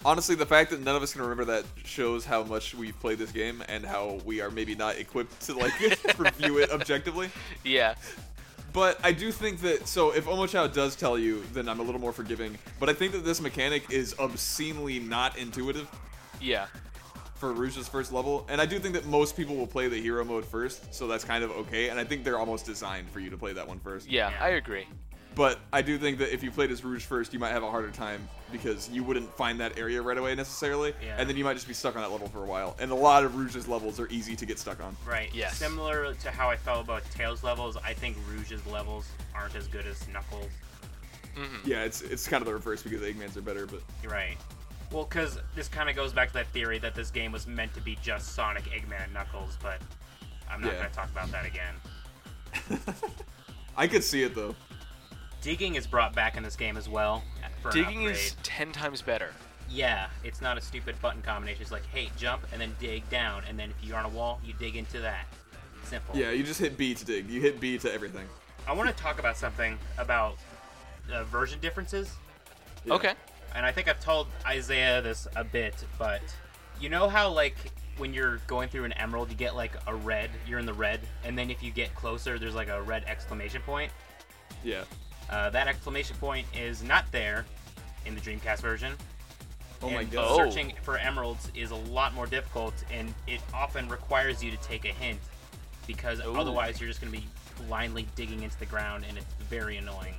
S2: Honestly, the fact that none of us can remember that shows how much we've played this game and how we are maybe not equipped to like <laughs> review it objectively.
S3: Yeah.
S2: But I do think that so if Omo Chow does tell you, then I'm a little more forgiving. But I think that this mechanic is obscenely not intuitive
S3: Yeah.
S2: for Rouge's first level, and I do think that most people will play the hero mode first, so that's kind of okay. And I think they're almost designed for you to play that one first.
S3: Yeah,
S1: Yeah.
S3: I agree.
S2: But I do think that if you played as Rouge first, you might have a harder time because you wouldn't find that area right away necessarily,
S1: Yeah.
S2: and then you might just be stuck on that level for a while. And a lot of Rouge's levels are easy to get stuck on.
S1: Right.
S3: Yes.
S1: Similar to how I felt about Tails levels, I think Rouge's levels aren't as good as Knuckles.
S2: Yeah, it's it's kind of the reverse because Eggman's are better, but
S1: You're right. Well, because this kind of goes back to that theory that this game was meant to be just Sonic, Eggman, and Knuckles, but I'm not
S2: Yeah.
S1: going to talk about that again.
S2: I could see it though.
S1: Digging is brought back in this game as well. For an
S3: Digging
S1: upgrade.
S3: is 10 times better.
S1: Yeah, it's not a stupid button combination. It's like, hey, jump and then dig down, and then if you're on a wall, you dig into that. Simple.
S2: Yeah, you just hit B to dig. You hit B to everything.
S1: I want to talk about something about uh, version differences.
S2: Yeah.
S3: Okay.
S1: and I think I've told Isaiah this a bit, but you know how like when you're going through an emerald, you get like a red. You're in the red, and then if you get closer, there's like a red exclamation point.
S2: Yeah.
S1: Uh, that exclamation point is not there in the Dreamcast version.
S2: Oh my
S1: and
S2: god.
S3: Oh.
S1: Searching for emeralds is a lot more difficult, and it often requires you to take a hint because
S3: Ooh.
S1: otherwise you're just going to be blindly digging into the ground, and it's very annoying.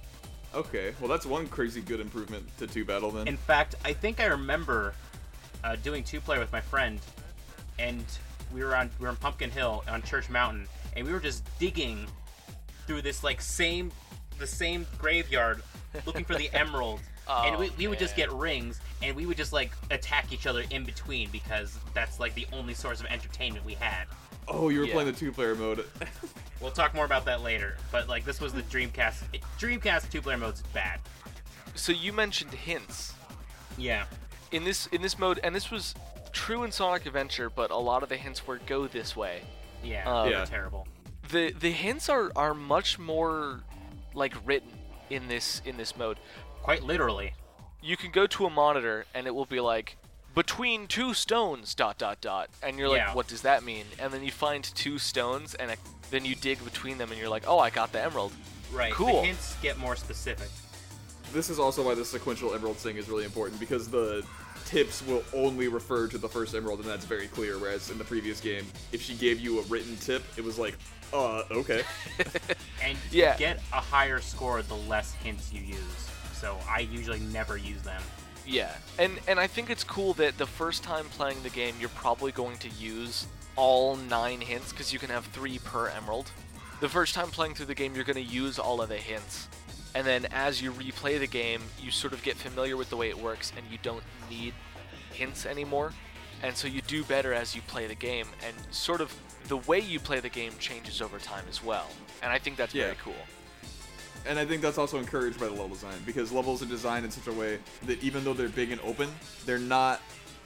S2: Okay. Well, that's one crazy good improvement to two battle then.
S1: In fact, I think I remember uh, doing two player with my friend, and we were on we were on Pumpkin Hill on Church Mountain, and we were just digging through this like same the same graveyard looking for the
S3: <laughs>
S1: emerald.
S3: Oh,
S1: and we, we would just
S3: man.
S1: get rings and we would just like attack each other in between because that's like the only source of entertainment we had.
S2: oh, you were
S3: Yeah.
S2: playing the two-player mode.
S1: We'll talk more about that later, but like this was the Dreamcast Dreamcast two player mode's bad.
S3: So you mentioned hints
S1: Yeah.
S3: in this in this mode, and this was true in Sonic Adventure, but a lot of the hints were go this way.
S1: Yeah.
S3: Oh.
S1: they were
S2: Yeah.
S1: terrible.
S3: the the hints are are much more like written in this in this mode.
S1: Quite literally.
S3: You can go to a monitor and it will be like between two stones dot dot dot and you're
S1: Yeah.
S3: like what does that mean? And then you find two stones and a, then you dig between them and you're like oh I got the emerald.
S1: Right.
S3: Cool.
S1: The hints get more specific.
S2: this is also why the sequential emerald thing is really important because the tips will only refer to the first emerald, and that's very clear. Whereas in the previous game, if she gave you a written tip, it was like, uh, okay.
S1: And
S3: Yeah.
S1: you get a higher score the less hints you use. So I usually never use them.
S3: Yeah. And and I think it's cool that the first time playing the game you're probably going to use all 9 hints cuz you can have 3 per emerald. The first time playing through the game you're going to use all of the hints. And then as you replay the game, you sort of get familiar with the way it works and you don't need hints anymore. And so you do better as you play the game and sort of the way you play the game changes over time as well. And I think that's
S2: Yeah.
S3: very cool.
S2: And I think that's also encouraged by the level design because levels are designed in such a way that even though they're big and open, they're not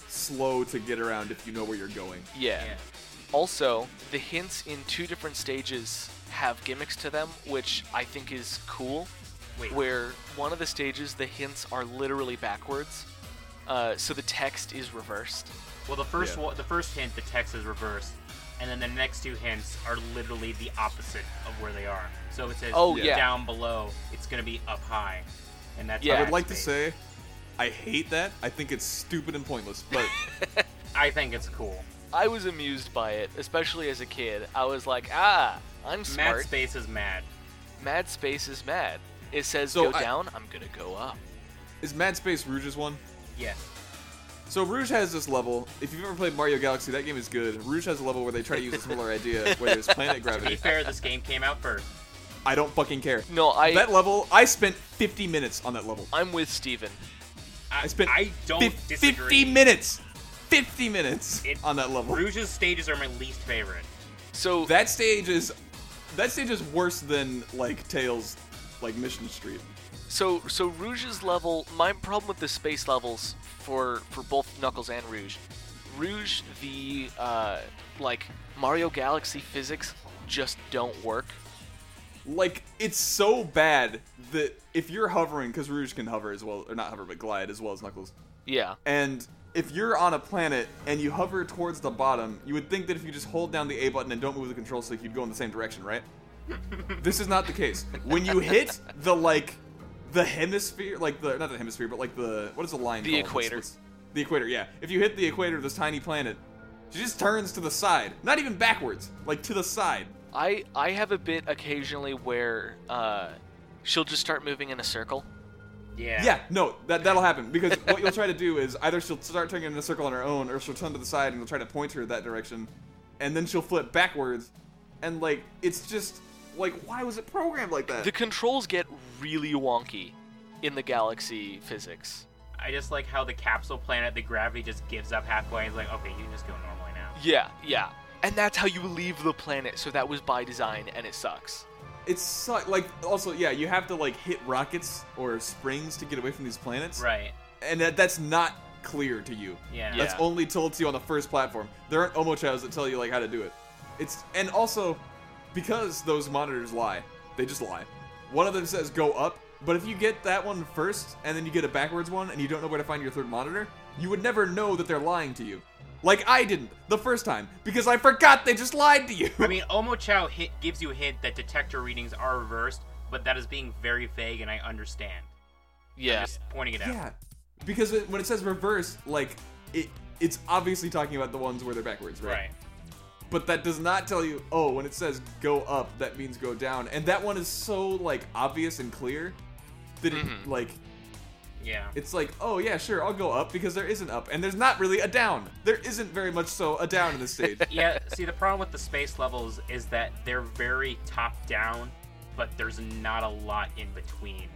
S2: slow to get around if you know where you're going.
S3: Yeah.
S1: Yeah.
S3: Also, the hints in two different stages have gimmicks to them, which I think is cool.
S1: Wait.
S3: Where one of the stages, the hints are literally backwards, uh, so the text is reversed.
S1: Well, the first
S2: Yeah.
S1: one, the first hint, the text is reversed, and then the next two hints are literally the opposite of where they are. So if it says
S3: Oh,
S2: Yeah.
S1: down below, it's gonna be up high, and that's.
S3: Yeah.
S1: how
S2: I
S1: it's
S2: would like to
S1: made.
S2: say, I hate that. I think it's stupid and pointless, but
S1: I think it's cool.
S3: I was amused by it, especially as a kid. I was like, ah, I'm
S1: Mad
S3: smart.
S1: space is mad.
S3: Mad space is mad. It says
S2: So
S3: go
S2: I-
S3: down, I'm gonna go up.
S2: is Mad Space Rouge's one?
S1: Yes.
S2: So Rouge has this level. If you've ever played Mario Galaxy, that game is good. Rouge has a level where they try to use a similar
S3: <laughs>
S2: idea, where there's planet
S1: To be
S2: <laughs> gravity.
S1: fair, this game came out first.
S2: I don't fucking care.
S3: No, I
S2: that level, I spent 50 minutes on that level.
S3: I'm with Steven.
S1: I,
S2: I spent
S1: I don't
S2: fif-
S1: disagree.
S2: 50 minutes, 50 minutes
S1: It-
S2: on that level.
S1: Rouge's stages are my least favorite.
S3: So
S2: That stage is, that stage is worse than like Tails, like Mission Street.
S3: So so Rouge's level. My problem with the space levels for for both Knuckles and Rouge. Rouge, the uh, like Mario Galaxy physics just don't work.
S2: Like it's so bad that if you're hovering, because Rouge can hover as well, or not hover, but glide as well as Knuckles.
S3: Yeah.
S2: And if you're on a planet and you hover towards the bottom, you would think that if you just hold down the A button and don't move the control stick, you'd go in the same direction,
S3: <laughs>
S2: right? this is not the case. When you hit the like the hemisphere, like the not the hemisphere, but like the what is the line?
S3: The
S2: called?
S3: equator.
S2: What's- what's- the equator, yeah. If you hit the equator of this tiny planet, she just turns to the side, not even backwards, like to the side.
S3: I I have a bit occasionally where uh, she'll just start moving in a circle.
S1: Yeah.
S2: Yeah, no, that that'll happen because what you'll try to do is either she'll start turning in a circle on her own, or she'll turn to the side and you'll try to point her that direction, and then she'll flip backwards, and like it's just like why was it programmed like that?
S3: The controls get really wonky in the Galaxy physics.
S1: I just like how the capsule planet, the gravity just gives up halfway. It's like, okay, you can just go normally now.
S3: Yeah, yeah. And that's how you leave the planet. So that was by design, and it sucks.
S2: It's su- like also yeah, you have to like hit rockets or springs to get away from these planets,
S1: Right.
S2: and that, that's not clear to you.
S1: Yeah.
S2: That's
S3: Yeah.
S2: only told to you on the first platform. There aren't Omochaos that tell you like how to do it. It's and also because those monitors lie, they just lie. One of them says go up. But if you get that one first and then you get a backwards one and you don't know where to find your third monitor, you would never know that they're lying to you. Like I didn't the first time because I forgot they just lied to you. <laughs>
S1: I
S3: <laughs>
S1: mean, Omochao hit gives you a hint that detector readings are reversed, but that is being very vague, and I understand.
S3: Yeah.
S1: Just pointing it out.
S2: yeah, because it, when it says reverse, like it, it's obviously talking about the ones where they're backwards, right?
S1: Right.
S2: But that does not tell you. Oh, when it says go up, that means go down, and that one is so like obvious and clear that it like
S1: Yeah.
S2: it's like, oh yeah, sure, I'll go up because there is an up, and there's not really a down. There isn't very much so a down in this stage.
S1: yeah, see, the problem with the space levels is that they're very top down, but there's not a lot in between.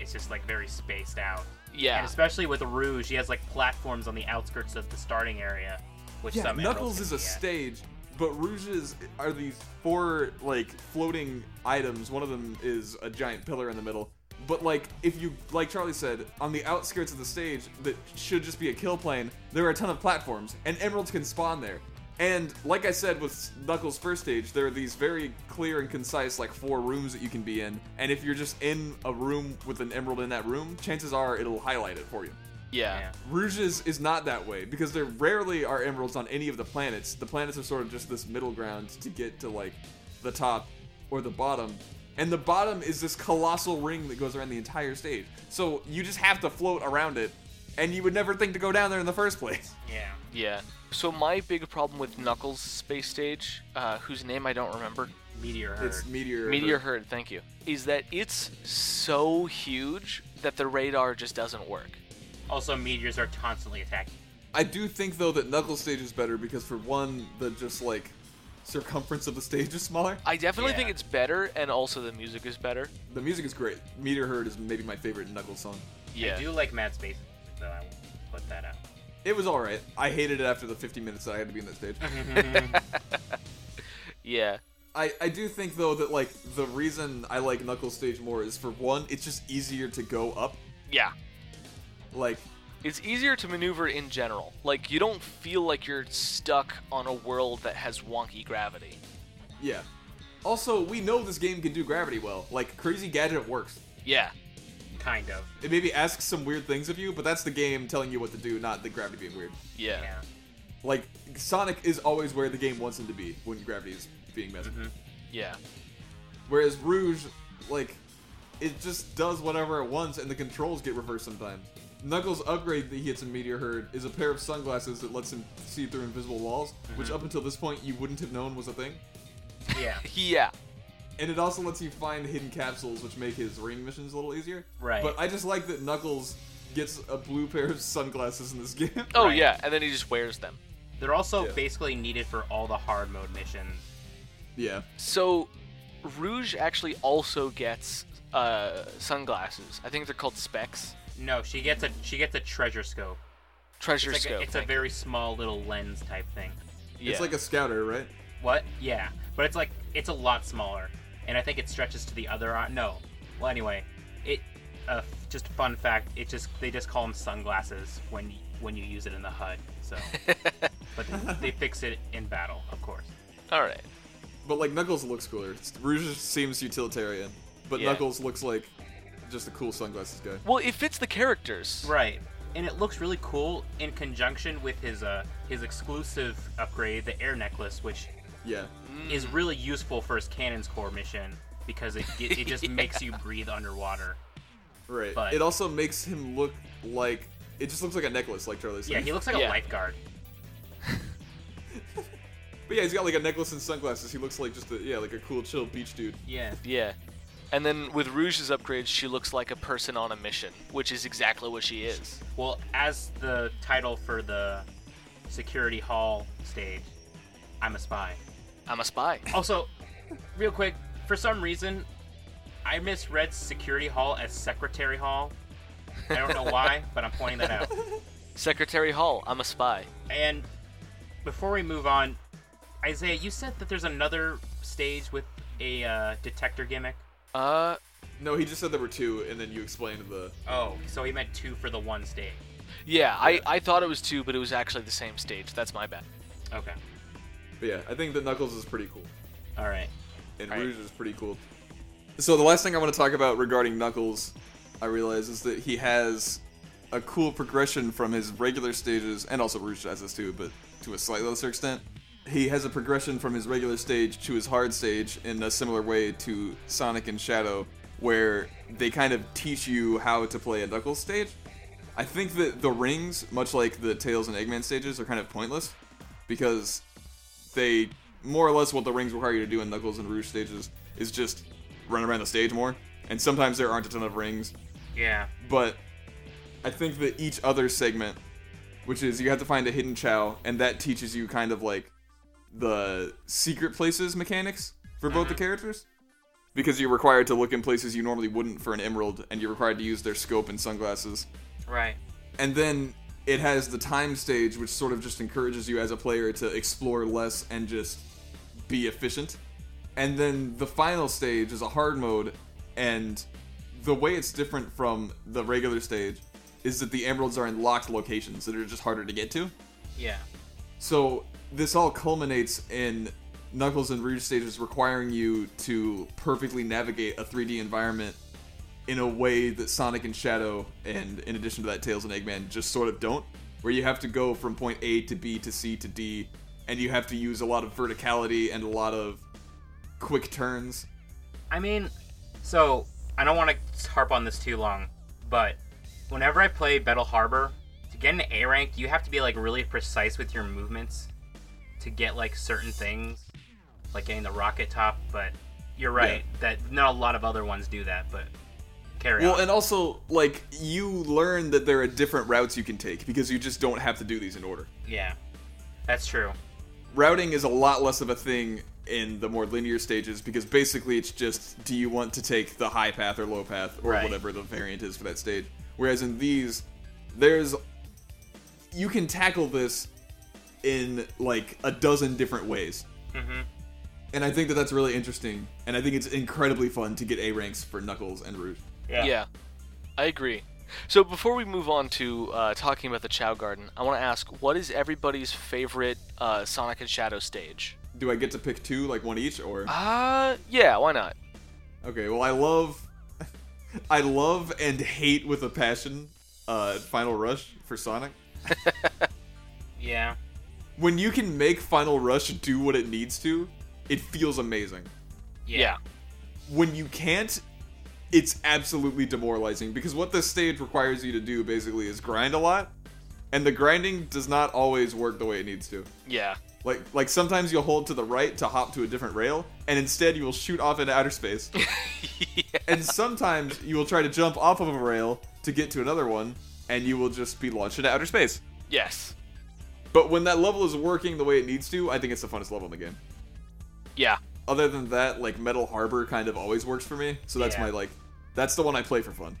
S1: It's just like very spaced out.
S3: Yeah.
S1: And especially with Rouge, he has like platforms on the outskirts of the starting area, which
S2: yeah,
S1: some
S2: Knuckles
S1: emeralds
S2: is a
S1: can be at.
S2: stage, but Rouges are these four like floating items. One of them is a giant pillar in the middle. But like, if you like Charlie said, on the outskirts of the stage that should just be a kill plane, there are a ton of platforms, and emeralds can spawn there. And like I said with Knuckles' first stage, there are these very clear and concise, like four rooms that you can be in. And if you're just in a room with an emerald in that room, chances are it'll highlight it for you.
S3: yeah.
S1: Yeah.
S2: Rouges is not that way because there rarely are emeralds on any of the planets. The planets are sort of just this middle ground to get to like the top or the bottom. And the bottom is this colossal ring that goes around the entire stage. So you just have to float around it and you would never think to go down there in the first place.
S1: Yeah.
S3: Yeah. So my big problem with Knuckles' space stage, uh, whose name I don't remember,
S1: Meteor Herd.
S2: It's meteor.
S3: Meteor Herd, thank you, is that it's so huge that the radar just doesn't work.
S1: Also, meteors are constantly attacking.
S2: I do think though that Knuckles stage is better because for one, the just like circumference of the stage is smaller.
S3: I definitely
S1: Yeah.
S3: think it's better, and also the music is better.
S2: The music is great. Meteor Herd is maybe my favorite Knuckles song.
S3: Yeah.
S1: I do like Mad Space, though I will put that out.
S2: It was alright. I hated it after the 50 minutes that I had to be in that stage.
S3: Yeah.
S2: I, I do think though that like the reason I like Knuckles stage more is for one, it's just easier to go up.
S3: Yeah.
S2: Like
S3: It's easier to maneuver in general. Like you don't feel like you're stuck on a world that has wonky gravity.
S2: yeah. Also, we know this game can do gravity well. Like Crazy Gadget works.
S3: Yeah.
S1: Kind of.
S2: It maybe asks some weird things of you, but that's the game telling you what to do, not the gravity being weird.
S3: Yeah.
S1: Yeah.
S2: <laughs> Like Sonic is always where the game wants him to be when gravity is being messed. with.
S3: Yeah.
S2: Whereas Rouge, like, it just does whatever it wants, and the controls get reversed sometimes. Knuckles' upgrade that he gets in Meteor Herd is a pair of sunglasses that lets him see through invisible walls,
S3: Mm-hmm.
S2: which up until this point you wouldn't have known was a thing.
S1: Yeah.
S3: Yeah.
S2: And it also lets you find hidden capsules, which make his ring missions a little easier.
S1: Right.
S2: But I just like that Knuckles gets a blue pair of sunglasses in this <laughs> game.
S3: Oh
S1: Right.
S3: yeah, and then he just wears them.
S1: They're also
S2: Yeah.
S1: basically needed for all the hard mode missions.
S2: yeah.
S3: So Rouge actually also gets uh, sunglasses. I think they're called specs.
S1: No, she gets a she gets a treasure scope.
S3: Treasure
S1: It's, like
S3: scope.
S1: a, it's a
S3: thank
S1: very small little lens type thing.
S3: you.
S2: It's
S3: Yeah.
S2: like a scouter, right?
S1: What? Yeah, but it's like it's a lot smaller, and I think it stretches to the other eye. No. Well, anyway, it uh, f- just a fun fact. It just they just call them sunglasses when y- when you use it in the HUD. So, but they, they fix it in battle, of course.
S3: All right.
S2: But like Knuckles looks cooler. Rouge just seems utilitarian, but
S3: Yeah.
S2: Knuckles looks like just a cool sunglasses guy.
S3: Well, it fits the characters.
S1: Right. And it looks really cool in conjunction with his uh his exclusive upgrade, the air necklace, which
S2: Yeah.
S1: is really useful for his cannon's core mission because it ge- it just makes you breathe underwater.
S2: Right.
S1: But-
S2: it also makes him look like it just looks like a necklace, like Charlie said.
S1: Yeah, he looks like
S3: Yeah.
S1: a lifeguard.
S2: But yeah, he's got like a necklace and sunglasses. He looks like just a yeah, like a cool, chill beach dude.
S1: Yeah.
S3: Yeah. And then with Rouge's upgrade, she looks like a person on a mission, which is exactly what she is.
S1: Well, as the title for the security hall stage, I'm a spy.
S3: I'm a spy.
S1: Also, real quick, for some reason, I misread security hall as secretary hall. I don't know <laughs> why, but I'm pointing that out.
S3: Secretary Hall, I'm a spy.
S1: And before we move on, Isaiah, you said that there's another stage with a uh, detector gimmick.
S3: Uh,
S2: No, he just said there were two, and then you explained the.
S1: Oh, so he meant two for the one stage.
S3: yeah, I, I thought it was two, but it was actually the same stage. That's my bad.
S1: Okay.
S2: But yeah, I think that Knuckles is pretty cool,
S1: All right.
S2: and
S3: Right.
S2: Rouge is pretty cool. So the last thing I want to talk about regarding Knuckles, I realize, is that he has a cool progression from his regular stages, and also Rouge has this too, but to a slightly lesser extent. He has a progression from his regular stage to his hard stage in a similar way to Sonic and Shadow, where they kind of teach you how to play a Knuckles stage. I think that the rings, much like the Tails and Eggman stages, are kind of pointless because they more or less what the rings require you to do in Knuckles and Rouge stages is just run around the stage more. And sometimes there aren't a ton of rings,
S1: Yeah.
S2: but I think that each other segment, which is you have to find a hidden chow, and that teaches you kind of like the secret places mechanics for both the characters. Because you're required to look in places you normally wouldn't for an emerald, and you're required to use their scope and sunglasses
S1: Right.
S2: and then it has the time stage which sort of just encourages you as a player to explore less and just be efficient and then the final stage is a hard mode and the way it's different from the regular stage is that the emeralds are in locked locations that are just harder to get to
S1: Yeah.
S2: so this all culminates in Knuckles and Rouge stages requiring you to perfectly navigate a 3D environment in a way that Sonic and Shadow, and in addition to that, Tails and Eggman just sort of don't. Where you have to go from point A to B to C to D, and you have to use a lot of verticality and a lot of quick turns.
S1: I mean, so I don't want to harp on this too long, but whenever I play Battle Harbor, to get an A rank, you have to be like really precise with your movements to get like certain things, like getting the rocket top. But you're right that not a lot of other ones do that. But carry
S2: Well,
S1: on.
S2: and also, like, you learn that there are different routes you can take because you just don't have to do these in order.
S1: yeah, that's true.
S2: routing is a lot less of a thing in the more linear stages because basically it's just do you want to take the high path or low path or
S1: Right.
S2: whatever the variant is for that stage. Whereas in these, there's you can tackle this in like a dozen different ways.
S1: Mhm.
S2: And I think that that's really interesting, and I think it's incredibly fun to get A ranks for Knuckles and Rouge.
S3: Yeah, I agree. So before we move on to uh, talking about the Chow Garden, I want to ask, what is everybody's favorite uh, Sonic and Shadow stage?
S2: Do I get to pick two, like one each, or
S3: Uh, yeah, why not?
S2: Okay, well I love <laughs> I love and hate with a passion uh Final Rush for Sonic.
S1: Yeah.
S2: When you can make Final Rush do what it needs to, it feels amazing.
S1: Yeah.
S2: When you can't, it's absolutely demoralizing because what this stage requires you to do basically is grind a lot, and the grinding does not always work the way it needs to.
S3: yeah,
S2: Like like sometimes you'll hold to the right to hop to a different rail, and instead you will shoot off into outer space.
S3: yeah.
S2: and sometimes you will try to jump off of a rail to get to another one, and you will just be launched into outer space.
S3: Yes.
S2: But when that level is working the way it needs to, I think it's the funnest level in the game.
S3: Yeah.
S2: Other than that, like Metal Harbor kind of always works for me, so that's
S1: Yeah.
S2: my like, that's the one I play for fun.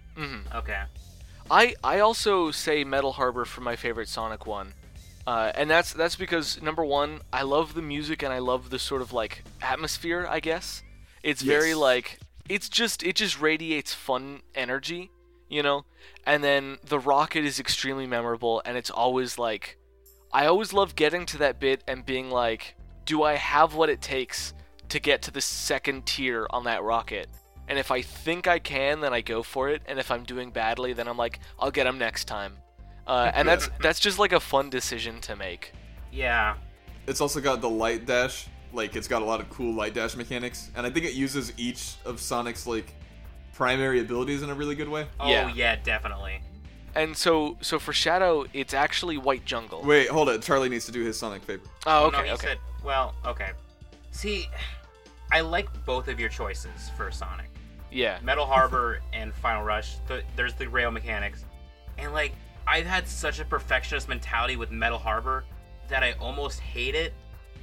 S1: Okay.
S3: I I also say Metal Harbor for my favorite Sonic one, uh, and that's that's because number one, I love the music and I love the sort of like atmosphere. I guess it's very
S2: Yes.
S3: like it's just it just radiates fun energy, you know. And then the rocket is extremely memorable, and it's always like I always love getting to that bit and being like, do I have what it takes to get to the second tier on that rocket? And if I think I can, then I go for it. And if I'm doing badly, then I'm like, I'll get them next time. Uh, and
S1: <laughs>
S3: that's that's just like a fun decision to make.
S1: Yeah.
S2: It's also got the light dash, like it's got a lot of cool light dash mechanics, and I think it uses each of Sonic's like primary abilities in a really good way.
S1: Oh
S3: Yeah.
S1: yeah. definitely.
S3: And so so for Shadow, it's actually White Jungle.
S2: Wait, hold it. Charlie needs to do his Sonic favor.
S3: oh,
S1: no,
S3: okay,
S1: you
S3: okay.
S1: said- well, okay. See, I like both of your choices for Sonic.
S3: yeah,
S1: Metal Harbor and Final Rush. The, there's the rail mechanics, and like I've had such a perfectionist mentality with Metal Harbor that I almost hate it.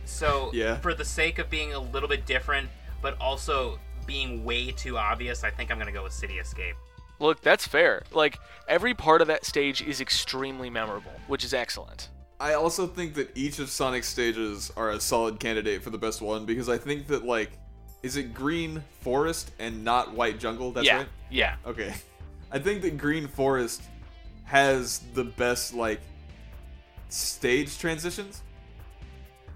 S1: So
S2: Yeah.
S1: for the sake of being a little bit different, but also being way too obvious, I think I'm gonna go with City Escape.
S3: look, that's fair. Like every part of that stage is extremely memorable, which is excellent.
S2: I also think that each of Sonic's stages are a solid candidate for the best one because I think that like is it green forest and not white jungle? That's
S3: yeah,
S2: right.
S3: yeah,
S2: <laughs> Okay. I think that green forest has the best like stage transitions.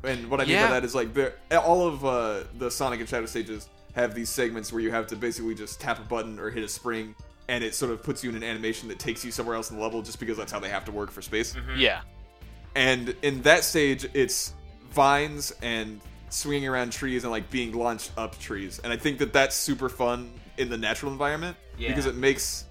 S2: And what I mean
S3: Yeah.
S2: by that is like they're all of uh, the Sonic and Shadow stages have these segments where you have to basically just tap a button or hit a spring, and it sort of puts you in an animation that takes you somewhere else in the level just because that's how they have to work for space.
S1: Mm-hmm.
S3: Yeah.
S2: And in that stage, it's vines and swinging around trees and like being launched up trees. And I think that that's super fun in the natural environment
S1: Yeah.
S2: because it makes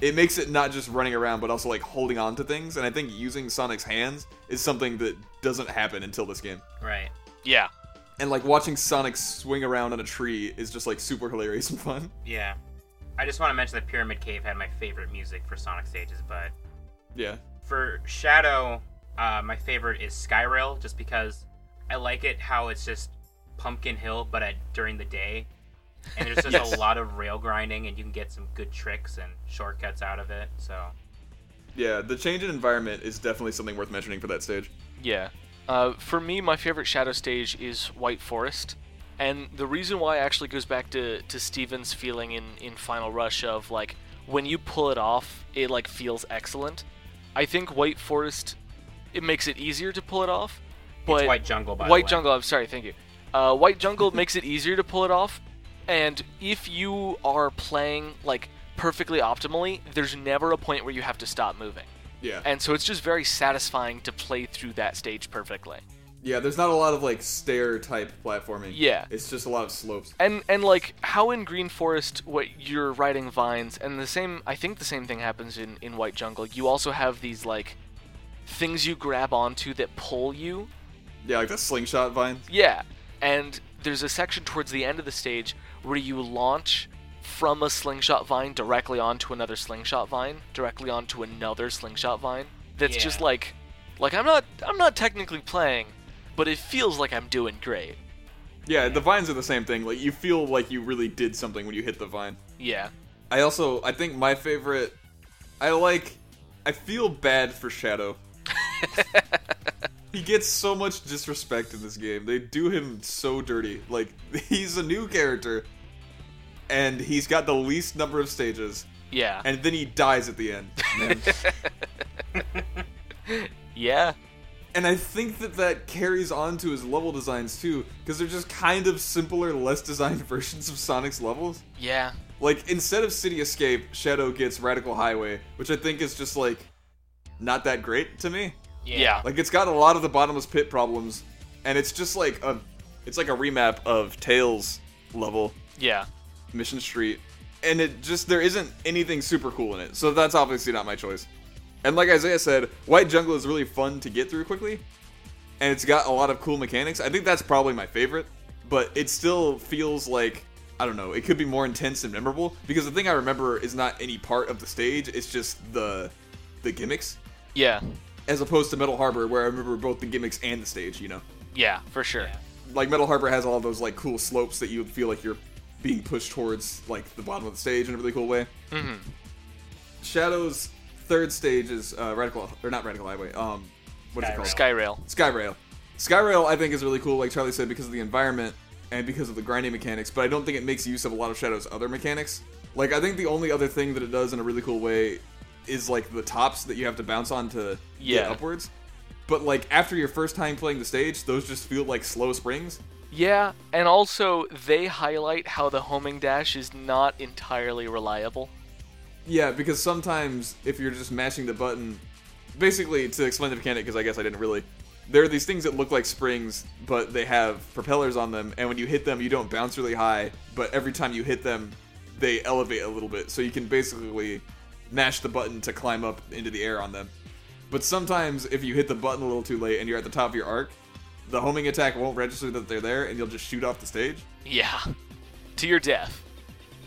S2: it makes it not just running around but also like holding on to things. And I think using Sonic's hands is something that doesn't happen until this game.
S1: Right.
S3: Yeah.
S2: And like watching Sonic swing around on a tree is just like super hilarious <laughs> and fun.
S1: Yeah. I just want to mention that Pyramid Cave had my favorite music for Sonic stages, but
S2: Yeah.
S1: for Shadow, uh, my favorite is Skyrail, just because I like it how it's just Pumpkin Hill, but at during the day, and there's just
S3: <laughs> Yes.
S1: a lot of rail grinding, and you can get some good tricks and shortcuts out of it. So
S2: Yeah, the change in environment is definitely something worth mentioning for that stage.
S3: Yeah. Uh, for me, my favorite Shadow stage is White Forest. And the reason why actually goes back to, to Steven's feeling in, in Final Rush of like, when you pull it off, it like feels excellent. I think White Forest, it makes it easier to pull it off. But
S1: White Jungle, by the
S3: White
S1: way.
S3: Jungle, I'm sorry, thank you. Uh, White Jungle makes it easier to pull it off. And if you are playing like perfectly optimally, there's never a point where you have to stop moving
S2: Yeah.
S3: and so it's just very satisfying to play through that stage perfectly.
S2: Yeah, there's not a lot of like stair type platforming.
S3: Yeah.
S2: It's just a lot of slopes.
S3: And and like how in Green Forest, what you're riding vines, and the same, I think the same thing happens in in White Jungle. You also have these like things you grab onto that pull you.
S2: Yeah, like the slingshot vines.
S3: Yeah, and there's a section towards the end of the stage where you launch from a slingshot vine directly onto another slingshot vine, directly onto another slingshot vine. That's
S1: Yeah.
S3: just like like I'm not I'm not technically playing, but it feels like I'm doing great.
S2: Yeah, the vines are the same thing. Like you feel like you really did something when you hit the vine.
S3: Yeah.
S2: I also I think my favorite I like I feel bad for Shadow. he gets so much disrespect in this game. They do him so dirty. Like <laughs> he's a new character and he's got the least number of stages
S3: Yeah.
S2: and then he dies at the end. Man.
S3: yeah.
S2: and I think that that carries on to his level designs too because they're just kind of simpler, less designed <laughs> versions of Sonic's levels.
S3: Yeah.
S2: Like instead of City Escape, Shadow gets Radical Highway, which I think is just like not that great to me.
S3: Yeah.
S2: Like it's got a lot of the bottomless pit problems, and it's just like a it's like a remap of Tails level,
S3: Yeah.
S2: Mission Street. And it just there isn't anything super cool in it. So that's obviously not my choice. And like Isaiah said, White Jungle is really fun to get through quickly. And it's got a lot of cool mechanics. I think that's probably my favorite, but it still feels like I don't know, it could be more intense and memorable because the thing I remember is not any part of the stage, it's just the the gimmicks
S3: Yeah.
S2: as opposed to Metal Harbor, where I remember both the gimmicks and the stage. You know,
S3: Yeah, for sure. Yeah.
S2: like Metal Harbor has all those like cool slopes that you would feel like you're being pushed towards like the bottom of the stage in a really cool way. Mm-hmm. Shadow's third stage is uh, Radical or not Radical Highway. Um, what is it called?
S3: Skyrail.
S2: Skyrail. Skyrail, I think, is really cool, like Charlie said, because of the environment and because of the grinding mechanics, but I don't think it makes use of a lot of Shadow's other mechanics. Like, I think the only other thing that it does in a really cool way is, like, the tops that you have to bounce on to get
S3: Yeah.
S2: upwards. But, like, after your first time playing the stage, those just feel like slow springs.
S3: Yeah, and also they highlight how the homing dash is not entirely reliable.
S2: Yeah, because sometimes if you're just mashing the button, basically to explain the mechanic, because I guess I didn't really. There are these things that look like springs, but they have propellers on them, and when you hit them, you don't bounce really high, but every time you hit them, they elevate a little bit, so you can basically mash the button to climb up into the air on them. But sometimes if you hit the button a little too late and you're at the top of your arc, the homing attack won't register that they're there, and you'll just shoot off the stage.
S3: Yeah. To your death.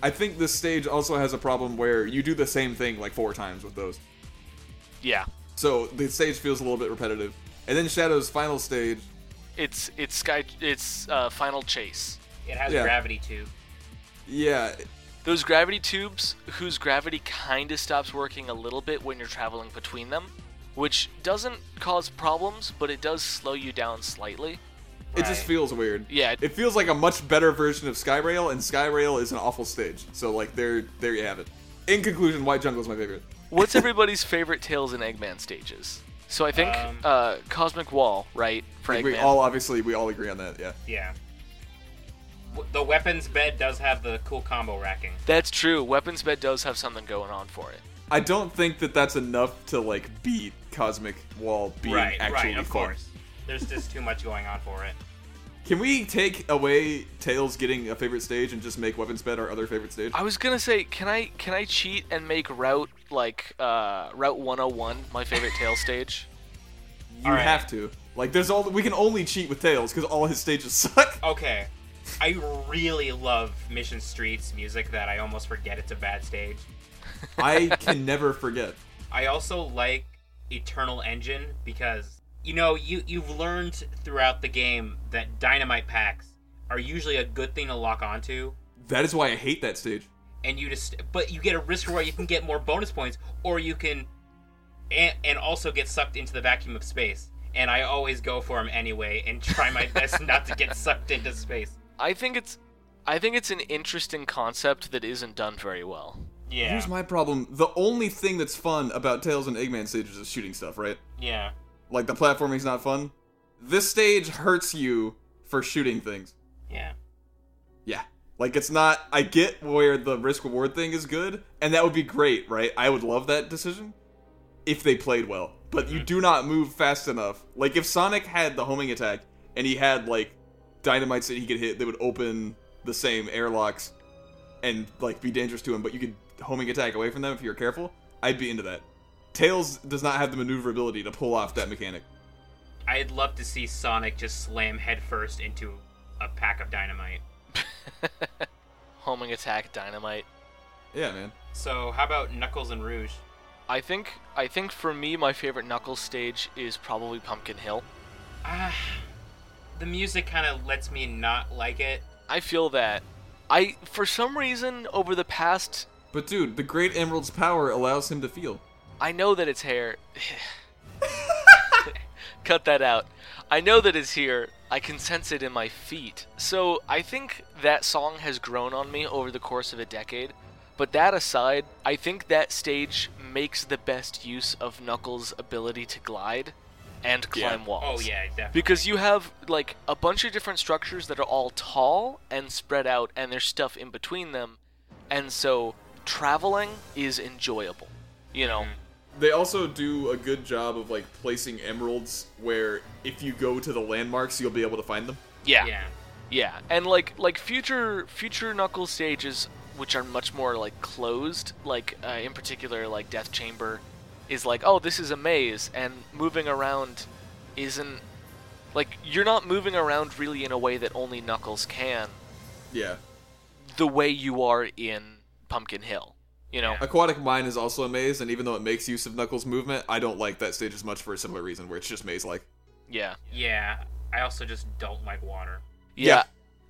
S2: I think this stage also has a problem where you do the same thing like four times with those.
S3: Yeah.
S2: So the stage feels a little bit repetitive. And then Shadow's final stage,
S3: It's it's sky it's uh, final chase.
S1: It has
S2: Yeah.
S1: gravity too.
S2: yeah,
S3: Those gravity tubes whose gravity kind of stops working a little bit when you're traveling between them, which doesn't cause problems, but it does slow you down slightly.
S2: it just
S1: Right.
S2: feels weird.
S3: Yeah.
S2: It feels like a much better version of Skyrail, and Skyrail is an awful stage. So like there, there you have it. In conclusion, White Jungle is my favorite.
S3: What's everybody's favorite Tails and Eggman stages? So I think
S1: Um,
S3: uh, Cosmic Wall, right? For
S2: Like, we
S3: Eggman.
S2: all obviously we all agree on that. Yeah.
S1: Yeah. w- the weapons bed does have the cool combo racking.
S3: That's true. Weapons Bed does have something going on for it.
S2: I don't think that that's enough to like beat Cosmic Wall being
S1: right,
S2: actually
S1: right, of
S2: fun.
S1: course. There's just too much going on for it.
S2: Can we take away Tails getting a favorite stage and just make Weapons Bed our other favorite stage?
S3: I was gonna say, can I can I cheat and make Route like uh, Route 101 my favorite tail stage?
S2: you
S1: Alright.
S2: have to. Like, there's all we can only cheat with Tails because all his stages <laughs> suck.
S1: Okay. I really love Mission Street's music that I almost forget it's a bad stage.
S2: I can never forget.
S1: I also like Eternal Engine because you know you you've learned throughout the game that dynamite packs are usually a good thing to lock onto,
S2: That is why I hate that stage.
S1: and you just but you get a risk reward. You can get more bonus points, or you can and, and also get sucked into the vacuum of space. And I always go for them anyway, and try my best <laughs> not to get sucked into space.
S3: I think it's I think it's an interesting concept that isn't done very well.
S1: Yeah,
S2: Here's my problem. The only thing that's fun about Tails and Eggman stages is shooting stuff, right?
S1: yeah.
S2: Like the platforming's not fun. This stage hurts you for shooting things.
S1: Yeah.
S2: Yeah. Like it's not I get where the risk reward thing is good, and that would be great, right? I would love that decision if they played well. But you do not move fast enough. Like if Sonic had the homing attack and he had like dynamites that he could hit that would open the same airlocks and like be dangerous to him, but you could homing attack away from them if you're careful, I'd be into that. Tails does not have the maneuverability to pull off that mechanic.
S1: I'd love to see Sonic just slam headfirst into a pack of dynamite.
S3: Homing attack dynamite.
S2: Yeah, man.
S1: So, how about Knuckles and Rouge?
S3: I think I think for me my favorite Knuckles stage is probably Pumpkin Hill.
S1: Ah, the music kind of lets me not like it.
S3: I feel that I for some reason over the past
S2: But dude, the Great Emerald's power allows him to feel.
S3: I know that it's
S1: <laughs>
S3: hair. Cut that out. I know that it's here. I can sense it in my feet. So I think that song has grown on me over the course of a decade. But that aside, I think that stage makes the best use of Knuckles' ability to glide and
S2: Yeah.
S3: climb walls.
S1: Oh yeah, definitely.
S3: Because you have like a bunch of different structures that are all tall and spread out, and there's stuff in between them, and so traveling is enjoyable. You know,
S1: Mm-hmm.
S2: They also do a good job of like placing emeralds where if you go to the landmarks, you'll be able to find them.
S3: yeah, yeah,
S1: yeah.
S3: and like like future future Knuckles stages, which are much more like closed, like uh, in particular like Death Chamber, is like oh this is a maze, and moving around isn't like you're not moving around really in a way that only Knuckles can.
S2: Yeah.
S3: the way you are in Pumpkin Hill. You know,
S1: Yeah.
S2: Aquatic Mine is also a maze, and even though it makes use of Knuckles' movement, I don't like that stage as much for a similar reason, where it's just maze-like.
S3: yeah,
S1: Yeah. I also just don't like water.
S2: Yeah.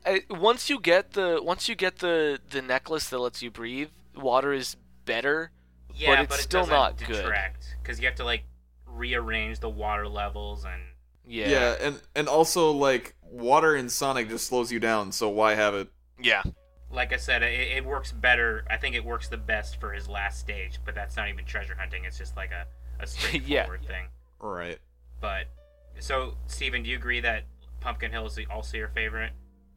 S3: I, once you get the once you get the the necklace that lets you breathe, water is better.
S1: Yeah,
S3: But it's
S1: it
S3: still
S1: doesn't
S3: not good.
S1: detract because you have to like rearrange the water levels and
S3: Yeah,
S2: and and also like water in Sonic just slows you down, so why have it?
S3: yeah,
S1: like I said, it, it works better. I think it works the best for his last stage, but that's not even treasure hunting. It's just like a
S3: <laughs>
S1: a straightforward thing.
S2: Right.
S1: But so, Steven, do you agree that Pumpkin Hill is the- also your favorite?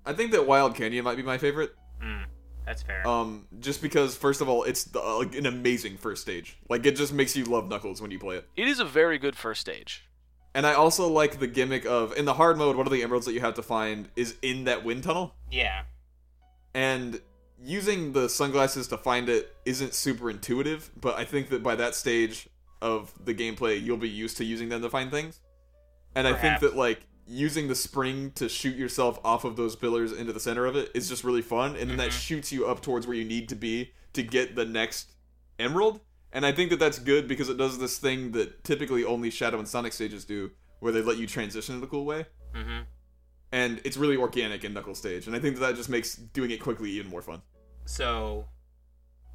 S2: I think that Wild Canyon might be my favorite.
S1: Mm, that's fair.
S2: Um, just because first of all, it's the, uh, like, an amazing first stage. Like it just makes you love Knuckles when you play it.
S3: it is a very good first stage.
S2: And I also like the gimmick of in the hard mode, one of the emeralds that you have to find is in that wind tunnel,
S1: yeah,
S2: and using the sunglasses to find it isn't super intuitive. But I think that by that stage of the gameplay, you'll be used to using them to find things. And I think
S1: Perhaps.
S2: that like using the spring to shoot yourself off of those pillars into the center of it is just really fun, and then that
S1: Mhm.
S2: shoots you up towards where you need to be to get the next emerald. And I think that that's good because it does this thing that typically only Shadow and Sonic stages do, where they let you transition in a cool way
S1: hmm
S2: and it's really organic in Knuckle Stage, and I think that, that just makes doing it quickly even more fun.
S1: So,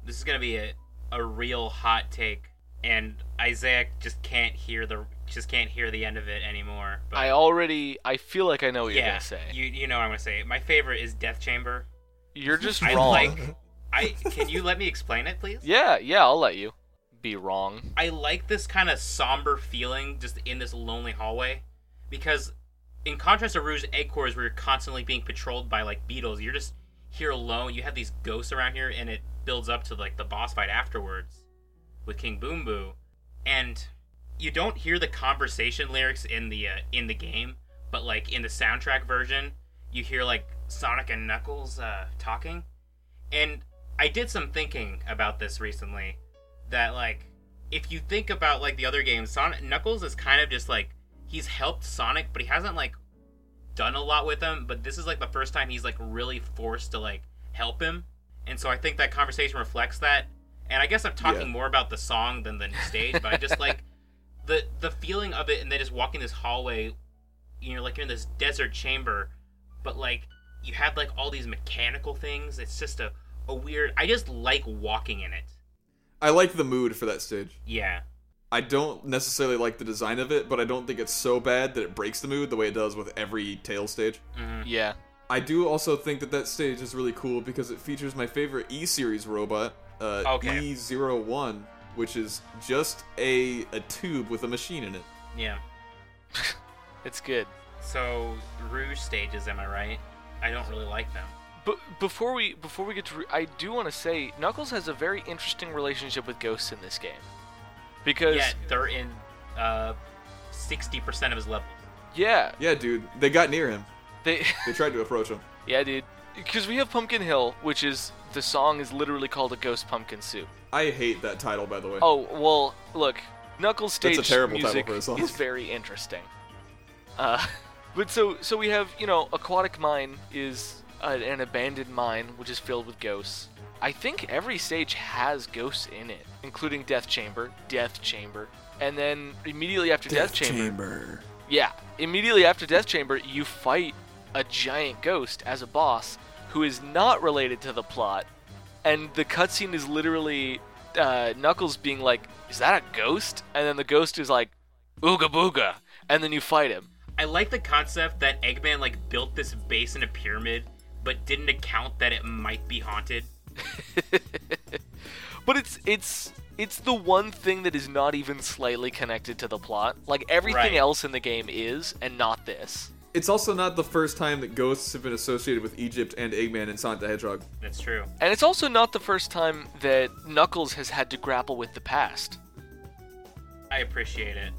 S1: this is gonna be a, a real hot take, and Isaac just can't hear the just can't hear the end of it anymore. But
S3: I already I feel like I know what
S1: yeah,
S3: you're gonna say.
S1: you you know what I'm gonna say. My favorite is Death Chamber.
S3: You're just
S1: I
S3: wrong.
S1: like. I can you let me explain it, please?
S3: Yeah, yeah, I'll let you be wrong.
S1: I like this kind of somber feeling just in this lonely hallway because in contrast to Rouge Egg Cores, where you're constantly being patrolled by like beetles, you're just here alone. You have these ghosts around here, and it builds up to like the boss fight afterwards with King Boom Boo, and you don't hear the conversation lyrics in the uh, in the game, but like in the soundtrack version, you hear like Sonic and Knuckles uh, talking, and I did some thinking about this recently, that like if you think about like the other games, Sonic Knuckles is kind of just like he's helped Sonic, but he hasn't like done a lot with him. But this is like the first time he's like really forced to like help him, and so I think that conversation reflects that. And I guess I'm talking
S2: Yeah.
S1: more about the song than the stage, but I just like the the feeling of it, and then just walking this hallway, you know, like you're in this desert chamber, but like you have like all these mechanical things. It's just a a weird. I just like walking in it.
S2: I like the mood for that stage.
S1: Yeah.
S2: I don't necessarily like the design of it, but I don't think it's so bad that it breaks the mood the way it does with every tail stage.
S1: hmm
S3: Yeah.
S2: I do also think that that stage is really cool because it features my favorite E series robot, uh,
S1: Okay.
S2: E01, which is just a a tube with a machine in it.
S1: Yeah.
S3: It's good.
S1: So Rouge stages, am I right? I don't really like them.
S3: But before we before we get to, re- I do want to say Knuckles has a very interesting relationship with ghosts in this game, because
S1: Yet they're in uh, sixty percent of his level.
S3: yeah,
S2: Yeah, dude, they got near him.
S3: they <laughs>
S2: They tried to approach him.
S3: yeah, dude, because we have Pumpkin Hill, which is the song is literally called a ghost pumpkin soup.
S2: I hate that title, by the way.
S3: Oh well, look, Knuckles
S2: That's a
S3: stage
S2: terrible title
S3: music
S2: for a song.
S3: is very interesting. Uh, <laughs> but so so we have you know Aquatic Mine is uh, an abandoned mine which is filled with ghosts. I think every stage has ghosts in it, including Death Chamber, Death Chamber, and then immediately after Death, Chamber, yeah, immediately after Death Chamber, you fight a giant ghost as a boss who is not related to the plot, and the cutscene is literally uh, Knuckles being like, "Is that a ghost?" And then the ghost is like, "Ooga booga," and then you fight him.
S1: I like the concept that Eggman like built this base in a pyramid, but didn't account that it might be haunted.
S3: But it's it's it's the one thing that is not even slightly connected to the plot. Like everything
S1: Right.
S3: else in the game is, and not this.
S2: It's also not the first time that ghosts have been associated with Egypt and Eggman and Sonic the Hedgehog.
S1: That's true.
S3: And it's also not the first time that Knuckles has had to grapple with the past.
S1: I appreciate it.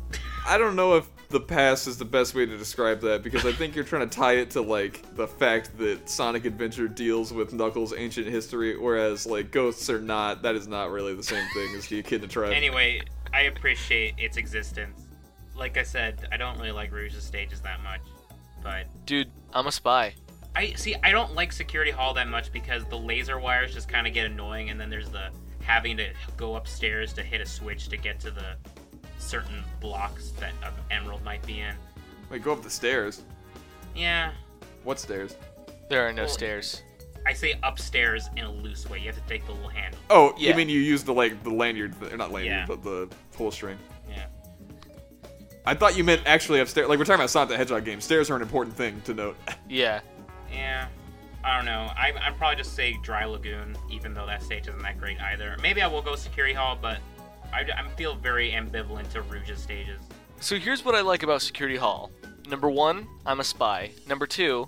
S2: I don't know if the past is the best way to describe that because I think you're trying to tie it to like the fact that Sonic Adventure deals with Knuckles' ancient history, whereas like ghosts are not. That is not really the same thing as the Echidna tribe.
S1: anyway, I appreciate its existence. Like I said, I don't really like Rouge's stages that much, but
S3: Dude, I'm a spy.
S1: I see. I don't like Security Hall that much because the laser wires just kind of get annoying, and then there's the having to go upstairs to hit a switch to get to the certain blocks that uh, Emerald might be in.
S2: Wait, go up the stairs.
S1: Yeah,
S2: What stairs?
S3: There are no
S1: Well,
S3: stairs.
S1: I say upstairs in a loose way. You have to take the little handle.
S2: Oh,
S3: Yeah.
S2: you mean you use the like the lanyard, th- not lanyard,
S1: Yeah.
S2: but the pull string.
S1: Yeah.
S2: I thought you meant actually upstairs. Like we're talking about Sonic the Hedgehog game. Stairs are an important thing to note.
S3: Yeah.
S1: Yeah. I don't know. I, I'd probably just say Dry Lagoon, even though that stage isn't that great either. Maybe I will go Security Hall, but I, I feel very ambivalent to Rouge's stages.
S3: So here's what I like about Security Hall. Number one, I'm a spy. Number two,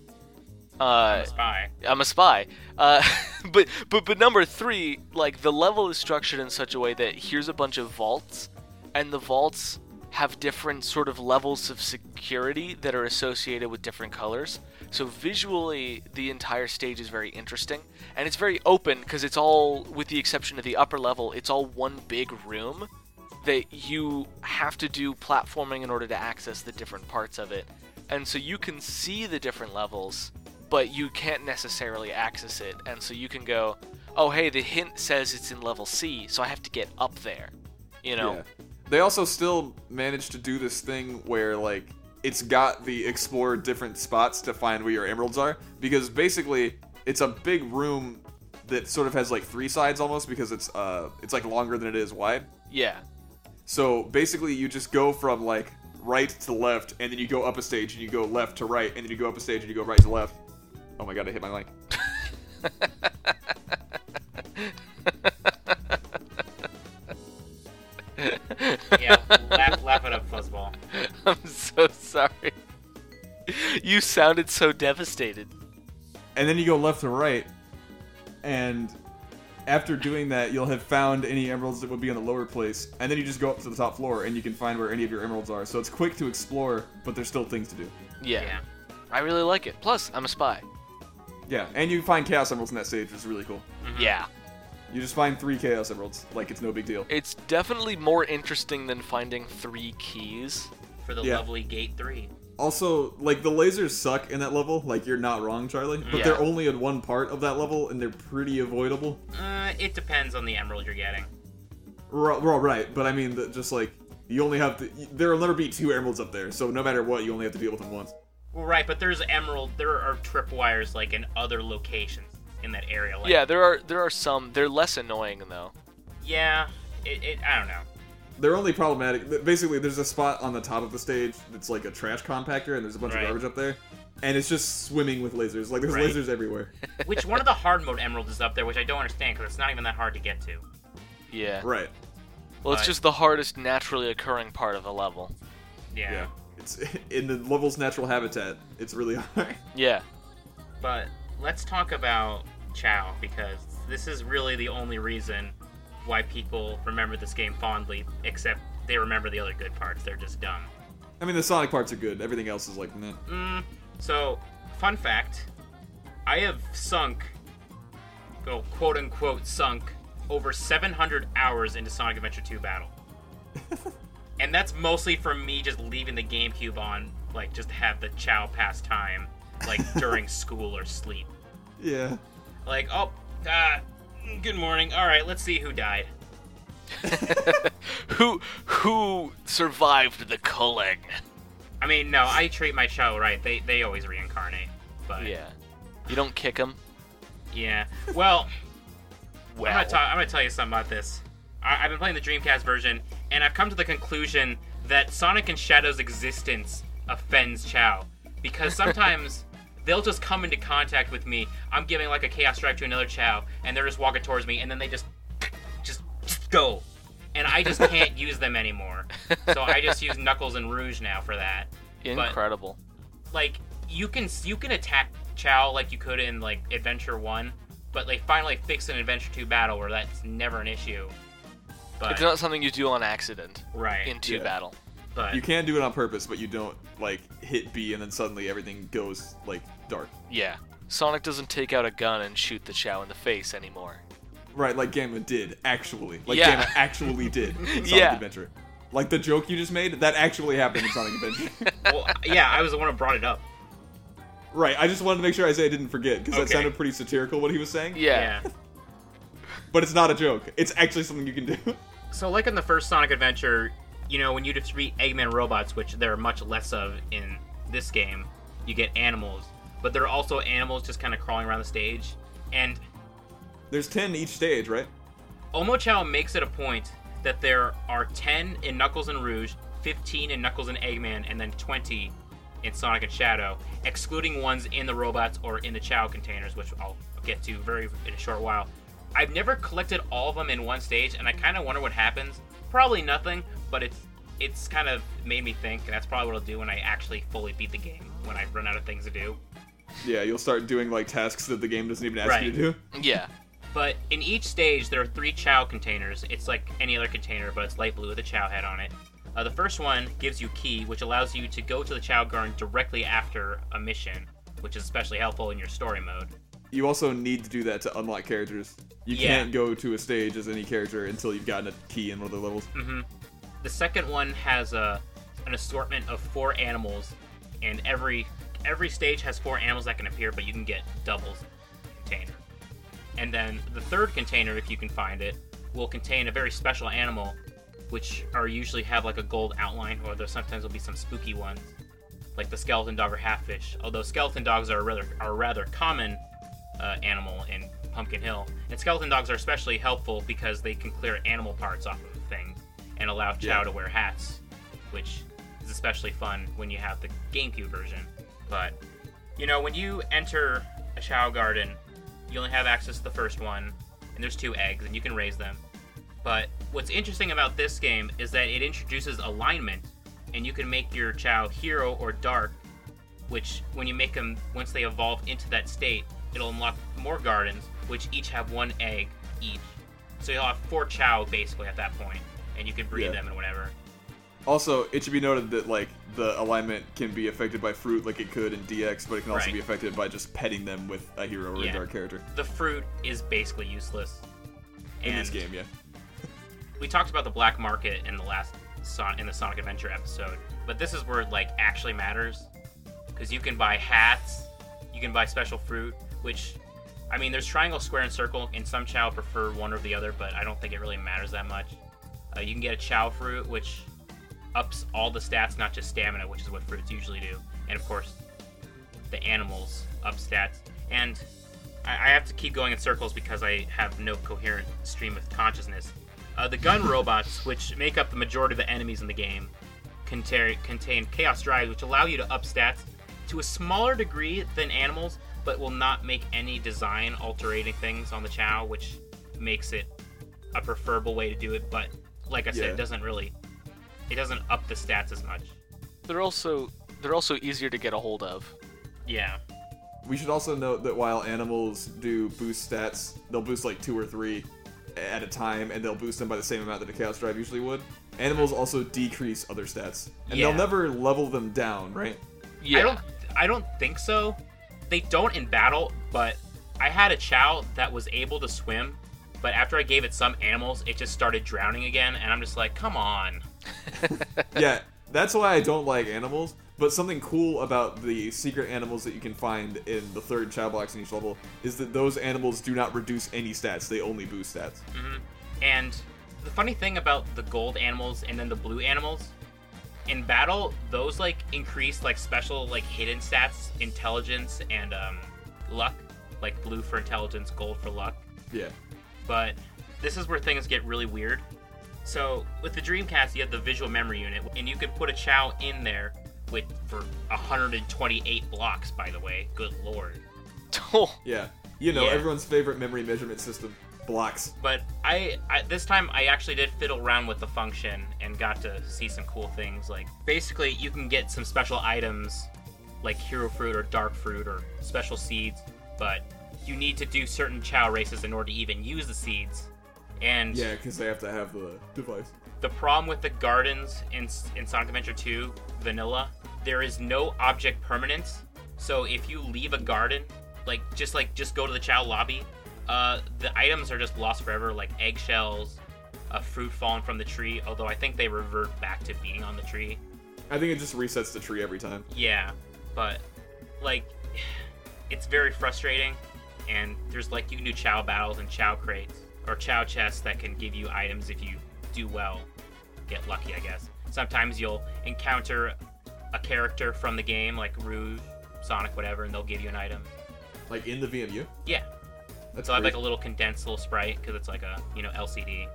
S3: uh,
S1: Spy.
S3: I'm a spy. Uh, <laughs> but but but number three, like the level is structured in such a way that here's a bunch of vaults, and the vaults have different sort of levels of security that are associated with different colors. So visually, the entire stage is very interesting, and it's very open because it's all, with the exception of the upper level, it's all one big room that you have to do platforming in order to access the different parts of it. And so you can see the different levels, but you can't necessarily access it. And so you can go, oh, hey, the hint says it's in level C, so I have to get up there. You know?
S2: Yeah. They also still managed to do this thing where like it's got the explore different spots to find where your emeralds are because basically it's a big room that sort of has like three sides almost because it's uh it's like longer than it is wide.
S3: Yeah. <laughs>
S2: So basically you just go from like right to left and then you go up a stage and you go left to right and then you go up a stage and you go right to left. Oh my god, I hit my mic.
S1: Yeah, laugh, laugh it up, Fuzzball.
S3: I'm so sorry. <laughs> You sounded so devastated.
S2: and then you go left to right, and after doing that, you'll have found any emeralds that would be in the lower place, and then you just go up to the top floor, and you can find where any of your emeralds are. So it's quick to explore, but there's still things to do.
S3: Yeah.
S1: Yeah.
S3: I really like it. Plus, I'm a spy.
S2: Yeah, and you find chaos emeralds in that stage, which is really cool.
S3: Yeah.
S2: You just find three chaos emeralds, like it's no big deal.
S3: It's definitely more interesting than finding three keys.
S1: for the
S2: Yeah.
S1: lovely Gate 3.
S2: Also, like the lasers suck in that level. Like you're not wrong, Charlie, but
S3: Yeah.
S2: they're only in one part of that level, and they're pretty avoidable.
S1: Uh, it depends on the emerald you're getting.
S2: We're all, we're all right, but I mean, the, just like you only have to. There'll never be two emeralds up there, so no matter what, you only have to deal with them once.
S1: Well, right, but there's emerald. There are tripwires like in other locations in that area. Like,
S3: Yeah, there are there are some. They're less annoying though.
S1: yeah. It, it. I don't know.
S2: They're only problematic. th- Basically, there's a spot on the top of the stage that's like a trash compactor, and there's a bunch
S1: Right.
S2: of garbage up there, and it's just swimming with lasers. Like there's
S1: Right.
S2: lasers
S3: <laughs>
S2: everywhere.
S1: Which one of the hard mode emeralds is up there, which I don't understand because it's not even that hard to get to.
S3: Yeah.
S2: right.
S3: Well, it's
S1: Right.
S3: just the hardest naturally occurring part of the level.
S1: Yeah.
S2: Yeah. It's <laughs> in the level's natural habitat. It's really <laughs> hard.
S3: Yeah.
S1: But let's talk about Chow because this is really the only reason why people remember this game fondly, except they remember the other good parts. They're just dumb.
S2: I mean, the Sonic parts are good. Everything else is like, meh.
S1: Mm, so, fun fact I have sunk, go quote unquote, sunk over 700 hours into Sonic Adventure 2 Battle. and that's mostly from me just leaving the GameCube on, like, just to have the chow pass time, like during school or sleep.
S2: yeah.
S1: Like, oh, uh, good morning. All right, let's see who died.
S3: who who survived the culling?
S1: I mean, no, I treat my chow right. They, they always reincarnate. But,
S3: Yeah. You don't kick him.
S1: yeah. Well,.
S3: Well.
S1: I'm gonna, ta- I'm gonna tell you something about this. I- I've been playing the Dreamcast version, and I've come to the conclusion that Sonic and Shadow's existence offends Chow because sometimes they'll just come into contact with me. I'm giving like a Chaos Strike to another Chow, and they're just walking towards me, and then they just just go, and I just can't use them anymore. So I just use Knuckles and Rouge now for that.
S3: Incredible.
S1: Like you can you can attack Chow like you could in like Adventure One. But they finally fixed an Adventure 2 battle where that's never an issue. But
S3: It's not something you do on accident
S1: Right.
S3: in two
S2: Yeah.
S3: battle.
S1: but
S2: You can do it on purpose, but you don't like hit B and then suddenly everything goes like dark.
S3: Yeah. Sonic doesn't take out a gun and shoot the Chow in the face anymore.
S2: Right, like Gamma did actually. Like
S3: Yeah.
S2: Gamma actually did.
S3: <laughs>
S2: in Sonic
S3: Yeah.
S2: Adventure. Like the joke you just made, that actually happened in Sonic Adventure.
S1: well, yeah, I was the one who brought it up.
S2: right, I just wanted to make sure Isaiah didn't forget because that
S1: Okay.
S2: sounded pretty satirical what he was saying.
S3: <laughs> Yeah.
S2: But it's not a joke. It's actually something you can do. <laughs>
S1: So like in the first Sonic Adventure, you know, when you defeat Eggman robots, which there are much less of in this game, you get animals. But there are also animals just kind of crawling around the stage. And
S2: There's 10 each stage, right?
S1: Omochao makes it a point that there are 10 in Knuckles and Rouge, 15 in Knuckles and Eggman, and then 20 in Sonic and Shadow, excluding ones in the robots or in the Chow containers, which I'll get to very in a short while. I've never collected all of them in one stage, and I kind of wonder what happens. Probably nothing, but it's it's kind of made me think, and that's probably what I'll do when I actually fully beat the game when I run out of things to do.
S2: Yeah, you'll start doing like tasks that the game doesn't even ask you
S1: Right.
S2: to do.
S3: Yeah.
S1: But in each stage, there are three chow containers. It's like any other container, but it's light blue with a chow head on it. Uh, the first one gives you key, which allows you to go to the chow garden directly after a mission, which is especially helpful in your story mode.
S2: You also need to do that to unlock characters. You
S1: Yeah.
S2: can't go to a stage as any character until you've gotten a key in one of the levels.
S1: The second one has a an assortment of four animals, and every every stage has four animals that can appear, but you can get doubles container. And then the third container, if you can find it, will contain a very special animal, which are usually have like a gold outline, or there sometimes will be some spooky ones, like the skeleton dog or halffish. Although skeleton dogs are a rather are a rather common uh, animal in Pumpkin Hill, and skeleton dogs are especially helpful because they can clear animal parts off of things and allow Chow
S2: Yeah.
S1: to wear hats, which is especially fun when you have the GameCube version. But you know, when you enter a Chow garden, you only have access to the first one, and there's two eggs, and you can raise them. But what's interesting about this game is that it introduces alignment, and you can make your Chow hero or dark which when you make them once they evolve into that state, it'll unlock more gardens, which each have one egg each. So you'll have four Chow basically at that point, and you can breed
S2: Yeah.
S1: them and whatever.
S2: Also, it should be noted that like the alignment can be affected by fruit, like it could in DX, but it can also
S1: Right.
S2: be affected by just petting them with a hero or
S1: Yeah.
S2: a dark character
S1: The fruit is basically useless.
S2: in this
S1: And
S2: game. Yeah,
S1: we talked about the black market in the last Son- in the Sonic Adventure episode, but this is where it like actually matters because you can buy hats, you can buy special fruit, which I mean, there's triangle, square, and circle, and some Chow prefer one or the other, but I don't think it really matters that much. Uh, you can get a Chow fruit, which ups all the stats, not just stamina, which is what fruits usually do, and of course, the animals up stats. And I, I have to keep going in circles because I have no coherent stream of consciousness. Uh, the gun robots, which make up the majority of the enemies in the game, contain, contain chaos drives, which allow you to up stats to a smaller degree than animals, but will not make any design altering things on the Chow, which makes it a preferable way to do it. But like I said,
S2: Yeah.
S1: it doesn't really, it doesn't up the stats as much.
S3: They're also they're also easier to get a hold of.
S1: Yeah.
S2: we should also note that while animals do boost stats, they'll boost like two or three at a time, and they'll boost them by the same amount that a chaos drive usually would. Animals also decrease other stats, and
S1: Yeah.
S2: they'll never level them down, right?
S3: Yeah.
S1: I don't I don't think so. They don't in battle, but I had a chow that was able to swim, but after I gave it some animals, it just started drowning again and I'm just like, "Come on."
S2: yeah, that's why I don't like animals. But something cool about the secret animals that you can find in the third chow box in each level is that those animals do not reduce any stats; they only boost stats.
S1: Hmm. And the funny thing about the gold animals and then the blue animals, in battle, those like increase like special like hidden stats, intelligence and um luck, like blue for intelligence, gold for luck.
S2: Yeah,
S1: but this is where things get really weird. So with the Dreamcast, you have the visual memory unit, and you could put a Chow in there with for 128 blocks. By the way, good lord.
S2: yeah. You know,
S1: Yeah.
S2: everyone's favorite memory measurement system blocks.
S1: But I, I this time I actually did fiddle around with the function and got to see some cool things. Like basically, you can get some special items like hero fruit or dark fruit or special seeds, but you need to do certain Chow races in order to even use the seeds. And
S2: Yeah, because they have to have the device.
S1: The problem with the gardens in, in Sonic Adventure 2 vanilla, there is no object permanence. So if you leave a garden, like just like just go to the Chow lobby, uh, the items are just lost forever, like eggshells, a fruit fallen from the tree. Although I think they revert back to being on the tree.
S2: I think it just resets the tree every time.
S1: Yeah, but like <sighs> it's very frustrating, and there's like you can do Chow battles and Chow crates or Chow chests that can give you items if you do well, get lucky, I guess. Sometimes you'll encounter a character from the game like Rouge, Sonic, whatever, and they'll give you an item.
S2: Like in the VMU.
S1: Yeah,
S2: That's
S1: so I have
S2: great.
S1: like a little condensed little sprite because it's like a you know LCD.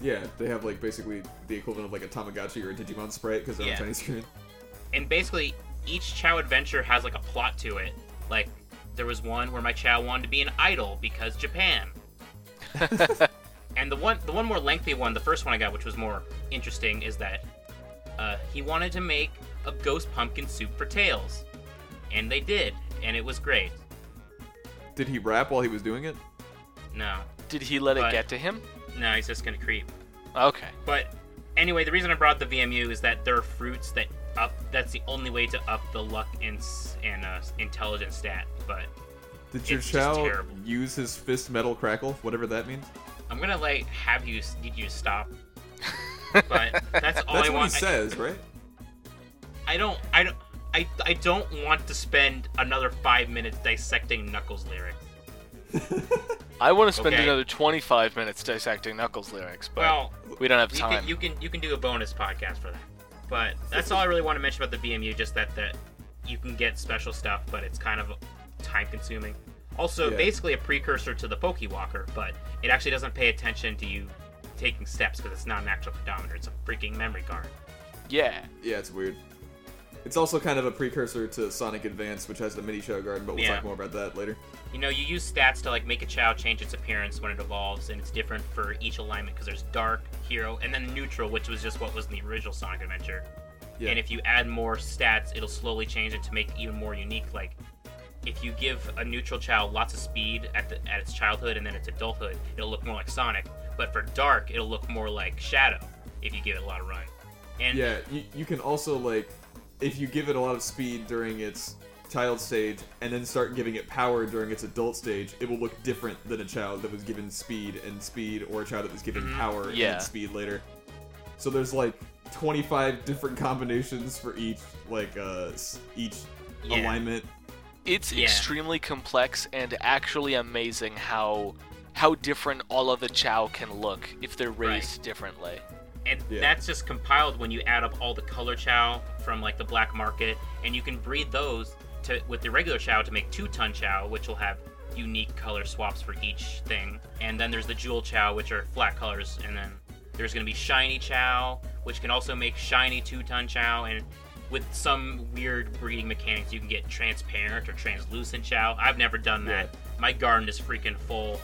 S2: yeah, they have like basically the equivalent of like a Tamagotchi or a Digimon sprite because they're
S1: Yeah.
S2: on tiny screen. <laughs>
S1: and basically each chow adventure has like a plot to it like there was one where my chow wanted to be an idol because japan and the one the one more lengthy one the first one i got which was more interesting is that uh, he wanted to make a ghost pumpkin soup for tails and they did and it was great
S2: Did he rap while he was doing it?
S1: no
S3: <laughs> Did he let it
S1: But-
S3: get to him?
S1: no he's just gonna creep
S3: Okay.
S1: But anyway, the reason I brought up the VMU is that there are fruits that up. That's the only way to up the luck and s- and uh, intelligence stat. But
S2: Did your
S1: It's just
S2: Chow
S1: terrible.
S2: use his fist metal crackle, whatever that means?
S1: I'm gonna like have you s- need you to stop. But that's all
S2: That's
S1: I
S2: what
S1: want.
S2: he
S1: I,
S2: says, right?
S1: I don't. I don't. I, I don't want to spend another five minutes dissecting Knuckles lyrics.
S3: I want to spend
S1: Okay.
S3: another 25 minutes dissecting Knuckles lyrics, but
S1: Well,
S3: we don't have
S1: you
S3: time.
S1: can, you can you can do a bonus podcast for that.
S2: <laughs>
S1: But that's all I really want to mention about the VMU. Just that that you can get special stuff, but it's kind of time consuming. Also,
S2: Yeah.
S1: basically a precursor to the Pokey Walker, but it actually doesn't pay attention to you taking steps because it's not an actual pedometer; it's a freaking memory card.
S3: Yeah.
S2: Yeah, it's weird. It's also kind of a precursor to Sonic Advance, which has the mini Chow Garden, but we'll
S1: Yeah.
S2: talk more about that later.
S1: You know, you use stats to like make a Chow change its appearance when it evolves, and it's different for each alignment because there's dark, hero, and then neutral, which was just what was in the original Sonic Adventure.
S2: Yeah.
S1: and if you add more stats, it'll slowly change it to make it even more unique. Like if you give a neutral child lots of speed at the, at its childhood and then its adulthood, it'll look more like Sonic. But for Dark, it'll look more like Shadow if you give it a lot of run. And
S2: Yeah, you, you can also like if you give it a lot of speed during its child stage and then start giving it power during its adult stage, it will look different than a child that was given speed and speed or a child that was given
S1: Mm-hmm.
S2: power
S3: yeah.
S2: and speed later. So there's like 25 different <laughs> combinations for each like uh s- each
S1: Yeah.
S2: alignment.
S3: It's
S1: Yeah.
S3: extremely complex and actually amazing how how different all of the Chow can look if they're
S1: Right.
S3: raised differently.
S1: and
S2: Yeah.
S1: that's just compiled when you add up all the color chow from like the black market and you can breed those to with the regular chow to make two ton chow which will have unique color swaps for each thing and then there's the jewel chow which are flat colors and then there's going to be shiny chow which can also make shiny two ton chow and with some weird breeding mechanics you can get transparent or translucent chow i've never done that my garden is freaking full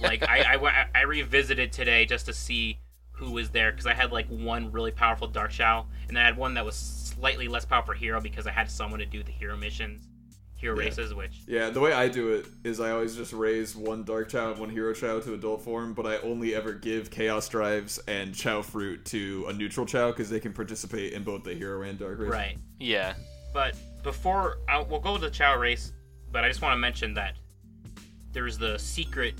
S1: like I, I wa- I revisited today just to see who was there because I had like one really powerful Dark Shao, and I had one that was slightly less powerful Hero because I had someone to do the Hero missions, Hero
S2: Yeah.
S1: races, which
S2: Yeah, the way I do it is I always just raise one dark chow and one hero chow to adult form, but I only ever give chaos drives and chow fruit to a neutral chow because they can participate in both the hero and dark race.
S1: right.
S3: Yeah.
S1: But before I, we'll go to the Chow race, but I just want to mention that there's the secret,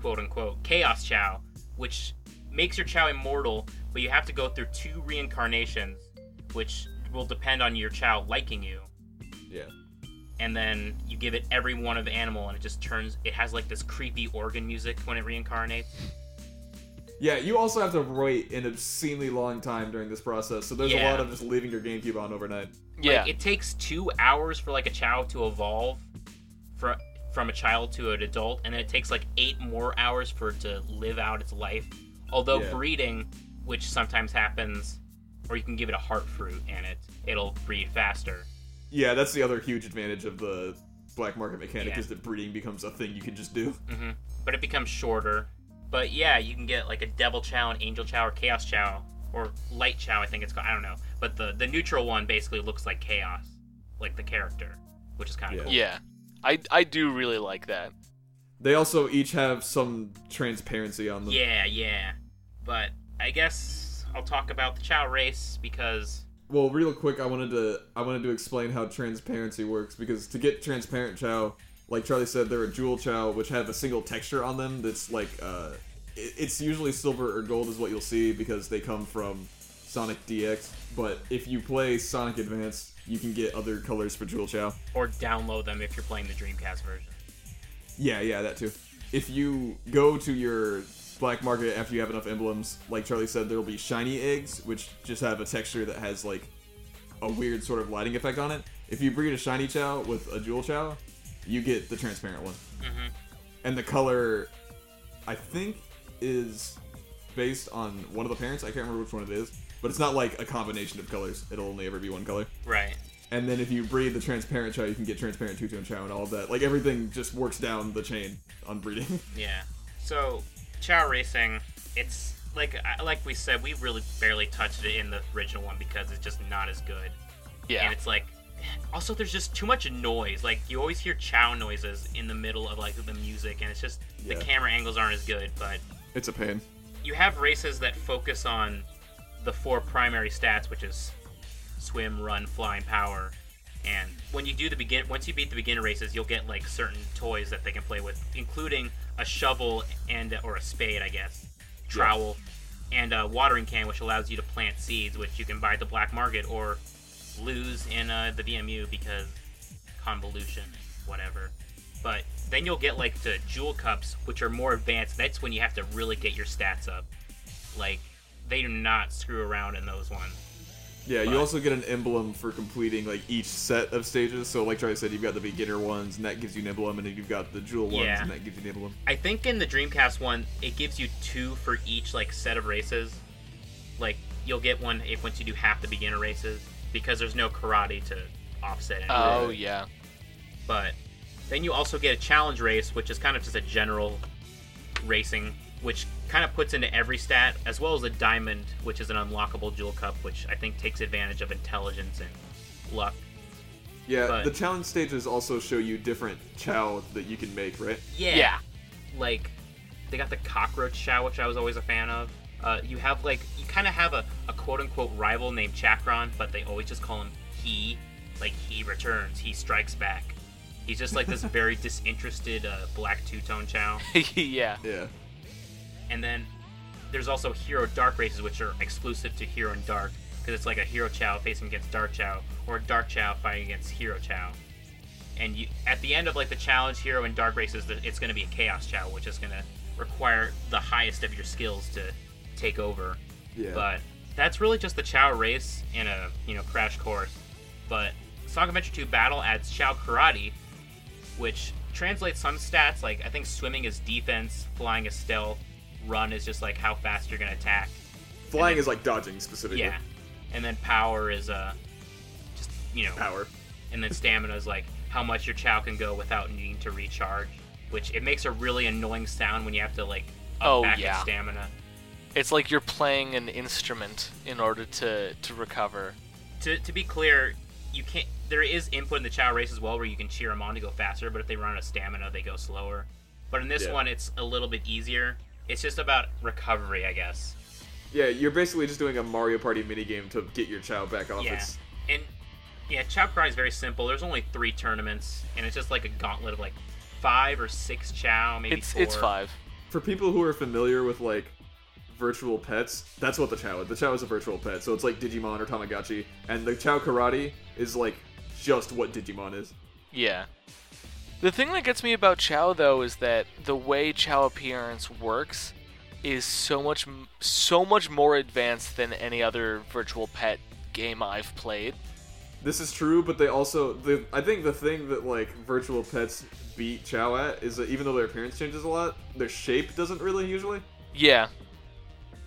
S1: quote unquote, Chaos Chow, which makes your Chow immortal, but you have to go through two reincarnations, which will depend on your Chow liking you.
S2: Yeah.
S1: and then you give it every one of animal and it just turns it has like this creepy organ music when it reincarnates
S2: Yeah, you also have to wait an obscenely long time during this process, so there's a
S1: Yeah.
S2: lot of just leaving your GameCube on overnight.
S3: Yeah.
S1: like, it takes two hours for like a chow to evolve for, from a child to an adult and then it takes like eight more hours for it to live out its life although
S2: Yeah.
S1: breeding which sometimes happens or you can give it a heart fruit and it it'll breed faster
S2: Yeah, that's the other huge advantage of the black market mechanic
S1: Yeah.
S2: is that breeding becomes a thing you can just do.
S1: hmm But it becomes shorter. But yeah, you can get like a Devil Chow, an Angel Chow, or Chaos Chow, or Light Chow, I think it's called. I don't know. But the, the neutral one basically looks like Chaos, like the character, which is kind of
S2: Yeah.
S1: cool.
S3: Yeah. I I do really like that.
S2: They also each have some transparency on them.
S1: Yeah, yeah. But I guess I'll talk about the Chow race because.
S2: Well, real quick, I wanted to I wanted to explain how transparency works because to get transparent chow, like Charlie said, they're a jewel chow which have a single texture on them that's like uh, it- it's usually silver or gold is what you'll see because they come from Sonic DX. But if you play Sonic Advance, you can get other colors for jewel chow.
S1: Or download them if you're playing the Dreamcast version.
S2: Yeah, yeah, that too. If you go to your black market after you have enough emblems, like Charlie said, there will be shiny eggs, which just have a texture that has like a weird sort of lighting effect on it. If you breed a shiny chow with a jewel chow, you get the transparent one. And the color, I think, is based on one of the parents. I can't remember which one it is, but it's not like a combination of colors. It'll only ever be one color.
S1: Right.
S2: And then if you breed the transparent chow, you can get transparent two-tone chow and all of that. Like everything just works down the chain on breeding. <laughs>
S1: Yeah. So, Chow Racing, it's like I- like we said, we really barely touched it in the original one because it's just not as good.
S3: Yeah.
S1: And it's like, also there's just too much noise. Like you always hear chow noises in the middle of like the music, and it's just
S2: Yeah.
S1: the camera angles aren't as good. But
S2: It's a pain.
S1: you have races that focus on the four primary stats, which is swim, run, fly, and power. And when you do the begin, once you beat the beginner races, you'll get like certain toys that they can play with, including a shovel and or a spade, I guess, trowel, and a watering can, which allows you to plant seeds, which you can buy at the black market or lose in uh, the VMU because convolution, whatever. But then you'll get like the jewel cups, which are more advanced. That's when you have to really get your stats up. Like they do not screw around in those ones.
S2: Yeah, you
S1: But-
S2: also get an emblem for completing like each set of stages. So like Charlie said, you've got the beginner ones, and that gives you an emblem, and then you've got the jewel ones,
S1: Yeah.
S2: and that gives you an emblem.
S1: I think in the Dreamcast one, it gives you two for each like set of races. Like you'll get one if once you do half the beginner races because there's no karate to offset anything.
S3: Oh yeah.
S1: but then you also get a challenge race, which is kind of just a general racing which kind of puts into every stat, as well as a diamond, which is an unlockable jewel cup, which I think takes advantage of intelligence and luck.
S2: Yeah,
S1: But-
S2: the challenge stages also show you different chow that you can make, right?
S1: Yeah.
S3: Yeah.
S1: Like, they got the cockroach chow, which I was always a fan of. Uh, you have, like, you kind of have a, a quote unquote rival named Chakron, but they always just call him he. Like, he returns, he strikes back. He's just like this very disinterested uh, black two tone chow.
S3: yeah. <laughs>
S2: Yeah.
S1: And then there's also hero dark races, which are exclusive to hero and dark, because it's like a hero chow facing against dark chow, or a dark chow fighting against hero chow. And you, at the end of like the challenge, hero and dark races, th- it's going to be a chaos chow, which is going to require the highest of your skills to take over.
S2: Yeah.
S1: But that's really just the Chow race in a you know crash course. But Song Adventure 2 Battle adds Chow Karate, which translates some stats like I think swimming is defense, flying is stealth, run is just like how fast you're gonna attack.
S2: Flying is like dodging specifically.
S1: Yeah, and then power is uh just you know,
S2: Power.
S1: and then stamina is like how much your Chow can go without needing to recharge, which it makes a really annoying sound when you have to like up
S3: Oh,
S1: back
S3: yeah.
S1: your stamina.
S3: It's like you're playing an instrument in order to to recover.
S1: to, to be clear, you can't. There is input in the chow race as well, where you can cheer them on to go faster. But if they run out of stamina, they go slower. But in this
S2: Yeah.
S1: one, it's a little bit easier. It's just about recovery, I guess.
S2: Yeah, you're basically just doing a Mario Party minigame to get your chow back off.
S1: Yeah,
S2: It's,
S1: and yeah, chow cry is very simple. There's only three tournaments, and it's just like a gauntlet of like five or six chow, maybe
S3: It's
S1: four.
S3: it's five.
S2: for people who are familiar with like virtual pets, that's what the chow is. The chow is a virtual pet, so it's like Digimon or Tamagotchi, and the chow karate is like just what Digimon is.
S3: Yeah. The thing that gets me about Chow though is that the way Chow appearance works is so much m- so much more advanced than any other virtual pet game I've played.
S2: This is true, but they also the I think the thing that like virtual pets beat chow at is that even though their appearance changes a lot, their shape doesn't really usually.
S3: Yeah.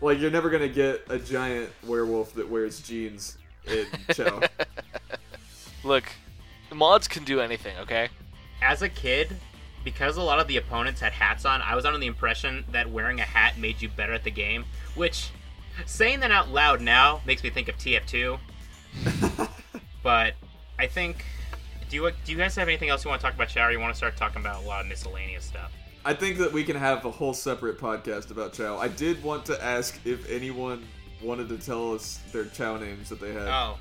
S2: Like you're never gonna get a giant werewolf that wears jeans in chow.
S3: Look, mods can do anything, okay?
S1: As a kid, because a lot of the opponents had hats on, I was under the impression that wearing a hat made you better at the game. Which, saying that out loud now makes me think of
S3: <laughs>
S1: TF2. but I think, do you do you guys have anything else you want to talk about, Shower? You want to start talking about a lot of miscellaneous stuff?
S2: I think that we can have a whole separate podcast about Chow. I did want to ask if anyone wanted to tell us their Chow names that they had.
S1: Oh,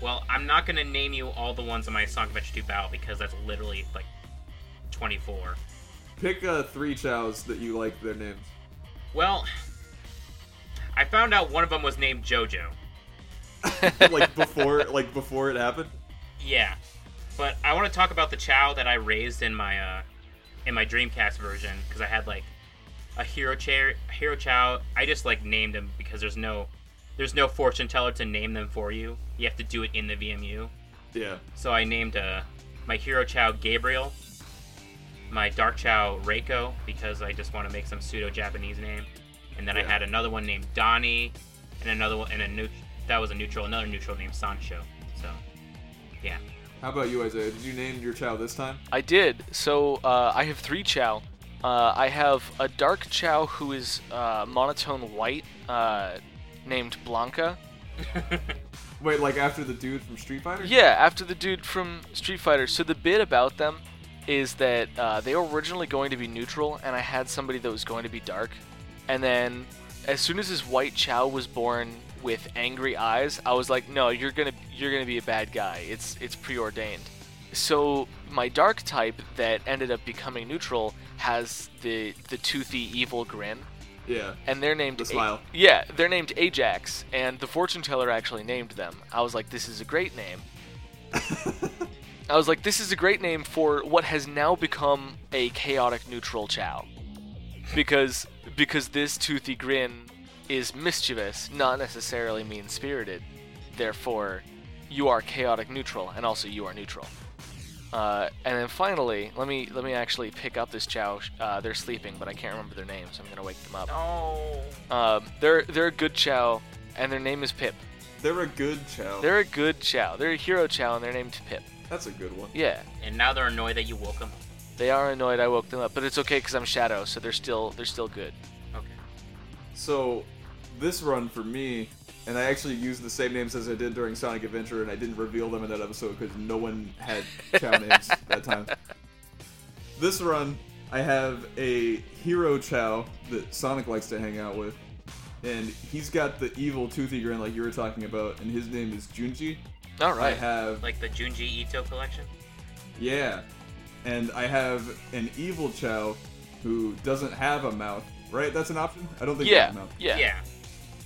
S1: well, I'm not gonna name you all the ones in my Song of Edge 2 battle because that's literally like 24.
S2: Pick uh, three Chows that you like their names. <laughs>
S1: Well, I found out one of them was named JoJo.
S2: like before, like before it happened.
S1: Yeah, but I want to talk about the Chow that I raised in my uh, in my Dreamcast version because I had like a hero chair, hero Chow. I just like named them because there's no there's no fortune teller to name them for you. You have to do it in the VMU.
S2: Yeah,
S1: So I named uh, my hero Chow Gabriel, my dark Chow Reiko because I just want to make some pseudo Japanese name, and then I
S2: Yeah.
S1: had another one named Donnie, and another one and a new that was a neutral another neutral named Sancho. So yeah.
S2: how about you, Isaiah? Did you name your Chow this time?
S3: I did. So uh, I have three Chow. Uh, I have a dark Chow who is uh, monotone white, uh, named Blanca.
S2: Wait, like after the dude from Street Fighter?
S3: Yeah, after the dude from Street Fighter. So the bit about them is that uh, they were originally going to be neutral, and I had somebody that was going to be dark. And then as soon as this white Chow was born with angry eyes, I was like, "No, you're gonna you're gonna be a bad guy. It's it's preordained." So my dark type that ended up becoming neutral has the the toothy evil grin,
S2: yeah.
S3: and they're named
S2: The smile.
S3: yeah, they're named Ajax, and the fortune teller actually named them. I was like, this is a
S2: <laughs>
S3: great name. I was like, this is a great name for what has now become a chaotic neutral Chow, because because this toothy grin is mischievous, not necessarily mean spirited. Therefore, you are chaotic neutral, and also you are neutral. Uh, and then finally, let me let me actually pick up this Chow. Uh, they're sleeping, but I can't remember their names. I'm gonna wake them up.
S1: Oh.
S3: Um, they're they're a good chow, and their name is Pip.
S2: They're a good Chow.
S3: They're a good chow. They're a hero chow, and they're named Pip.
S2: That's a good one.
S3: Yeah,
S1: And now they're annoyed that you woke them
S3: they are annoyed I woke them up, but it's okay because I'm Shadow, so they're still they're still good.
S1: up. Okay.
S2: So, this run for me, and I actually used the same names as I did during Sonic Adventure, and I didn't reveal them in that episode because no one had cow names that
S3: <laughs>
S2: time. This run, I have a hero chow that Sonic likes to hang out with, and he's got the evil toothy grin like you were talking about, and his name is Junji.
S3: All
S2: I
S3: right.
S2: have
S1: Like the Junji Ito collection?
S2: yeah. And I have an evil Chow who doesn't have a mouth. Right? That's an option? I don't think they
S3: Yeah.
S2: have a mouth.
S3: Yeah. Yeah.
S1: Yeah.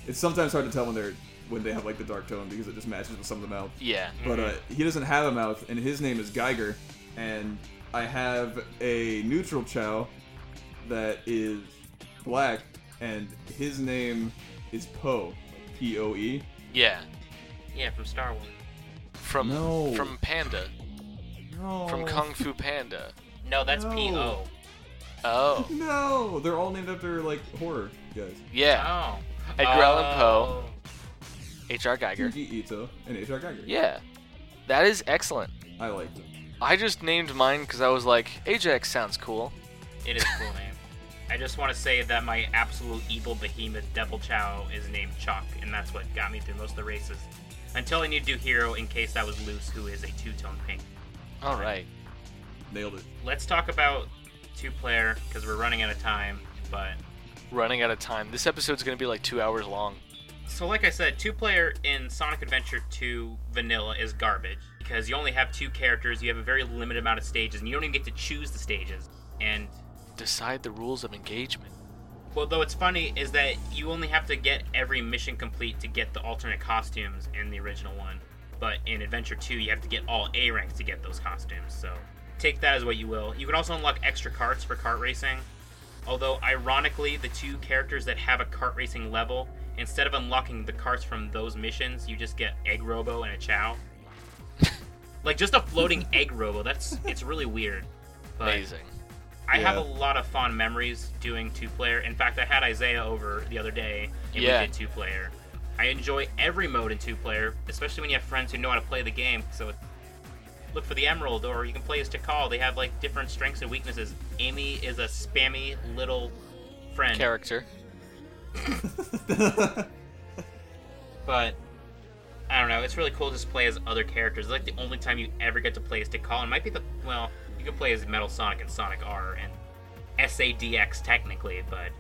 S2: It's sometimes hard to tell when they're when they have like the dark tone because it just matches with some of the mouth.
S3: Yeah.
S2: But uh, he doesn't have a mouth, and his name is Geiger. And I have a neutral Chow that is black, and his name is Poe. P O E.
S1: Yeah, from Star Wars.
S3: From
S2: No. Oh.
S3: from Panda.
S2: No.
S3: From Kung Fu Panda.
S1: No, that's
S2: No.
S1: P.O.
S3: Oh.
S2: No, they're all named after like horror guys.
S3: Yeah.
S1: Oh.
S3: Edgar Allan Poe. H.R. Geiger.
S2: Junji Ito E and H.R. Geiger.
S3: Yeah. That is excellent.
S2: I liked it.
S3: I just named mine because I was like, Ajax sounds cool.
S1: It is a cool name. I just want to say that my absolute evil behemoth Devil Chow is named Chuck, and that's what got me through most of the races. Until I need to do Hero in case that was Loose, who is a two tone pink.
S3: All right.
S2: Nailed it.
S1: Let's talk about two player, because we're running out of time, but
S3: Running out of time. This episode's going to be like two hours long.
S1: So, like I said, two player in Sonic Adventure 2 vanilla is garbage because you only have two characters, you have a very limited amount of stages, and you don't even get to choose the stages. And,
S3: Decide the rules of engagement.
S1: well, though it's funny, is that you only have to get every mission complete to get the alternate costumes in the original one. But in Adventure 2, you have to get all A ranks to get those costumes, so take that as what you will. You can also unlock extra carts for kart racing. Although, ironically, the two characters that have a kart racing level, instead of unlocking the carts from those missions, you just get Egg Robo and a Chow. like, just a floating Egg Robo. That's, it's really weird. But
S3: Amazing.
S1: I have a
S2: Yeah.
S1: lot of fond memories doing two player. In fact, I had Isaiah over the other day and
S3: Yeah.
S1: we did two player. I enjoy every mode in two player, especially when you have friends who know how to play the game. So it- look for the Emerald, or you can play as Takal. They have like different strengths and weaknesses. Amy is a spammy little friend,
S3: <clears throat> Character.
S1: but I don't know. It's really cool to just play as other characters. It's like the only time you ever get to play as Takal. It might be the well, you can play as Metal Sonic and Sonic R and SADX technically, but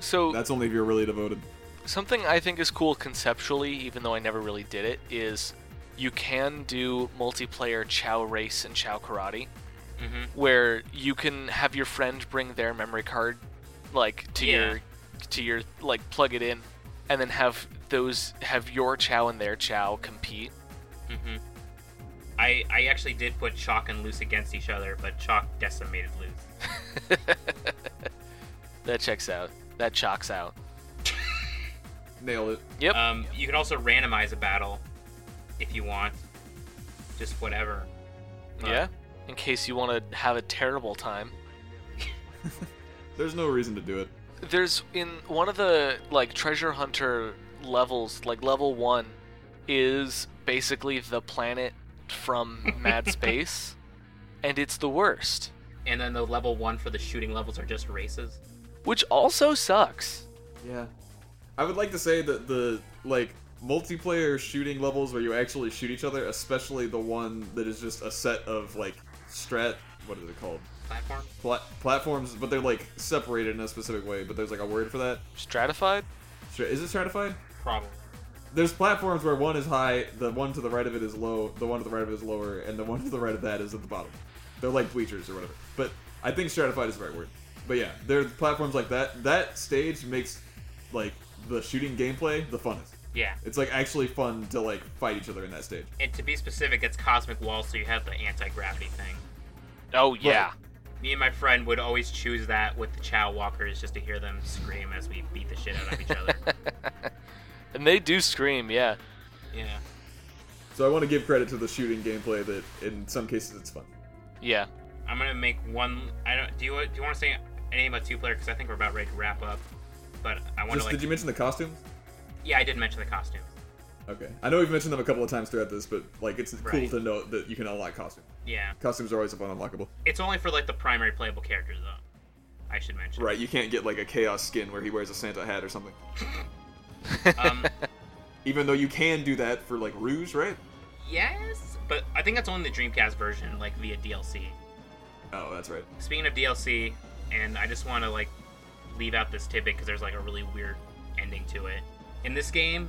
S3: So
S2: That's only if you're really devoted.
S3: Something I think is cool conceptually, even though I never really did it, is you can do multiplayer Chow Race and Chow Karate,
S1: Mhm.
S3: where you can have your friend bring their memory card, like to
S1: Yeah.
S3: your, to your like plug it in, and then have those have your Chow and their Chow compete.
S1: hmm I I actually did put Chalk and Loose against each other, but Chalk decimated Loose.
S3: That checks out. That chocks out.
S2: Nailed it.
S3: Yep.
S1: Um, you can also randomize a battle if you want, just whatever. But
S3: yeah. In case you want to have a terrible time.
S2: There's no reason to do it.
S3: there's in one of the like treasure hunter levels like level one is basically the planet from mad space and it's the worst
S1: And then the level one for the shooting levels are just races.
S3: which also sucks
S2: Yeah. I would like to say that the like multiplayer shooting levels where you actually shoot each other, especially the one that is just a set of like strat what is it called?
S1: Platform.
S2: Pla- platforms, but they're like separated in a specific way, but there's like a word for that.
S3: stratified
S2: Stra- Is it stratified?
S1: Probably.
S2: There's platforms where one is high, the one to the right of it is low, the one to the right of it is lower, and the one to the right of that is at the bottom. They're like bleachers or whatever. But I think stratified is the right word. But yeah, there are platforms like that. That stage makes like the shooting gameplay the funnest.
S1: Yeah.
S2: It's like actually fun to like fight each other in that stage.
S1: And to be specific, it's cosmic wall, so you have the anti-gravity thing.
S3: oh yeah
S1: Me and my friend would always choose that with the Chow Walkers just to hear them scream as we beat the shit out of each other.
S3: and they do scream yeah
S1: yeah.
S2: So I want to give credit to the shooting gameplay that in some cases it's fun.
S3: yeah
S1: I'm gonna make one. I don't. Do you do you want to say anything about two player? Because I think we're about ready to wrap up. But I want to
S2: Just
S1: like.
S2: did you mention the costumes?
S1: Yeah, I did mention the costumes.
S2: Okay. I know we've mentioned them a couple of times throughout this, but like it's cool
S1: Right.
S2: to know that you can unlock costumes.
S1: Yeah,
S2: Costumes are always fun unlockable.
S1: it's only for like the primary playable characters though. I should mention.
S2: Right, you can't get like a chaos skin where he wears a Santa hat or something. <laughs>
S1: Um,
S2: Even though you can do that for like Rouge, right?
S1: yes, but I think that's only the Dreamcast version, like via DLC.
S2: Oh, that's right.
S1: Speaking of DLC, and I just want to like leave out this tidbit because there's like a really weird ending to it. In this game,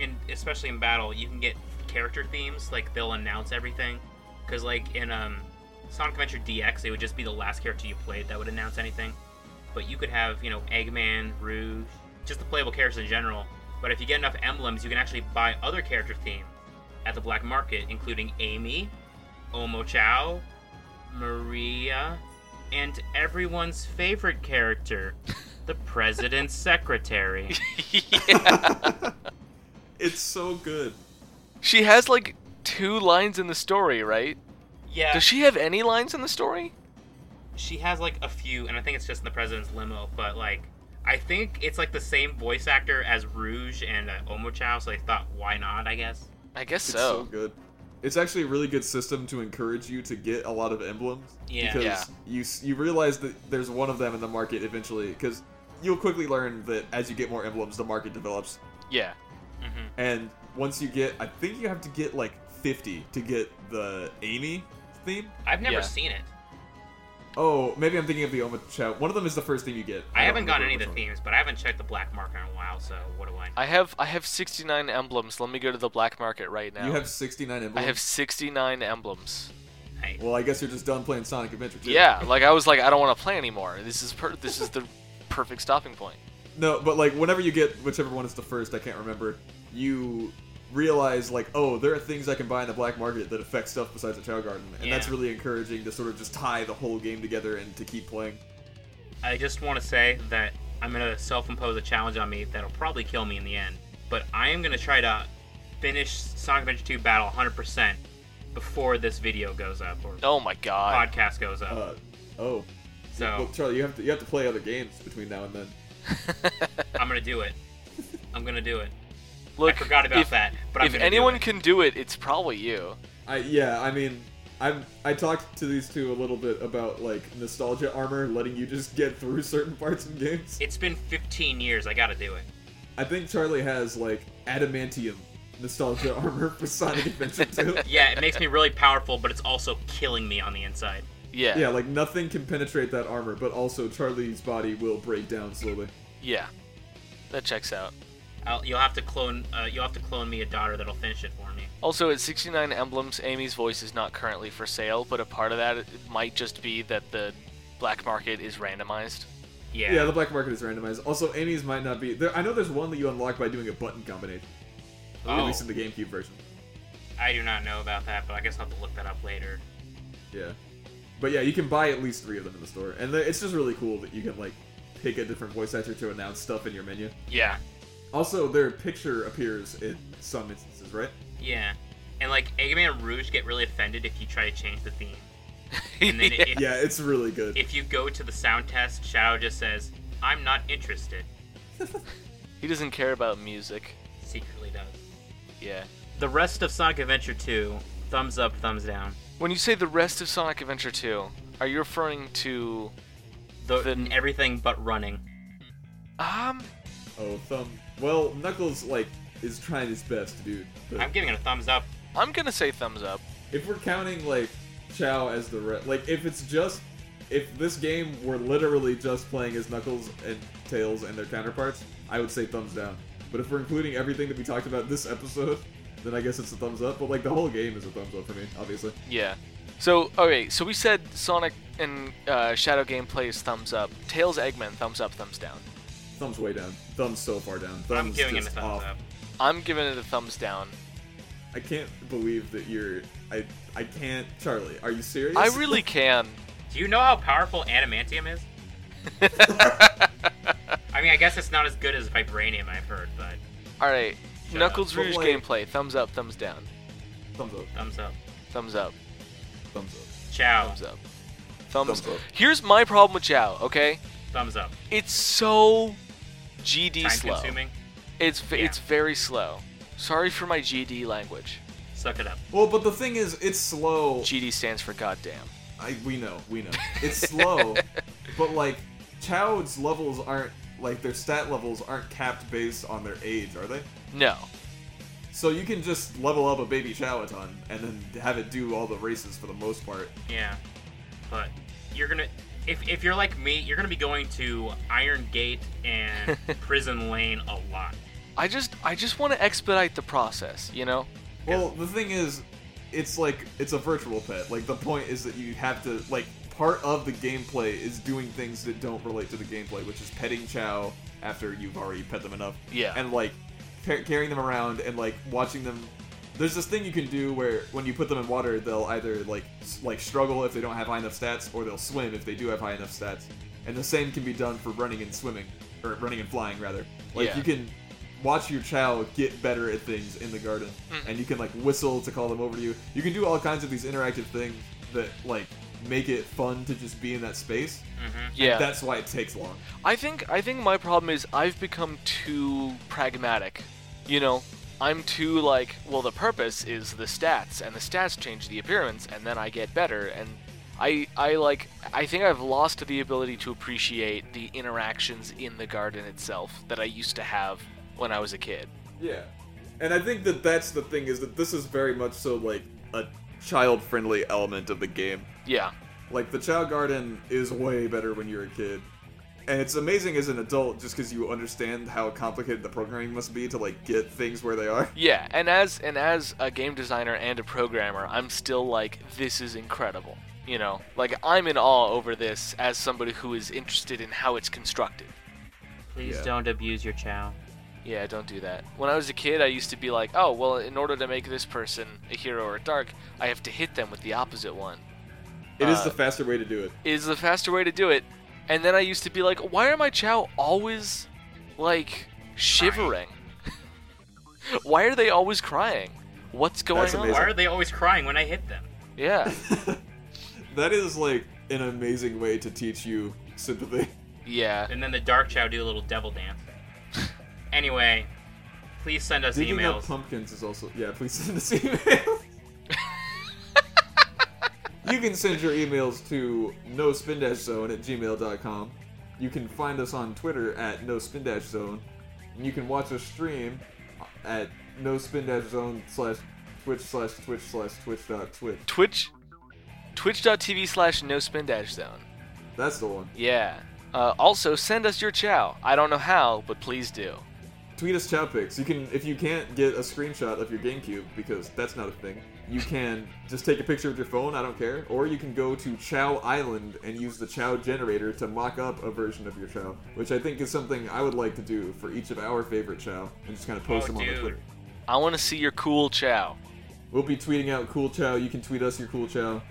S1: and especially in battle, you can get character themes. Like they'll announce everything, because like in um, Sonic Adventure DX, it would just be the last character you played that would announce anything. But you could have you know Eggman, Rouge, just the playable characters in general. But if you get enough emblems, you can actually buy other character themes at the black market, including Amy, Omo Chow, Maria, and everyone's favorite character, the president's secretary.
S2: It's so good.
S3: She has like two lines in the story, right?
S1: Yeah,
S3: Does she have any lines in the story?
S1: she has like a few, and I think it's just in the president's limo. But like, I think it's like the same voice actor as Rouge and uh, Omo Chow, so they thought, why not? I guess.
S3: I guess
S2: It's
S3: so.
S2: so good. It's actually a really good system to encourage you to get a lot of emblems.
S1: Yeah.
S2: Because
S3: Yeah.
S2: you s- you realize that there's one of them in the market eventually. Because you'll quickly learn that as you get more emblems, the market develops.
S3: Yeah.
S1: hmm
S2: And once you get, I think you have to get like 50 to get the Amy theme.
S1: I've never
S3: Yeah.
S1: seen it.
S2: Oh, maybe I'm thinking of the Oma Chow. One of them is the first thing you get.
S1: I,
S2: don't
S1: haven't gotten any of
S2: remember
S1: the
S2: which
S1: themes, but I haven't checked the black market in a while. So what do I? know?
S3: I have I have 69 emblems. Let me go to the black market right now.
S2: one. You have 69 emblems.
S3: I have 69 emblems.
S1: Hey.
S2: Well, I guess you're just done playing Sonic Adventure 2.
S3: Yeah, like I was like I don't want to play anymore. This is per- this is the perfect stopping point.
S2: No, but like whenever you get whichever one is the first, I can't remember. You realize like, oh, there are things I can buy in the black market that affect stuff besides the Chow Garden, and that's
S1: Yeah.
S2: really encouraging to sort of just tie the whole game together and to keep playing.
S1: I just want to say that I'm gonna self-impose a challenge on me that'll probably kill me in the end. But I am gonna try to finish Sonic Adventure 2 Battle 100% before this video goes up or
S3: Oh my god.
S1: podcast goes up.
S2: Uh, oh, well,
S1: so
S2: Charlie, you have to you have to play other games between now and then.
S1: I'm gonna do it. I'm gonna do it.
S3: Look,
S1: I forgot about
S3: if,
S1: that. But I'm
S3: if
S1: gonna do
S3: anyone
S1: it.
S3: can do it, it's probably you.
S2: I yeah, I mean, I'm I talked to these two a little bit about like nostalgia armor, letting you just get through certain parts in games.
S1: it's been 15 years. I gotta do it.
S2: I think Charlie has like adamantium nostalgia <laughs> armor for Sonic Adventure 2.
S1: Yeah, it makes me really powerful, but it's also killing me on the inside.
S3: Yeah.
S2: Yeah,
S3: Yeah.
S2: like nothing can penetrate that armor, but also Charlie's body will break down slowly.
S3: That checks out.
S1: I'll, you'll have to clone. Uh, you'll have to clone me a daughter that'll finish it for me.
S3: Also, at 69 emblems, Amy's voice is not currently for sale, but a part of that it might just be that the black market is randomized.
S1: Yeah.
S2: Yeah, the black market is randomized. Also, Amy's might not be there. I know there's one that you unlock by doing a button combination, at
S1: oh,
S2: least in the GameCube version.
S1: I do not know about that, but I guess I'll have to look that up later.
S2: Yeah, but yeah, you can buy at least three of them in the store, and the- it's just really cool that you can like pick a different voice actor to announce stuff in your menu.
S3: Yeah.
S2: Also, their picture appears in some instances, right?
S1: Yeah. And like Eggman and Rouge get really offended if you try to change the theme. And
S3: <laughs>
S1: then if,
S2: Yeah, it's really good.
S1: if you go to the sound test, Shadow just says, I'm not interested.
S3: He doesn't care about music.
S1: Secretly does.
S3: Yeah.
S1: The rest of Sonic Adventure 2, thumbs up, thumbs down.
S3: When you say the rest of Sonic Adventure 2, are you referring to
S1: The,
S3: Then-
S1: everything but running.
S3: um
S2: Oh, thumb. Well, Knuckles like is trying his best, dude. but-
S1: I'm giving it a thumbs up.
S3: I'm going to say thumbs up.
S2: if we're counting like Chow as the re- like if it's just if this game were literally just playing as Knuckles and Tails and their counterparts, I would say thumbs down. But if we're including everything that we talked about this episode, then I guess it's a thumbs up. But like the whole game is a thumbs up for me, obviously.
S3: Yeah. So, okay, so we said Sonic and uh, Shadow gameplay is thumbs up. Tails Eggman, thumbs up, thumbs down.
S2: Thumbs way down. Thumbs so far down. Thumbs
S1: I'm giving it a
S2: just
S1: thumbs
S2: off.
S1: up.
S3: I'm giving it a thumbs down.
S2: I can't believe that you're. I I can't. Charlie, are you serious?
S3: I really can.
S1: Do you know how powerful Adamantium is? I mean, I guess it's not as good as Vibranium, I've heard, but
S2: <laughs>
S3: All right.
S1: Shut
S3: Knuckles
S2: up. But
S3: Rouge
S2: like-
S3: gameplay, thumbs up, thumbs down.
S2: thumbs up.
S1: thumbs up.
S3: Thumbs up,
S2: Thumbs up.
S1: Ciao.
S3: thumbs up. Thumbs,
S2: Thumbs up.
S3: Here's my problem with Chow, okay?
S1: Thumbs up.
S3: It's so GD
S1: Time
S3: slow.
S1: consuming.
S3: It's v-
S1: Yeah.
S3: it's very slow. Sorry for my GD language.
S1: Suck it up.
S2: Well, but the thing is, it's slow.
S3: GD stands for goddamn.
S2: I we know, we know. It's slow, but like Child's levels aren't like their stat levels aren't capped based on their age, are they?
S3: No.
S2: So you can just level up a baby Chalaton and then have it do all the races for the most part.
S1: Yeah, but you're gonna if if you're like me, you're gonna be going to Iron Gate and Prison Lane a lot.
S3: I just I just want to expedite the process, you know?
S2: Well, the thing is, it's like it's a virtual pet. Like the point is that you have to like part of the gameplay is doing things that don't relate to the gameplay, which is petting Chow after you've already pet them enough.
S3: Yeah.
S2: And like car- carrying them around and like watching them. There's this thing you can do where when you put them in water, they'll either like s- like struggle if they don't have high enough stats, or they'll swim if they do have high enough stats. And the same can be done for running and swimming, or running and flying rather. Like
S3: Yeah.
S2: you can watch your child get better at things in the garden and you can like whistle to call them over to you you can do all kinds of these interactive things that like make it fun to just be in that space
S1: Mm-hmm.
S3: Yeah.
S2: that's why it takes long
S3: I think I think my problem is I've become too pragmatic. You know, I'm too like, well, the purpose is the stats, and the stats change the appearance, and then I get better. And I I like I think I've lost the ability to appreciate the interactions in the garden itself that I used to have when I was a kid.
S2: yeah and i think that that's the thing is that this is very much so like a child friendly element of the game
S3: Yeah.
S2: Like the Chow Garden is way better when you're a kid. And it's amazing as an adult just because you understand how complicated the programming must be to like get things where they are.
S3: Yeah, and as and as a game designer and a programmer, I'm still like this is incredible. You know, like I'm in awe over this as somebody who is interested in how it's constructed.
S1: Please
S2: Yeah.
S1: don't abuse your chow.
S3: Yeah, don't do that. When I was a kid, I used to be like, oh, well, in order to make this person a hero or a dark, I have to hit them with the opposite one.
S2: It is
S3: Uh,
S2: the faster way to do it.
S3: Is the faster way to do it. And then I used to be like, why are my Chow always, like, shivering? <laughs> why are they always crying? What's going
S2: That's
S3: on?
S2: amazing.
S1: Why are they always crying when I hit them?
S3: Yeah, <laughs>
S2: That is like an amazing way to teach you sympathy.
S3: yeah.
S1: And then the dark chow do a little devil dance. anyway, please send us
S2: Digging up
S1: emails.
S2: pumpkins is also yeah. Please send us <laughs> emails. you can send your emails to no zone at gmail.com. You can find us on Twitter at no zone. And you can watch us stream at no zone slash twitch slash twitch slash twitch dot twitch.
S3: Twitch, twitch.tv slash no spin dash zone.
S2: That's the one.
S3: Yeah. Uh, also, send us your Chow. I don't know how, but please do.
S2: Tweet us chow pics. You can if you can't get a screenshot of your GameCube because that's not a thing. You can just take a picture with your phone. I don't care. Or you can go to Chow Island and use the Chow generator to mock up a version of your Chow, which I think is something I would like to do for each of our favorite Chow and just kind of post
S1: Oh,
S2: them on the
S1: dude.
S2: Twitter.
S3: I want to see your cool Chow.
S2: We'll be tweeting out cool Chow. You can tweet us your cool Chow.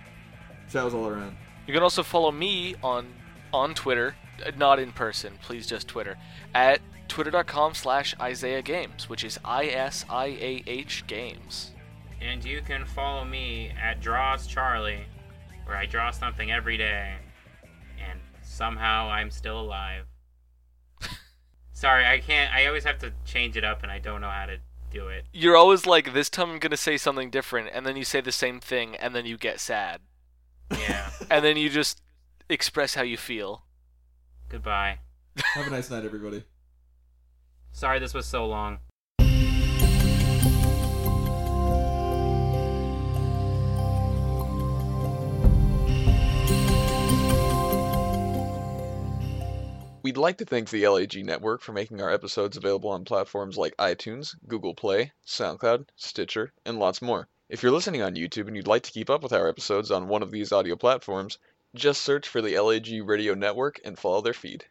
S2: Chow's all around.
S3: You can also follow me on on Twitter, uh, not in person, please just Twitter, at twitter.com slash Isaiah Games, which is I S I A H Games.
S1: and you can follow me at Draws Charlie, where I draw something every day, and somehow I'm still alive. Sorry, I can't. I always have to change it up, and I don't know how to do it.
S3: You're always like, this time I'm going to say something different, and then you say the same thing, and then you get sad.
S1: Yeah.
S3: And then you just express how you feel.
S1: Goodbye.
S2: Have a nice night, everybody.
S1: Sorry this was so long.
S4: We'd like to thank the LAG Network for making our episodes available on platforms like iTunes, Google Play, SoundCloud, Stitcher, and lots more. If you're listening on YouTube and you'd like to keep up with our episodes on one of these audio platforms, just search for the LAG Radio Network and follow their feed.